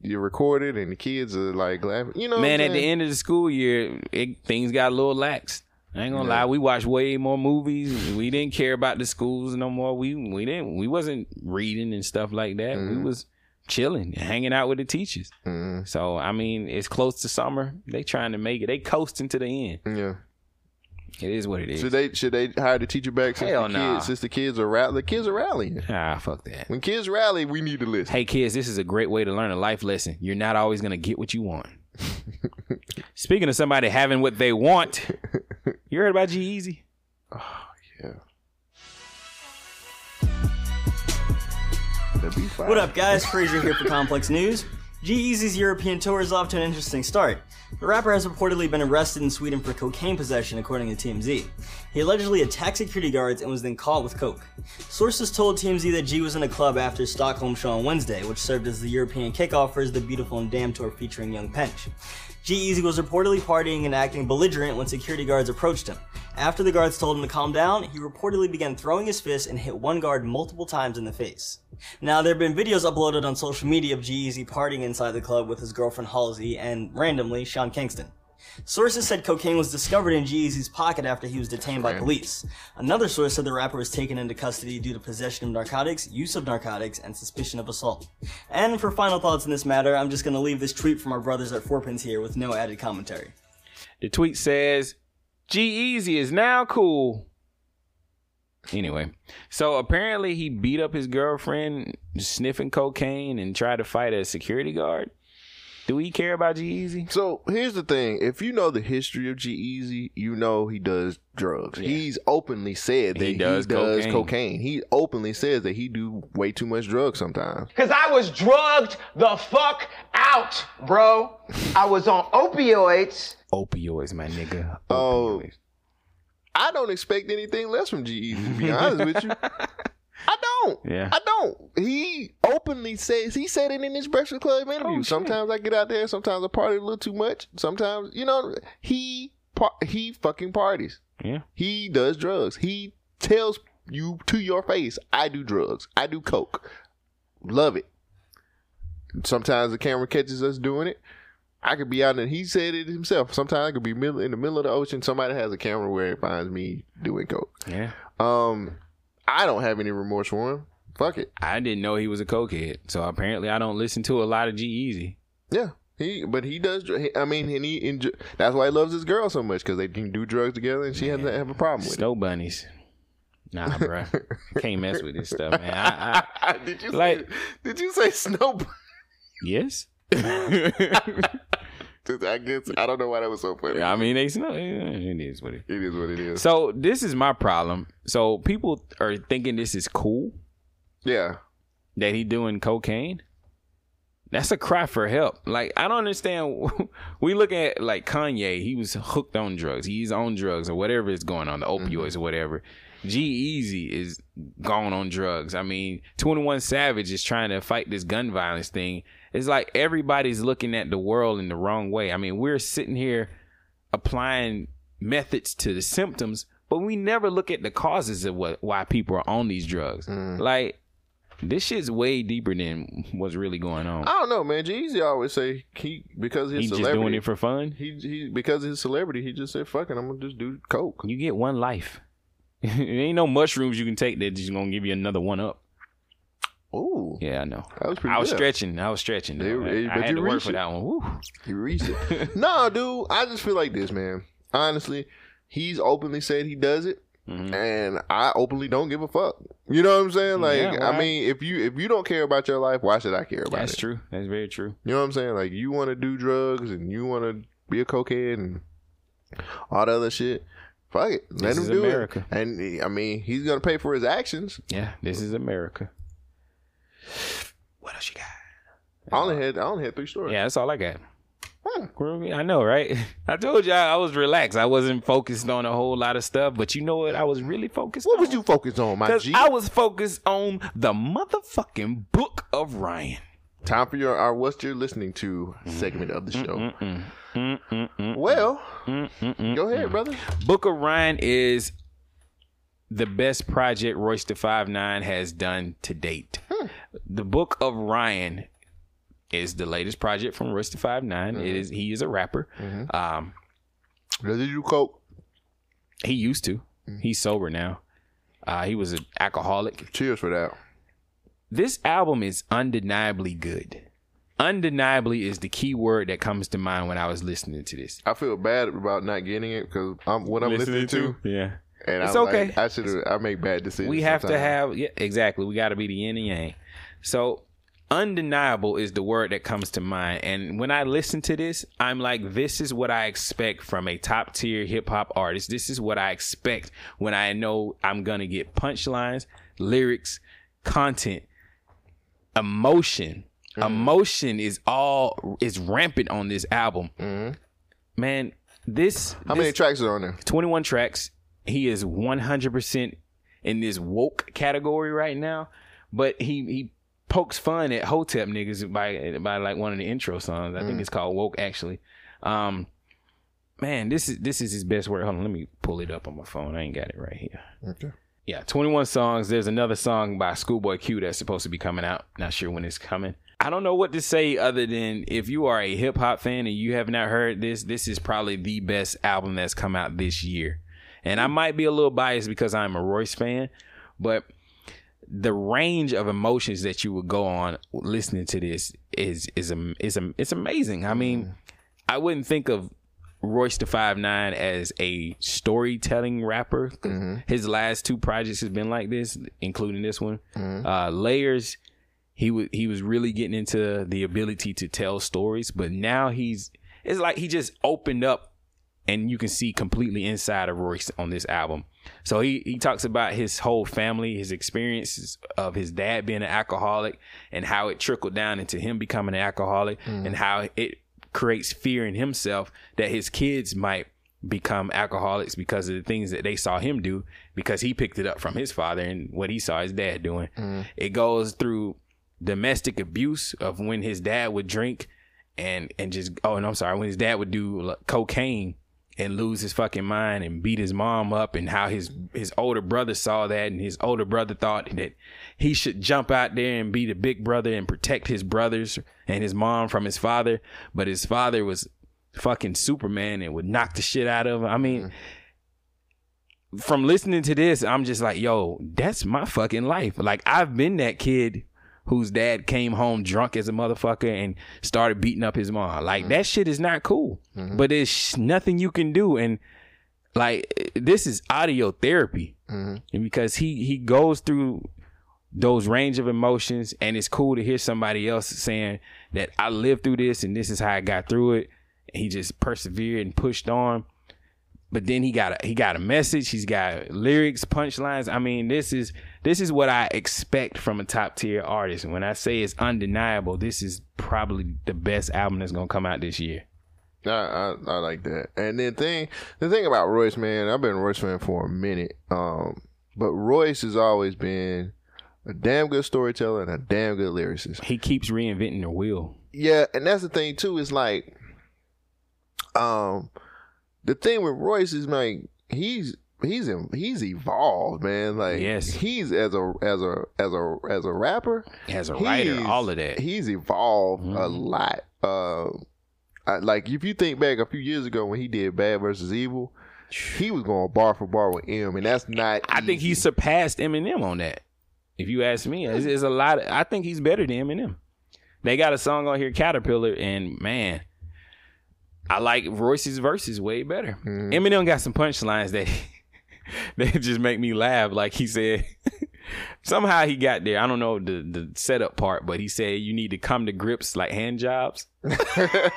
A: you're recorded and the kids are like laughing. You know, what
B: man,
A: I'm
B: at the
A: saying?
B: end of the school year, it, things got a little lax. I ain't gonna
A: Yeah.
B: lie, we watched way more movies. We didn't care about the schools no more. We we didn't we wasn't reading and stuff like that.
A: Mm-hmm.
B: We was chilling, hanging out with the teachers. So I mean, it's close to summer. They trying to make it. They coasting to the end.
A: Yeah.
B: It is what it is.
A: Should they should they hire the teacher back since
B: Hell
A: the kids
B: nah.
A: since the kids are rally the kids are rallying?
B: Ah, fuck that.
A: When kids rally, we need to listen.
B: Hey kids, this is a great way to learn a life lesson. You're not always gonna get what you want. Speaking of somebody having what they want, you heard about G Easy?
A: Yeah. That'd be fine.
R: What up, guys? Fraser here for Complex News. G-Eazy's European tour is off to an interesting start. The rapper has reportedly been arrested in Sweden for cocaine possession, according to TMZ. He allegedly attacked security guards and was then caught with coke. Sources told TMZ that G was in a club after Stockholm show on Wednesday, which served as the European kickoff for his The Beautiful and Damned tour featuring Young Pench. G-Eazy was reportedly partying and acting belligerent when security guards approached him. After the guards told him to calm down, he reportedly began throwing his fist and hit one guard multiple times in the face. Now, there have been videos uploaded on social media of G-Eazy partying inside the club with his girlfriend Halsey and, randomly, Sean Kingston. Sources said cocaine was discovered in G-Eazy's pocket after he was detained by police. Another source said the rapper was taken into custody due to possession of narcotics, use of narcotics, and suspicion of assault. And for final thoughts in this matter, I'm just gonna leave this tweet from our brothers at Fourpins here with no added commentary.
B: The tweet says, G Easy is now cool. Anyway, so apparently he beat up his girlfriend sniffing cocaine and tried to fight a security guard. Do we care about G Easy?
A: So here's the thing: if you know the history of G Easy, you know he does drugs. He's openly said that he
B: does
A: does, cocaine.
B: cocaine.
A: He openly says that he do way too much drugs sometimes.
E: Cause I was drugged the fuck out, bro. I was on opioids.
B: Opioids, my nigga.
A: Oh, I don't expect anything less from G Easy. To be honest with you, I don't.
B: Yeah.
A: I don't. He openly says he said it in his Breakfast
B: Oh,
A: Club interview. sometimes I get out there. Sometimes I party a little too much. Sometimes you know he par- he fucking parties.
B: Yeah.
A: He does drugs. He tells you to your face, I do drugs. I do coke. Love it. Sometimes the camera catches us doing it. I could be out and he said it himself. Sometimes I could be middle, in the middle of the ocean. Somebody has a camera where it finds me doing coke.
B: Yeah.
A: Um, I don't have any remorse for him. Fuck it.
B: I didn't know he was a cokehead, so apparently I don't listen to a lot of G Easy.
A: Yeah. He, but he does. dr- he- I mean, and he enjoy, that's why he loves his girl so much because they can do drugs together, and she doesn't have a problem with
B: Snow bunnies. Nah, bro, can't mess with this stuff, man. I,
A: I, did you
B: like?
A: Did you say snow?
B: Yes.
A: it. I guess I don't know why that was so funny.
B: I mean, they snow. It is what it
A: is. It is what it is.
B: So this is my problem. So people are thinking this is cool.
A: Yeah.
B: That he doing cocaine. That's a cry for help. Like I don't understand. We look at like Kanye. He was hooked on drugs. He's on drugs or whatever is going on, the opioids or whatever. G Easy is gone on drugs. I mean, Twenty One Savage is trying to fight this gun violence thing. It's like everybody's looking at the world in the wrong way. I mean, we're sitting here applying methods to the symptoms, but we never look at the causes of what why people are on these drugs. Like this shit's way deeper than what's really going on.
A: I don't know, man. Jeezy always say he because his
B: He just
A: celebrity
B: doing it for fun.
A: He he because of his celebrity, he just said, "Fuck it, I'm gonna just do coke."
B: You get one life. it ain't no mushrooms you can take that just gonna give you another one up.
A: Oh
B: yeah, I know.
A: That was pretty
B: I was
A: good.
B: stretching. I was stretching. though.
A: It- it-
B: I,
A: but
B: had
A: you
B: to work
A: reached
B: for
A: it.
B: that one. Woo.
A: He reached it. no, dude, I just feel like this, man. Honestly, he's openly said he does it,
B: Mm-hmm.
A: and I openly don't give a fuck. You know what I'm saying? Like,
B: Yeah,
A: I
B: why?
A: mean, if you if you don't care about your life, why should I care about
B: That's
A: it?
B: true. That's very true.
A: You know what I'm saying? Like, you want to do drugs and you want to be a cokehead and all the other shit. Fuck it, let
B: This
A: him
B: is
A: do
B: America.
A: it. And I mean, he's gonna pay for his actions.
B: Yeah, this is America.
A: I only had I only had three stories.
B: Yeah, that's all I got. Groovy. I know, right? I told you I, I was relaxed. I wasn't focused on a whole lot of stuff, but you know what? I was really focused. What
A: was you focused on, my G?
B: I was focused on the motherfucking book of Ryan.
A: Time for your our what's you're listening to segment of the show. Well, go ahead, brother.
B: Book of Ryan is the best project Royce the Five Nine has done to date. The Book of Ryan is the latest project from Royce the Five Nine. It is he is a rapper. Um,
A: Does he do coke?
B: He used to. He's sober now. Uh, he was an alcoholic.
A: Cheers for that.
B: This album is undeniably good. Undeniably is the key word that comes to mind when I was listening to this.
A: I feel bad about not getting it because I'm what I'm listening,
B: Listening
A: to.
B: to? Yeah.
A: and
B: It's
A: I'm
B: okay.
A: Like, I should I make bad decisions.
B: we have to
A: sometimes.
B: have yeah, exactly we got to be the yin and yang so undeniable is the word that comes to mind and when i listen to this i'm like this is what i expect from a top tier hip-hop artist this is what i expect when i know i'm gonna get punchlines lyrics content emotion
A: Mm-hmm.
B: emotion is all is rampant on this album man this
A: Mm-hmm. How many tracks are on there
B: 21 tracks he is 100% in this woke category right now but he he pokes fun at hotep niggas by by like one of the intro songs i think
A: Mm.
B: it's called woke actually um man this is this is his best work hold on let me pull it up on my phone i ain't got it right here
A: Okay.
B: yeah, 21 songs. There's another song by Schoolboy Q that's supposed to be coming out. Not sure when it's coming. I don't know what to say other than if you are a hip hop fan and you have not heard this, this is probably the best album that's come out this year. And I might be a little biased because I'm a Royce fan, but the range of emotions that you would go on listening to this is is am- is am- it's amazing. I mean, I wouldn't think of Royce the Five Nine as a storytelling rapper. 'cause His last two projects has been like this, including this one. Uh, Layers, he was he was really getting into the ability to tell stories, but now he's it's like he just opened up and you can see completely inside of Royce on this album. So he he talks about his whole family, his experiences of his dad being an alcoholic, and how it trickled down into him becoming an alcoholic, and how it creates fear in himself that his kids might become alcoholics because of the things that they saw him do because he picked it up from his father and what he saw his dad doing. It goes through domestic abuse of when his dad would drink and and just oh and I'm sorry when his dad would do like, cocaine and lose his fucking mind and beat his mom up and how his his older brother saw that and his older brother thought that he should jump out there and be the big brother and protect his brothers and his mom from his father but his father was fucking superman and would knock the shit out of him i mean from listening to this, I'm just like, yo, that's my fucking life. Like I've been that kid whose dad came home drunk as a motherfucker and started beating up his mom. Like that shit is not cool. But there's sh- nothing you can do and like this is audio therapy. And because he he goes through those range of emotions and it's cool to hear somebody else saying that I lived through this and this is how I got through it. And he just persevered and pushed on but then he got a, he got a message. He's got lyrics, punchlines. I mean, this is this is what I expect from a top tier artist. And when I say it's undeniable, this is probably the best album that's gonna come out this year.
A: I, I I like that. And then thing the thing about Royce, man, I've been a Royce fan for a minute. Um, but Royce has always been a damn good storyteller and a damn good lyricist.
B: He keeps reinventing the wheel.
A: Yeah, and that's the thing too. Is like, um, the thing with Royce is like he's he's em- he's evolved, man. Like yes. he's as a as a as a as a rapper,
B: As a writer,
A: he's-
B: all of that. Mm-hmm.
A: He's evolved a lot. Uh, I, like if you think back a few years ago when he did Bad versus Evil, he was going bar for bar with M, and that's not.
B: I think he surpassed Eminem on that. If you ask me, it's, it's a lot. I think he's better than Eminem. They got a song on here, Caterpillar, and man, I like Royce's verses way better. Eminem got some punchlines that that just make me laugh. Like he said, somehow he got there. I don't know the the setup part, but he said you need to come to grips like hand jobs.
A: That's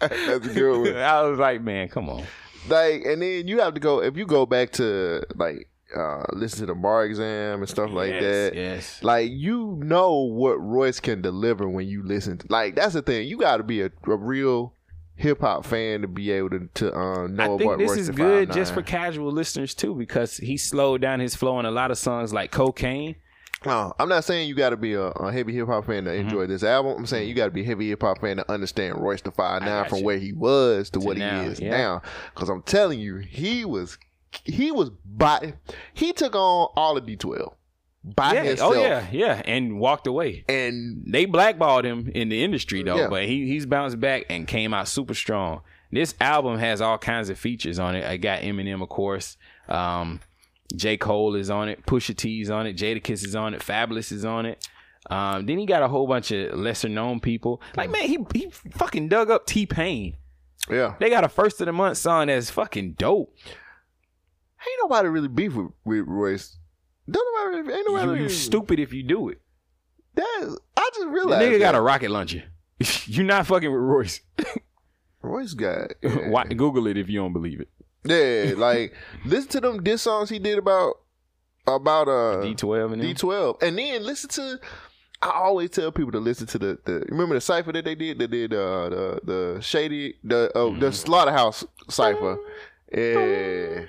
A: a good one.
B: I was like, man, come on.
A: Oh. like and then you have to go if you go back to like uh listen to the bar exam and stuff like
B: Yes,
A: that
B: yes.
A: like you know what royce can deliver when you listen to, like that's the thing you got to be a, a real hip-hop fan to be able to, to um know
B: I
A: what
B: think this
A: royce
B: is
A: the
B: good just
A: 5'9"
B: for casual listeners too, because he slowed down his flow on a lot of songs like Cocaine.
A: No, I'm not saying you got to be a, a heavy hip hop fan to
B: Mm-hmm.
A: enjoy this album. I'm saying you got to be a heavy hip hop fan to understand Royce the Five Nine from where he was to, what
B: now,
A: he is
B: yeah.
A: now. Because I'm telling you, he was he was by he took on all of D12 by
B: yeah.
A: himself.
B: Oh yeah, yeah, and walked away.
A: And
B: they blackballed him in the industry though,
A: Yeah.
B: but he he's bounced back and came out super strong. This album has all kinds of features on it. I got Eminem, of course. Um, J. Cole is on it. Pusha T is on it. Jadakiss is on it. Fabulous is on it. Um, then he got a whole bunch of lesser known people. Like man, he he fucking dug up T Pain.
A: Yeah,
B: they got a first of the month song that's fucking dope.
A: Ain't nobody really beef with, with Royce. Don't nobody. really- Ain't nobody.
B: You,
A: really-
B: you stupid if you do it.
A: That I just
B: The
A: realized.
B: nigga got a
A: that.
B: rocket launcher. You're not fucking with Royce.
A: Royce got.
B: Why, Google it if you don't believe it.
A: Yeah, like listen to them diss songs he did about about uh D
B: twelve and
A: D twelve, and then listen to. I always tell people to listen to the, the remember the cipher that they did that did uh, the the shady the oh
B: Mm-hmm.
A: the slaughterhouse cipher, yeah,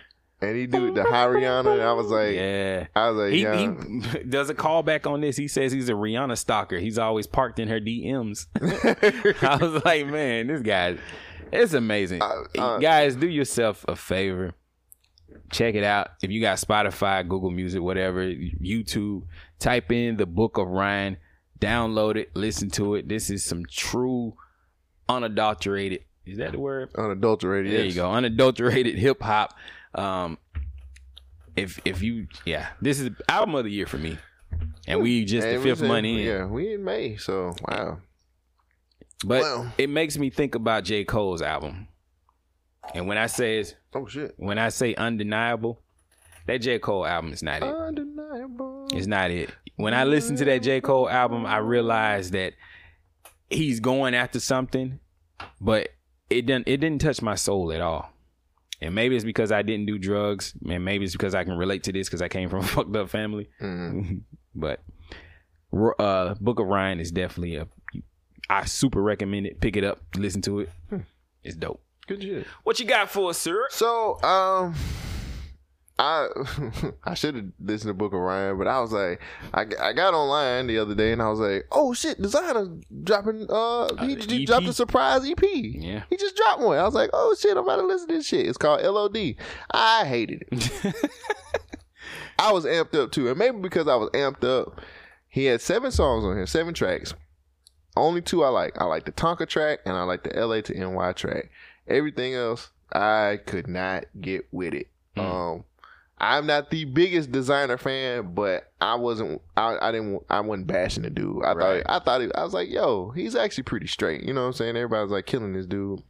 A: and he did the Hariana, and I was like,
B: yeah,
A: I was like,
B: He,
A: yeah,
B: he does a callback on this. He says he's a Rihanna stalker. He's always parked in her DMs. I was like, man, this guy, it's amazing. Guys, do yourself a favor. Check it out. If you got Spotify, Google Music, whatever, YouTube, type in the Book of Ryan, download it, listen to it. This is some true, unadulterated. Is that the word?
A: unadulterated.
B: There
A: yes.
B: you go. Unadulterated hip hop. Um, if if you yeah, this is album of the year for me, and we just
A: And
B: the
A: we
B: fifth
A: said-
B: money in.
A: Yeah, we in May, so wow.
B: But it makes me think about J Cole's album, and when I say it's,
A: oh shit,
B: when I say undeniable, that J Cole album is not it.
A: Undeniable.
B: It's not it. When I listen to that J. Cole album, I realize that he's going after something, but it didn't it didn't touch my soul at all. And maybe it's because I didn't do drugs, and maybe it's because I can relate to this because I came from a fucked up family.
A: Mm-hmm.
B: but Ro- uh, Book of Ryan is definitely a I super recommend it. Pick it up, listen to it. It's dope.
A: Hmm. Good shit.
B: What you got for us, sir?
A: So, um, I I should have listened to Book of Ryan, but I was like, I, I got online the other day and I was like, oh shit, designer dropping uh he just
B: EP?
A: dropped a surprise EP.
B: Yeah.
A: He just dropped one. I was like, oh shit, I'm about to listen to this shit. It's called LOD. I hated it. I was amped up too, and maybe because I was amped up, he had seven songs on here, seven tracks. Only two I like. I like the Tonka track and I like the LA to NY track. Everything else, I could not get with it.
B: Hmm.
A: Um, I'm not the biggest designer fan, but I wasn't. I, I didn't. I wasn't bashing the dude. I
B: Right.
A: thought. I thought. He, I was like, yo, he's actually pretty straight. You know what I'm saying? Everybody's like killing this dude.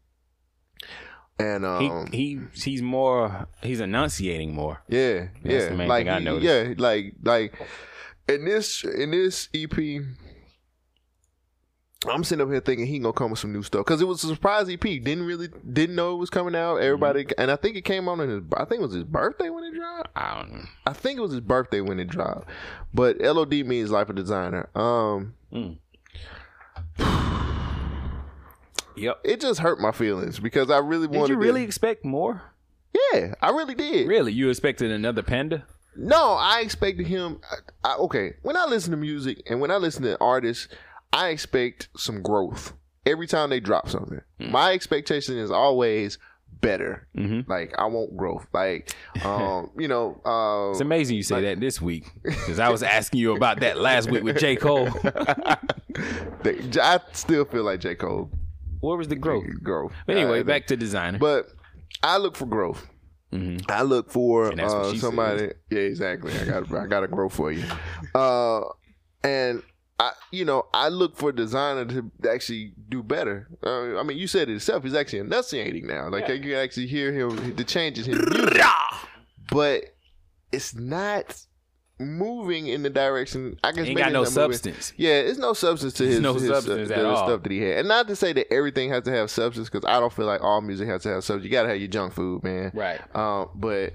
A: And um,
B: he he's more he's enunciating more.
A: Yeah,
B: That's
A: yeah,
B: the main
A: like
B: thing I
A: he-
B: noticed.
A: yeah, like like in this in this EP, I'm sitting up here thinking he gonna come with some new stuff because it was a surprise EP. Didn't really didn't know it was coming out.
B: Mm-hmm.
A: Everybody and I think it came on in his I think it was his birthday when it dropped.
B: I don't know.
A: I think it was his birthday when it dropped. But LOD means life of designer. Um.
B: Yep.
A: It just hurt my feelings because I really
B: Did
A: wanted.
B: you really
A: to-
B: expect more?
A: Yeah, I really did.
B: Really, you expected another panda?
A: No, I expected him. I, I, okay, when I listen to music and when I listen to artists, I expect some growth every time they drop something.
B: Hmm.
A: My expectation is always better.
B: Mm-hmm.
A: Like I want growth. Like um, you know, uh,
B: It's amazing you say that this week because I was asking you about that last week with J Cole.
A: that- I still feel like J Cole.
B: Where was the growth?
A: Growth.
B: But anyway,
A: Uh,
B: back to designer.
A: But I look for growth. I look for
B: Mm-hmm. And that's what
A: uh,
B: she
A: somebody.
B: said.
A: Yeah, exactly. I got I got to grow for you. Uh, and I, you know, I look for designer to actually do better. Uh, I mean, you said it yourself. He's actually enunciating now. Like you can actually hear him the changes in music. but it's not moving in the direction. I guess
B: Ain't
A: maybe
B: got
A: it's
B: no
A: not moving.
B: substance.
A: Yeah, it's no substance to
B: There's
A: his,
B: no
A: his, uh,
B: substance
A: the
B: at all.
A: stuff that he had. And not to say that everything has to have substance, because I don't feel like all music has to have substance. You gotta have your junk food, man.
B: Right.
A: Um, but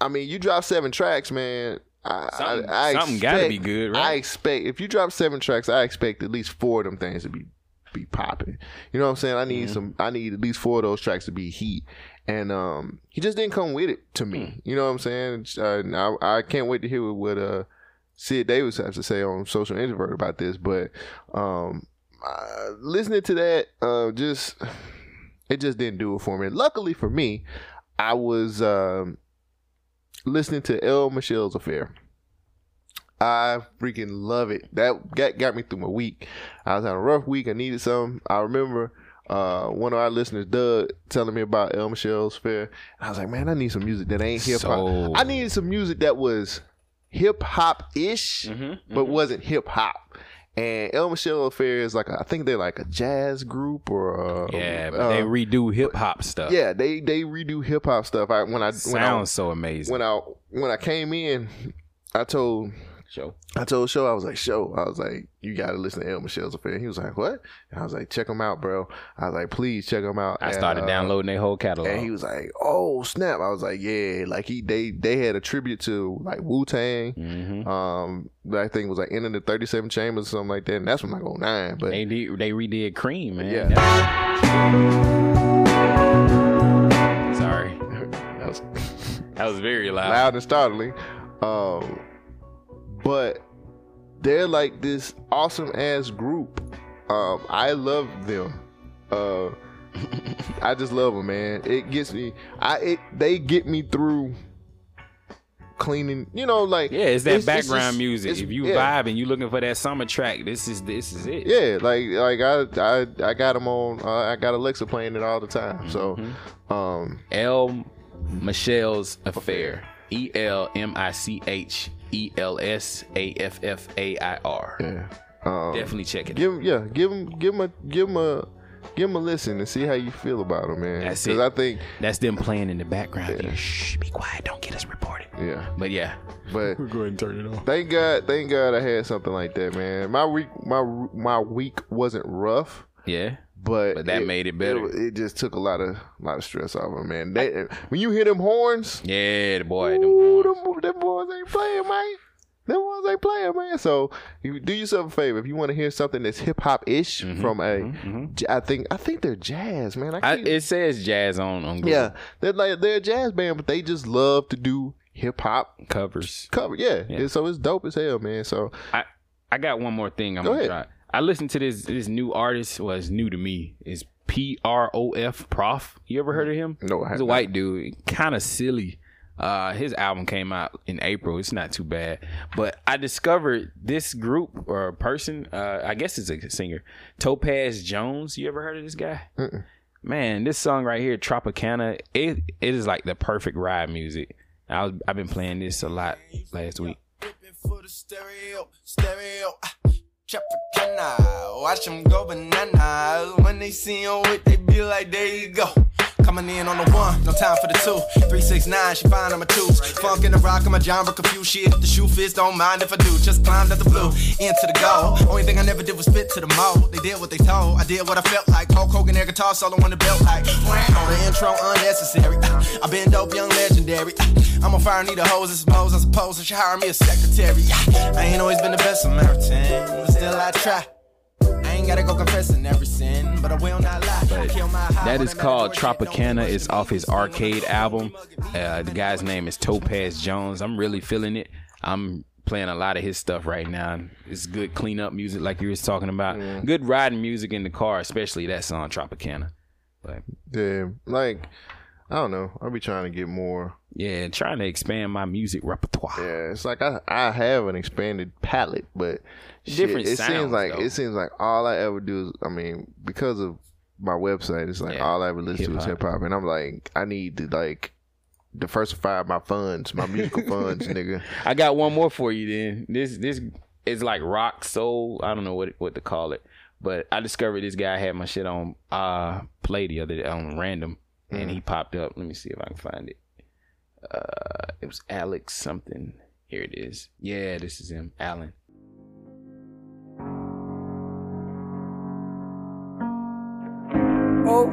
A: I mean, you drop seven tracks, man. I,
B: Something-
A: I, I
B: something
A: expect,
B: gotta be good, right?
A: I expect if you drop seven tracks, I expect at least four of them things to be be popping. You know what I'm saying? I
B: Mm-hmm.
A: need some. I need at least four of those tracks to be heat. And um, he just didn't come with it to me.
B: Hmm.
A: You know what I'm saying? Uh, and I, I can't wait to hear what, what uh Sid Davis has to say on Social Introvert about this. But um, uh, listening to that, uh, just it just didn't do it for me. Luckily for me, I was um, listening to L. Michelle's Affair. I freaking love it. That got, got me through my week. I was having a rough week. I needed something. I remember uh, one of our listeners, Doug, telling me about El Michelle's Fair. And I was like, man, I need some music that ain't hip hop.
B: Soul.
A: I needed some music that was hip hop ish,
B: Mm-hmm,
A: but wasn't hip hop. And El Michelle Affair is like, a, I think they're like a jazz group or a,
B: Yeah, but they
A: uh,
B: redo hip hop stuff.
A: yeah, they they redo hip hop stuff. I when I when I,
B: sounds so amazing.
A: when I when I came in, I told
B: Show.
A: I told Show I was like Show. I was like, you got to listen to El Michelle's affair. He was like, what? And I was like, check them out, bro. I was like, please check them out.
B: I
A: And,
B: started
A: uh,
B: downloading their whole catalog.
A: And he was like, oh snap! I was like, yeah, like he they they had a tribute to like Wu Tang.
B: Mm-hmm.
A: Um, I think it was like ending the thirty seven chambers or something like that. And that's from like 09. But
B: they did, they redid Cream, man.
A: Yeah.
B: Sorry,
A: that was
B: that was very loud.
A: loud and startling. Um, but they're like this awesome ass group. Um, I love them. Uh, I just love them, man. It gets me. I it they get me through cleaning. You know, like
B: Yeah, it's that
A: just-
B: background music.
A: it's-
B: If you
A: yeah.
B: vibe and you looking for that summer track, this is this is it.
A: Yeah, like like I I I got them on. Uh, I got Alexa playing it all the time.
B: Mm-hmm.
A: So, um,
B: L Michelle's Affair. E L M I C H E L S A F F A I R.
A: Yeah. Um,
B: Definitely check it
A: Give 'em- yeah, give him give him a give him a give him a listen and see how you feel about him, man.
B: That's
A: 'Cause
B: it.
A: I think
B: that's them playing in the background. You Shh, be quiet. Don't get us reported.
A: Yeah.
B: But yeah.
A: But
B: we'll go ahead and turn it off.
A: Thank God, thank God, I had something like that, man. My week, my my week wasn't rough,
B: Yeah.
A: but,
B: But that made it better.
A: It, just took a lot of lot of stress off of it, man. They, when you hear them horns,
B: Yeah, the boy. them
A: ooh, them, bo- them boys ain't playing, man. Them boys ain't playing, man. So you do yourself a favor if you want to hear something that's hip hop ish from a, j- I think I think they're jazz, man. I
B: Mm-hmm. I,
A: can't-
B: it says jazz on on Google.
A: yeah, they're like they're a jazz band, but they just love to do hip hop
B: covers.
A: Cover, yeah. And So it's dope as hell, man. So
B: I I got one more thing I'm
A: Go
B: gonna
A: ahead.
B: try. I listened to this this new artist. Well, it's new to me. It's P R O F Prof. You ever heard of him?
A: No, I
B: He's a white dude. Kind of silly. Uh, his album came out in April. It's not too bad. But I discovered this group or person. Uh, I guess it's a singer, Topaz Jones. You ever heard of this guy? Man, this song right here, Tropicana, it it is like the perfect ride music. I was, I've been playing this a lot last week.
S: stereo. ah, Tropicana, watch them go bananas. When they see him with, they be like, there you go. Coming in on the one, no time for the two. Three, six, nine, she find on my twos. Funk in the rock, I'm a genre confused. Shit, if the shoe fits, don't mind if I do. Just climbed out the blue, into the goal. Only thing I never did was spit to the mold. They did what they told, I did what I felt like. Hulk Hogan, their guitar solo on the belt, like, wow, the intro unnecessary. i been dope, young legendary. I'm on fire, need a hose, it's Mose, I suppose. I should hire me a secretary. I ain't always been the best Samaritan, but still I try. I ain't gotta go confessing every sin, but I will not lie. Kill my high
B: That is called Tropicana. It's off his arcade album. Uh, the guy's name is Topaz Jones. I'm really feeling it. I'm playing a lot of his stuff right now. It's good cleanup music, like you was talking about. Good riding music in the car, especially that song Tropicana. But
A: yeah, like I don't know. I'll be trying to get more.
B: Yeah, trying to expand my music repertoire.
A: Yeah, it's like I I have an expanded palette, but shit,
B: Different
A: It seems
B: sounds,
A: like
B: though.
A: it seems like all I ever do is I mean because of my website, it's like all I ever listen to is hip
B: Hip-hop.
A: hop, and I'm like I need to like diversify my funds, my musical funds, nigga.
B: I got one more for you. Then this this is like rock soul. I don't know what what to call it, but I discovered this guy had my shit on uh play the other day on random, and
A: Mm-hmm.
B: he popped up. Let me see if I can find it. Uh, it was Alex something. Here it is. Yeah, this is him, Alan.
T: Oh,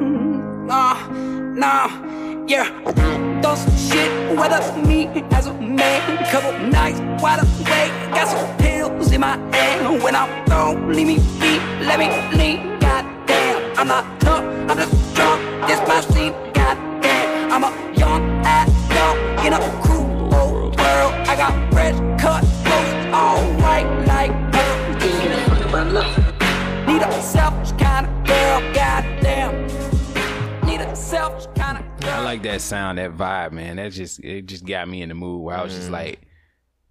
T: nah, nah, yeah. Those shit with a me as a man. Couple nights wide awake. Got some pills in my hand. When I'm thrown, leave me be. Let me lean. Goddamn, I'm not tough. I'm just drunk. This my scene. Goddamn, I'm a young ass dog in a cruel old world. I got fresh cut clothes, all white like pearls. Need a selfish kind of girl, goddamn. Need a selfish kind of
B: I like that sound, that vibe, man. That just it just got me in the mood where I was just
A: Mhm.
B: like,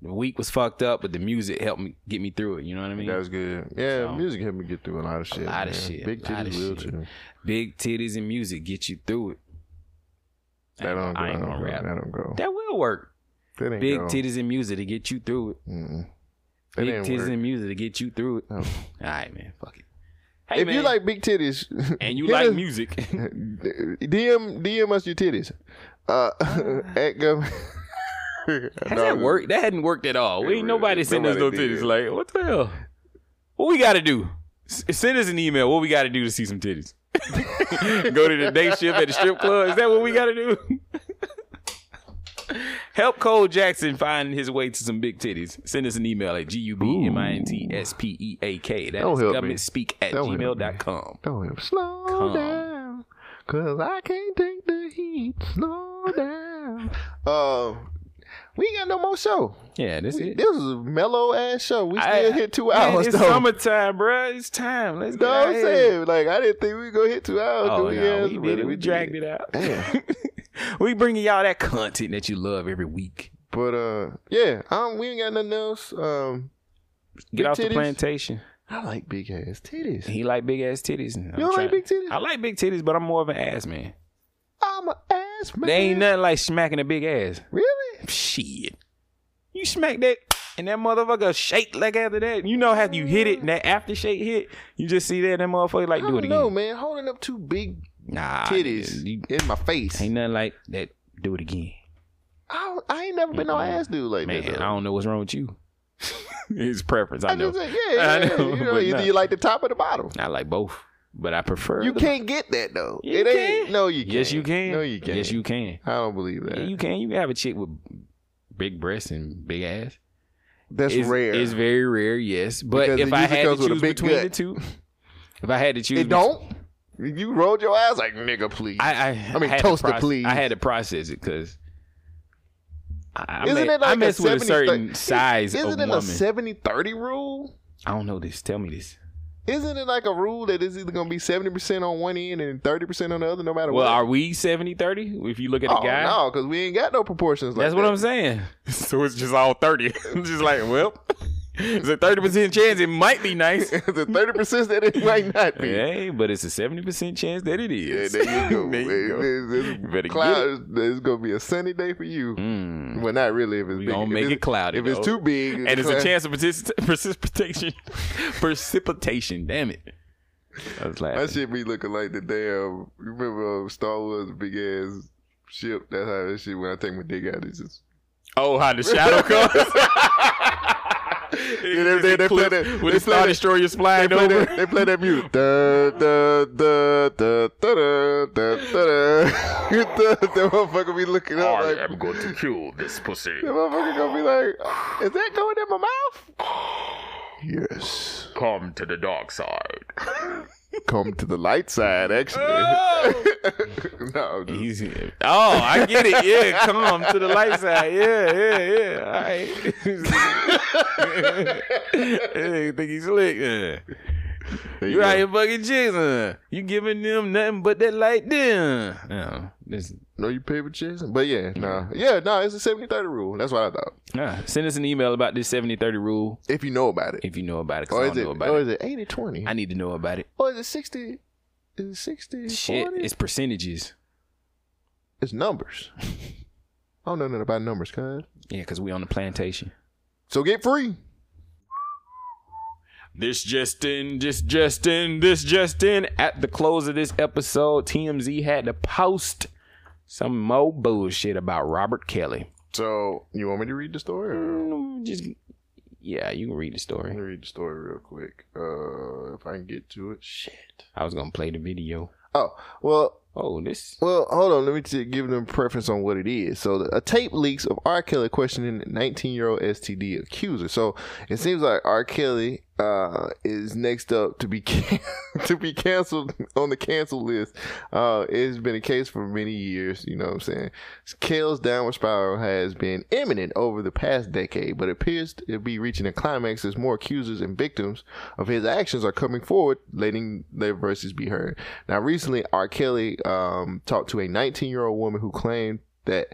B: the week was fucked up, but the music helped me get me through it. You know what I mean? That was
A: good. Yeah, music helped me get through a lot of shit.
B: A lot of
A: man.
B: shit.
A: Big
B: a lot
A: titties
B: of
A: will
B: shit.
A: too.
B: Big titties and music get you through it.
A: That don't go.
B: I
A: that
B: ain't gonna
A: don't go,
B: rap.
A: That don't go.
B: That will work.
A: That ain't
B: Big
A: go.
B: titties and music to get you through it.
A: Mm-mm. That
B: Big
A: ain't
B: titties
A: work.
B: and music to get you through it. All right, man. Fuck it. Hey,
A: if you
B: man.
A: like big titties
B: And you
A: hit
B: like
A: us-
B: music.
A: DM DM us your titties. Uh, at gum.
B: Has that worked? That hadn't worked at all.
A: It
B: We ain't
A: really-
B: nobody send us no
A: nobody did.
B: titties. Like, what the hell? What we got to do? S- send us an email. What we got to do to see some titties? Go to the day shift at the strip club. Is that what we got to do? Help Cole Jackson find his way to some big titties. Send us an email at G-U-B-M-I-N-T-S-P-E-A-K. E That
A: Don't
B: is
A: help me.
B: government speak at
A: Don't help me.
B: gmail.com.
A: Don't help. Slow
B: Come.
A: down, cause I can't take the heat. Slow down. Uh, we ain't got no more show.
B: Yeah, this
A: We-
B: it.
A: This is a mellow ass show. We
B: I-
A: still hit two
B: Man,
A: hours.
B: It's
A: though.
B: summertime, bruh. It's time. Let's
A: No,
B: go.
A: I'm saying like I didn't think we go hit two hours.
B: Oh,
A: but
B: no,
A: yeah,
B: we did it. We dragged it out. we bringing y'all that content that you love every week.
A: But uh, yeah, um, we ain't got nothing else. Um,
B: Get
A: big
B: off the
A: titties.
B: plantation.
A: I like big ass titties.
B: He like big ass titties. You
A: don't like big titties?
B: I like big titties, but I'm more of an ass man.
A: I'm a ass man.
B: They ain't nothing like smacking a big ass.
A: Really?
B: Shit. You smack that and that motherfucker shake like after that. You know how you hit it and that aftershake hit. You just see that that motherfucker like
A: I
B: do it
A: don't
B: again. Ah,
A: know, man. Holding up two big
B: Nah,
A: titties
B: in
A: my face.
B: Ain't nothing like that. Do it again.
A: I, don't- I ain't never been no ass dude like
B: Man,
A: that.
B: I don't know what's wrong with you. His preference, I,
A: I
B: know.
A: just said, yeah, yeah,
B: I know,
A: you know,
B: but
A: either
B: nah.
A: you like the top or the bottom.
B: I like both, but I prefer.
A: You
B: the-
A: can't get that though.
B: You
A: it ain't.
B: can.
A: No, you can't.
B: Yes, you can.
A: No, you can't.
B: Yes, you can.
A: I don't believe that.
B: Yeah, you can. You can have a chick with big breasts and big ass.
A: That's
B: It's-
A: rare.
B: It's very rare, yes. But
A: Because
B: if
A: it
B: I
A: usually
B: had
A: comes
B: to
A: with a
B: choose
A: big
B: between
A: gut.
B: the two, if I had to choose,
A: It don't. You rolled your ass like nigga, please.
B: I, I,
A: I mean,
B: had to
A: toaster,
B: proce-
A: please.
B: I had to process it because I
A: Isn't
B: may-
A: it like
B: I mess
A: a
B: with a
A: 70
B: certain
A: thir-
B: size
A: Isn't
B: of
A: it
B: woman.
A: a 70 30 rule?
B: I don't know this. Tell me this.
A: Isn't it like a rule that it's either going to be 70% on one end and 30% on the other, no matter
B: Well,
A: what?
B: are we 70 30? If you look at the
A: oh,
B: guy,
A: no, because we ain't got no proportions like
B: that's what I'm saying. So it's just all 30. It's just like, well, it's a 30% chance it might be nice. it's
A: a 30% that it might not be.
B: Hey, but it's a 70% chance that it is.
A: Yeah, there you go.
B: There you go. Better get it.
A: Clouds, it's gonna be a sunny day for you. Well, not really. If it's big,
B: Don't
A: if
B: make
A: it's-
B: it cloudy.
A: If it's
B: though.
A: too big,
B: and it's a
A: cloud-
B: chance of particip- precipitation, precipitation. Damn it! I was laughing.
A: That shit be looking like the damn. You remember uh, Star Wars big ass ship? That's how that shit. When I take my dick out, it's just.
B: Oh, how the shadow comes.
A: You know what I'm saying? They play that.
B: With
A: they
B: the Star
A: play that.
B: Destroyers flying
A: They play
B: over.
A: that. They play that music. Da da da da da da da da. da. That motherfucker be looking up like.
B: am going to kill this pussy.
A: That motherfucker gonna be like, is that going in my mouth?
B: Yes. Come to the dark side.
A: Come to the light side, actually. no,
B: Oh, I get it. Yeah, come to the light side. Yeah, yeah, yeah. All right. Hey, you think he's slick? Yeah.
A: You,
B: out here fucking chicks. huh? You giving them nothing but that light then. No,
A: no, you pay with chicks. But yeah, no, yeah, no. It's a 70-30 rule. That's what I thought.
B: Nah, send us an email about this 70-30 rule.
A: If you know about it.
B: If you know about it. 'cause
A: Or
B: I
A: is
B: don't know
A: it-
B: about
A: or is
B: it.
A: it 80-20?
B: I need to know about it.
A: Or is it sixty? Is it sixty?
B: Shit,
A: 40?
B: it's percentages.
A: It's numbers. I don't know nothing about numbers, cuz.
B: Yeah, because we on the plantation.
A: So get free.
B: This Justin, this Justin, this Justin. At the close of this episode, TMZ had to post some more bullshit about Robert Kelly. Mm,
A: So you want me to read the story?
B: just yeah, you can read the story.
A: read the story real quick. Uh, if I can get to it. Shit.
B: I was gonna play the video.
A: Oh well.
B: Oh, this.
A: Well, hold on. Let me t- give them preference on what it is. So, the, a tape leaks of R. Kelly questioning 19 year old STD accuser. So, it seems like R. Kelly uh, is next up to be can- to be canceled on the cancel list. Uh, it's been a case for many years. You know what I'm saying? Kelly's downward spiral has been imminent over the past decade, but appears to be reaching a climax as more accusers and victims of his actions are coming forward, letting their verses be heard. Now, recently, R. Kelly um, talked to a 19 year old woman who claimed that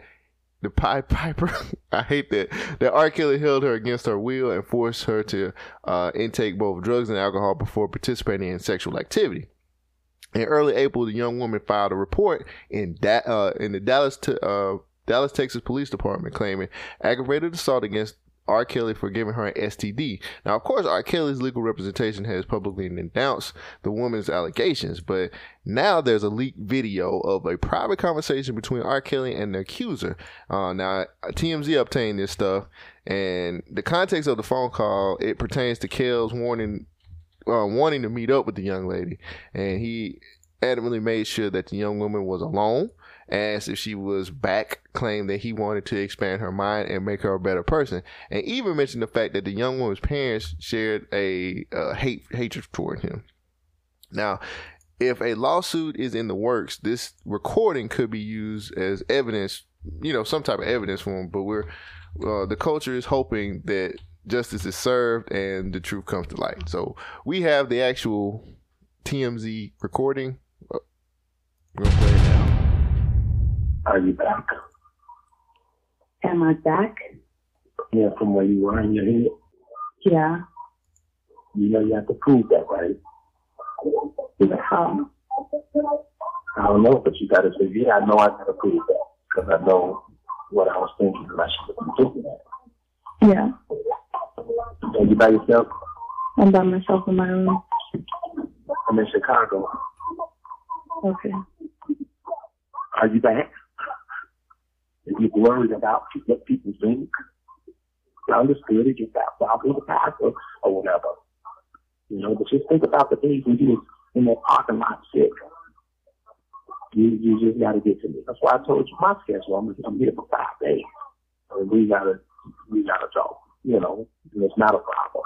A: the Pied Piper, I hate that, that R. Kelly held her against her will and forced her to uh, intake both drugs and alcohol before participating in sexual activity. In early April, the young woman filed a report in da- uh, in the Dallas t- uh, Dallas Texas Police Department claiming aggravated assault against R. Kelly for giving her an STD. Now, of course, R. Kelly's legal representation has publicly denounced the woman's allegations, but now there's a leaked video of a private conversation between R. Kelly and the accuser. Uh, now, TMZ obtained this stuff, and the context of the phone call it pertains to Kelly's warning uh, wanting to meet up with the young lady, and he adamantly made sure that the young woman was alone. Asked if she was back, claimed that he wanted to expand her mind and make her a better person, and even mentioned the fact that the young woman's parents shared a uh, hate hatred toward him. Now, if a lawsuit is in the works, this recording could be used as evidence, you know, some type of evidence for him. But we're uh, the culture is hoping that justice is served and the truth comes to light. So we have the actual TMZ recording. Uh, We're gonna play it now.
U: Are you back?
V: Am I back?
U: Yeah, from where you were in your head.
V: Yeah.
U: You know you have to prove that, right?
V: How?
U: I don't know, but you gotta say, yeah, I know I gotta prove that. Because I know what I was thinking and I should have been doing that.
V: Yeah.
U: Are you by yourself?
V: I'm by myself in my room.
U: I'm in Chicago.
V: Okay.
U: Are you back? If you're worried about what people think, I understood it. You got problems with the pastor or whatever. You know, but just think about the days when you was in that parking lot sick. You, you just got to get to me. That's why I told you my schedule. I'm, I'm here for five days. And we got to we got to talk. You know, and it's not a problem.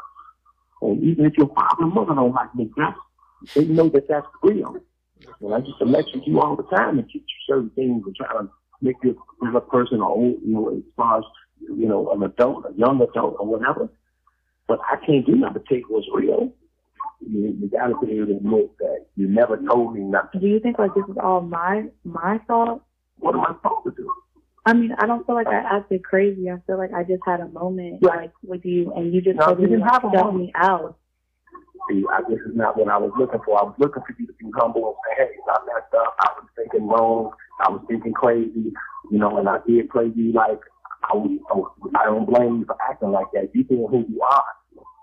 U: And even if your father and mother don't like me, that's- they know that that's real. And I just lecture you all the time and teach you certain things and try to make you a better person or, you know, as far as you know, an adult, a young adult, or whatever. But I can't do nothing but take what's real. You, you got to be able to admit that you never told me nothing.
V: Do you think like this is all my my fault?
U: What am I supposed to do?
V: I mean, I don't feel like I acted crazy. I feel like I just had a moment like with you, and you just
U: No,
V: totally
U: you didn't
V: like,
U: have a
V: shut
U: moment.
V: me out.
U: See, I, this is not what I was looking for. I was looking for you to be humble and say, hey, I messed up. I was thinking wrong. I was thinking crazy, you know, and I did play you like, I, was- I was- I don't blame you for acting like that. You being who you are.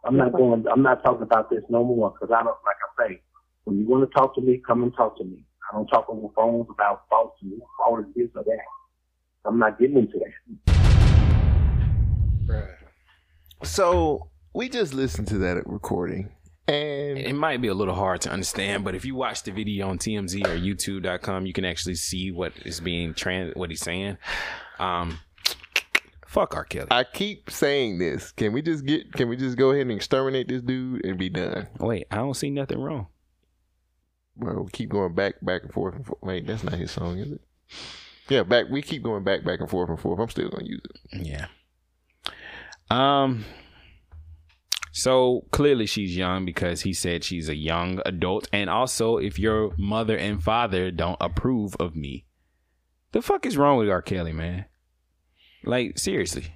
U: I'm not going, I'm not talking about this no more because I don't, like I say, when you want to talk to me, come and talk to me. I don't talk over phones about faults and all of this or that. I'm not getting into that.
A: So we just listened to that recording. And
B: it might be a little hard to understand, but if you watch the video on TMZ or YouTube.com, you can actually see what is being trans, what he's saying. Um, fuck R. Kelly.
A: I keep saying this. Can we just get? Can we just go ahead and exterminate this dude and be done?
B: Wait, I don't see nothing wrong.
A: Well, we keep going back, back and forth, and forth. Wait, that's not his song, is it? Yeah, back. We keep going back, back and forth and forth. I'm still gonna use it.
B: Yeah. Um. So clearly she's young because he said she's a young adult, and also if your mother and father don't approve of me, the fuck is wrong with R. Kelly, man? Like seriously,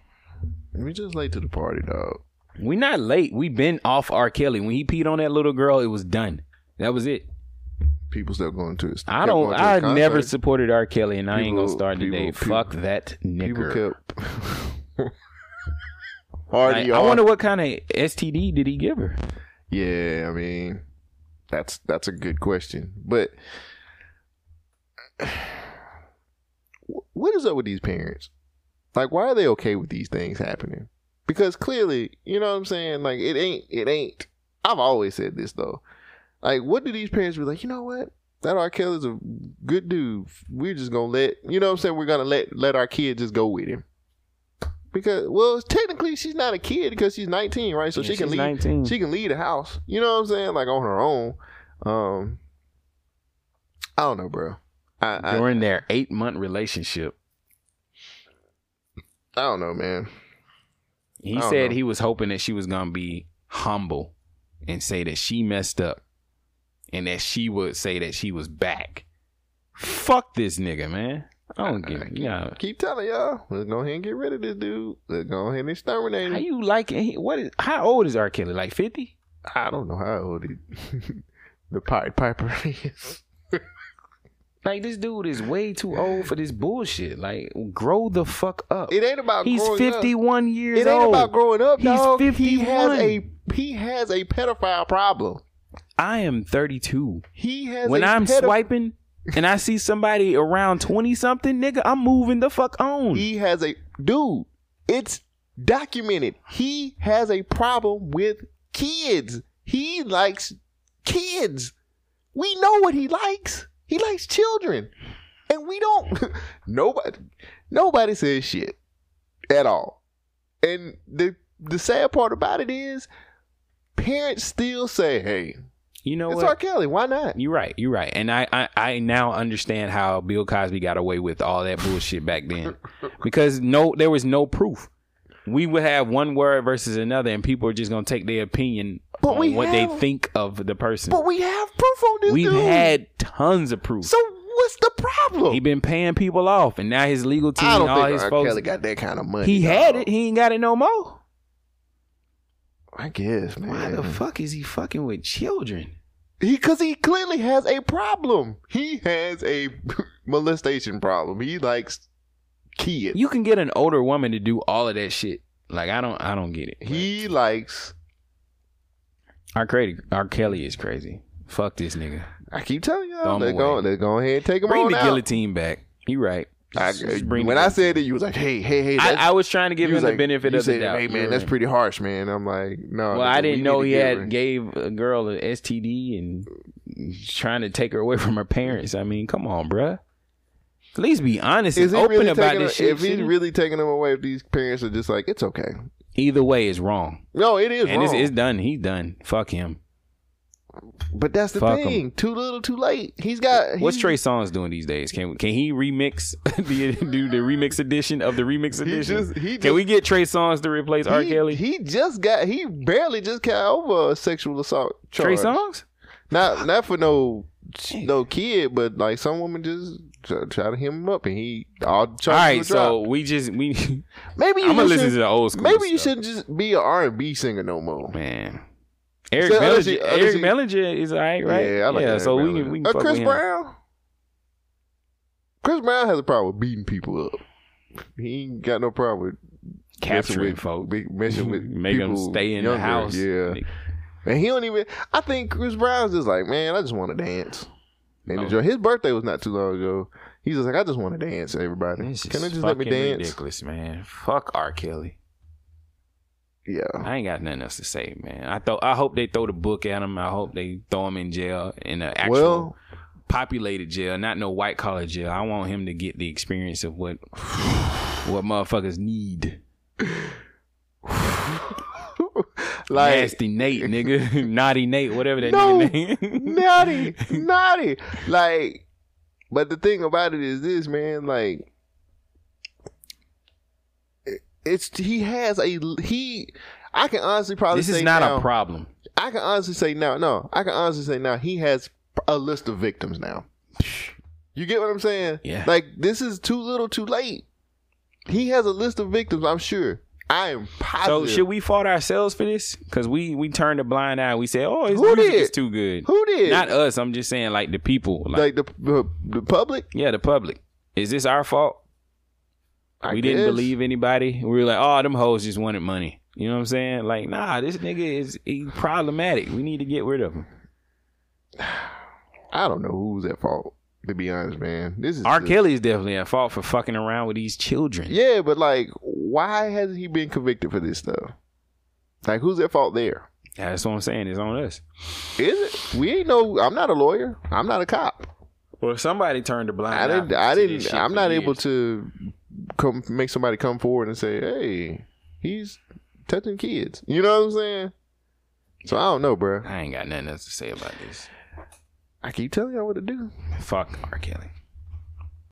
A: we just late to the party, dog.
B: We not late. We been off R. Kelly. When he peed on that little girl, it was done. That was it.
A: People still going to his.
B: I
A: kept
B: don't.
A: going to
B: I
A: his
B: never
A: concert.
B: supported R. Kelly, and I ain't gonna
A: People-
B: start today.
A: people-
B: Fuck that nigger.
A: People kept.
B: Like,
A: Hardy
B: I
A: R.
B: wonder what kind of STD did he give her.
A: Yeah, I mean, that's that's a good question, but wh- what is up with these parents? Like, why are they okay with these things happening? Because clearly, you know what I'm saying. Like, it ain't it ain't. I've always said this though. Like, what do these parents be like? You know what? That R. Kelly's a good dude. We're just gonna let you know what I'm saying. We're gonna let let our kid just go with him. Because well, technically she's not a kid because she's 19, right? So
B: Yeah,
A: she can
B: she's
A: leave.
B: 19.
A: She can leave the house. You know what I'm saying? Like on her own. Um, I don't know, bro. I, I
B: during their eight month relationship.
A: I don't know, man.
B: He
A: I don't
B: said
A: know.
B: he was hoping that she was gonna be humble and say that she messed up, and that she would say that she was back. Fuck this nigga, man. I don't give it. Yeah.
A: Keep telling y'all, let's go ahead and get rid of this dude. Let's go ahead and exterminate him.
B: How you like it? He- What is? How old is R. Kelly? Like fifty?
A: I don't know how old he, the Pied Piper is.
B: Like this dude is way too old for this bullshit. Like, grow the fuck up.
A: It ain't about
B: He's
A: growing up.
B: fifty-one years
A: It
B: old.
A: ain't about growing up,
B: He's
A: dog. He has
B: 51.
A: a he has a pedophile problem.
B: I am thirty-two.
A: He has
B: when
A: i
B: I'm swiping and I see somebody around 20 something, nigga, I'm moving the fuck on.
A: He has a dude. It's documented. He has a problem with kids. He likes kids. We know what he likes. He likes children. And we don't nobody nobody says shit at all. And the the sad part about it is parents still say, "Hey,
B: You know
A: it's
B: what?
A: R. Kelly. Why not?"
B: You're right. You're right. And I, I, I now understand how Bill Cosby got away with all that bullshit back then because no, there was no proof. We would have one word versus another, and people are just gonna take their opinion
A: But
B: on
A: we
B: what they
A: have-
B: think of the person.
A: But we have proof on this.
B: We've
A: dude.
B: had tons of proof.
A: So what's the problem?
B: he been paying people off, and now his legal team,
A: I
B: and
A: don't
B: all
A: think
B: his
A: R.
B: folks,
A: Kelly got that kind of money.
B: he
A: dog.
B: had it. He ain't got it no more.
A: I guess, man.
B: Why the fuck is he fucking with children?
A: He, cause he clearly has a problem. He has a molestation problem. He likes kids.
B: You can get an older woman to do all of that shit. Like I don't, I don't get it.
A: He likes.
B: Our Kelly, our Kelly is crazy. Fuck this nigga.
A: I keep telling
B: Throw
A: y'all,
B: him
A: let's
B: away.
A: go, let's go ahead and take him
B: bring
A: on
B: the
A: out.
B: guillotine back. You right.
A: I,
B: Just bring the
A: when I said it, you was like, "Hey, hey, hey!"
B: I,
A: that's-
B: I was trying to give
A: you
B: him
A: was
B: the
A: like-
B: benefit
A: you
B: of the
A: said,
B: doubt.
A: Hey, man,
B: You're
A: that's
B: right.
A: pretty harsh, man. I'm like, no.
B: Well, I didn't know he had gave a girl an STD and trying to take her away from her parents. I mean, come on, bruh. At least be honest
A: Is
B: and
A: he
B: open
A: really
B: about
A: taking?
B: this
A: This
B: shit.
A: if he's
B: shouldn't he?
A: really taking him away, if these parents are just like, "It's okay."
B: Either way is wrong.
A: No, it is
B: and
A: wrong.
B: it's, it's done. He's done. Fuck him.
A: But that's the
B: Fuck 'em.
A: thing. Too little, too late. He's got.
B: What's
A: he-
B: Trey Songz doing these days? Can can he remix the do the remix edition of the remix edition?
A: just- he
B: can
A: just-
B: we get Trey Songz to replace R.
A: He-
B: Kelly?
A: He just got. He barely just got over a sexual assault
B: Trey
A: charge.
B: Songz?
A: Not not for no no kid, but like some woman just try, try to hem him up, and he all charges
B: All right,
A: were dropped.
B: so we just we
A: Maybe you
B: I'm gonna
A: just
B: listen
A: should-
B: to the old school.
A: Maybe you shouldn't just be an R and B singer no more,
B: man. Eric
A: So, unless
B: Mellinger,
A: you- unless
B: Eric
A: you-
B: Mellinger is all right, right?
A: Yeah, I like Eric
B: so we
A: Mellinger.
B: can, we can
A: Uh,
B: fuck
A: Chris
B: with him.
A: Brown. Chris Brown has a problem with beating people up. He ain't got no problem with
B: Capturing
A: messing with, folk, messing with
B: Make 'em
A: people
B: stay in the
A: younger,
B: house.
A: Yeah, and he don't even. I think Chris Brown's just like, man, I just want to dance. And
B: Oh.
A: enjoy. His birthday was not too long ago. He's just like, I just want to dance. Everybody, can I
B: It's
A: just let me
B: fucking
A: dance?
B: Ridiculous, man. Fuck R. Kelly.
A: Yeah,
B: I ain't got nothing else to say, man. I thought I hope they throw the book at him. I hope they throw him in jail in an actual
A: Well-
B: populated jail, not no white collar jail. I want him to get the experience of what what motherfuckers need.
A: Like-
B: Nasty Nate, nigga, naughty Nate, whatever that
A: No.
B: nigga name.
A: naughty, naughty. Like, but the thing about it is this, man. Like, it- it's he has a he. I can honestly probably
B: This is
A: say
B: not
A: now-
B: a problem.
A: I can honestly say now. No, I can honestly say now he has a list of victims now. You get what I'm saying?
B: Yeah.
A: Like this is too little, too late. He has a list of victims. I'm sure. I am
B: So
A: positive.
B: should we fault ourselves for this? Because we we turned a blind eye. We said, "Oh, his
A: Who
B: music
A: did?
B: is too good."
A: Who did?
B: Not us. I'm just saying, like the people,
A: like
B: like,
A: the the, the public.
B: yeah, the public. Is this our fault? we didn't
A: guess.
B: believe anybody. We were like, "Oh, them hoes just wanted money." You know what I'm saying? Like, nah, this nigga is he problematic. We need to get rid of him.
A: I don't know who's at fault. To be honest, man, this is
B: R.
A: just-
B: Kelly is definitely at fault for fucking around with these children.
A: Yeah, but like, why hasn't he been convicted for this stuff? Like, who's at fault there?
B: That's what I'm saying. It's on us.
A: Is it? We ain't no. I'm not a lawyer. I'm not a cop.
B: Well, somebody turned a blind
A: I didn't.
B: eye.
A: I
B: to this
A: didn't.
B: shit
A: I'm
B: for
A: not
B: years.
A: able to come make somebody come forward and say, "Hey, he's touching kids." You know what I'm saying? So I don't know, bro.
B: I ain't got nothing else to say about this.
A: I keep telling y'all what to do.
B: Fuck R. Kelly.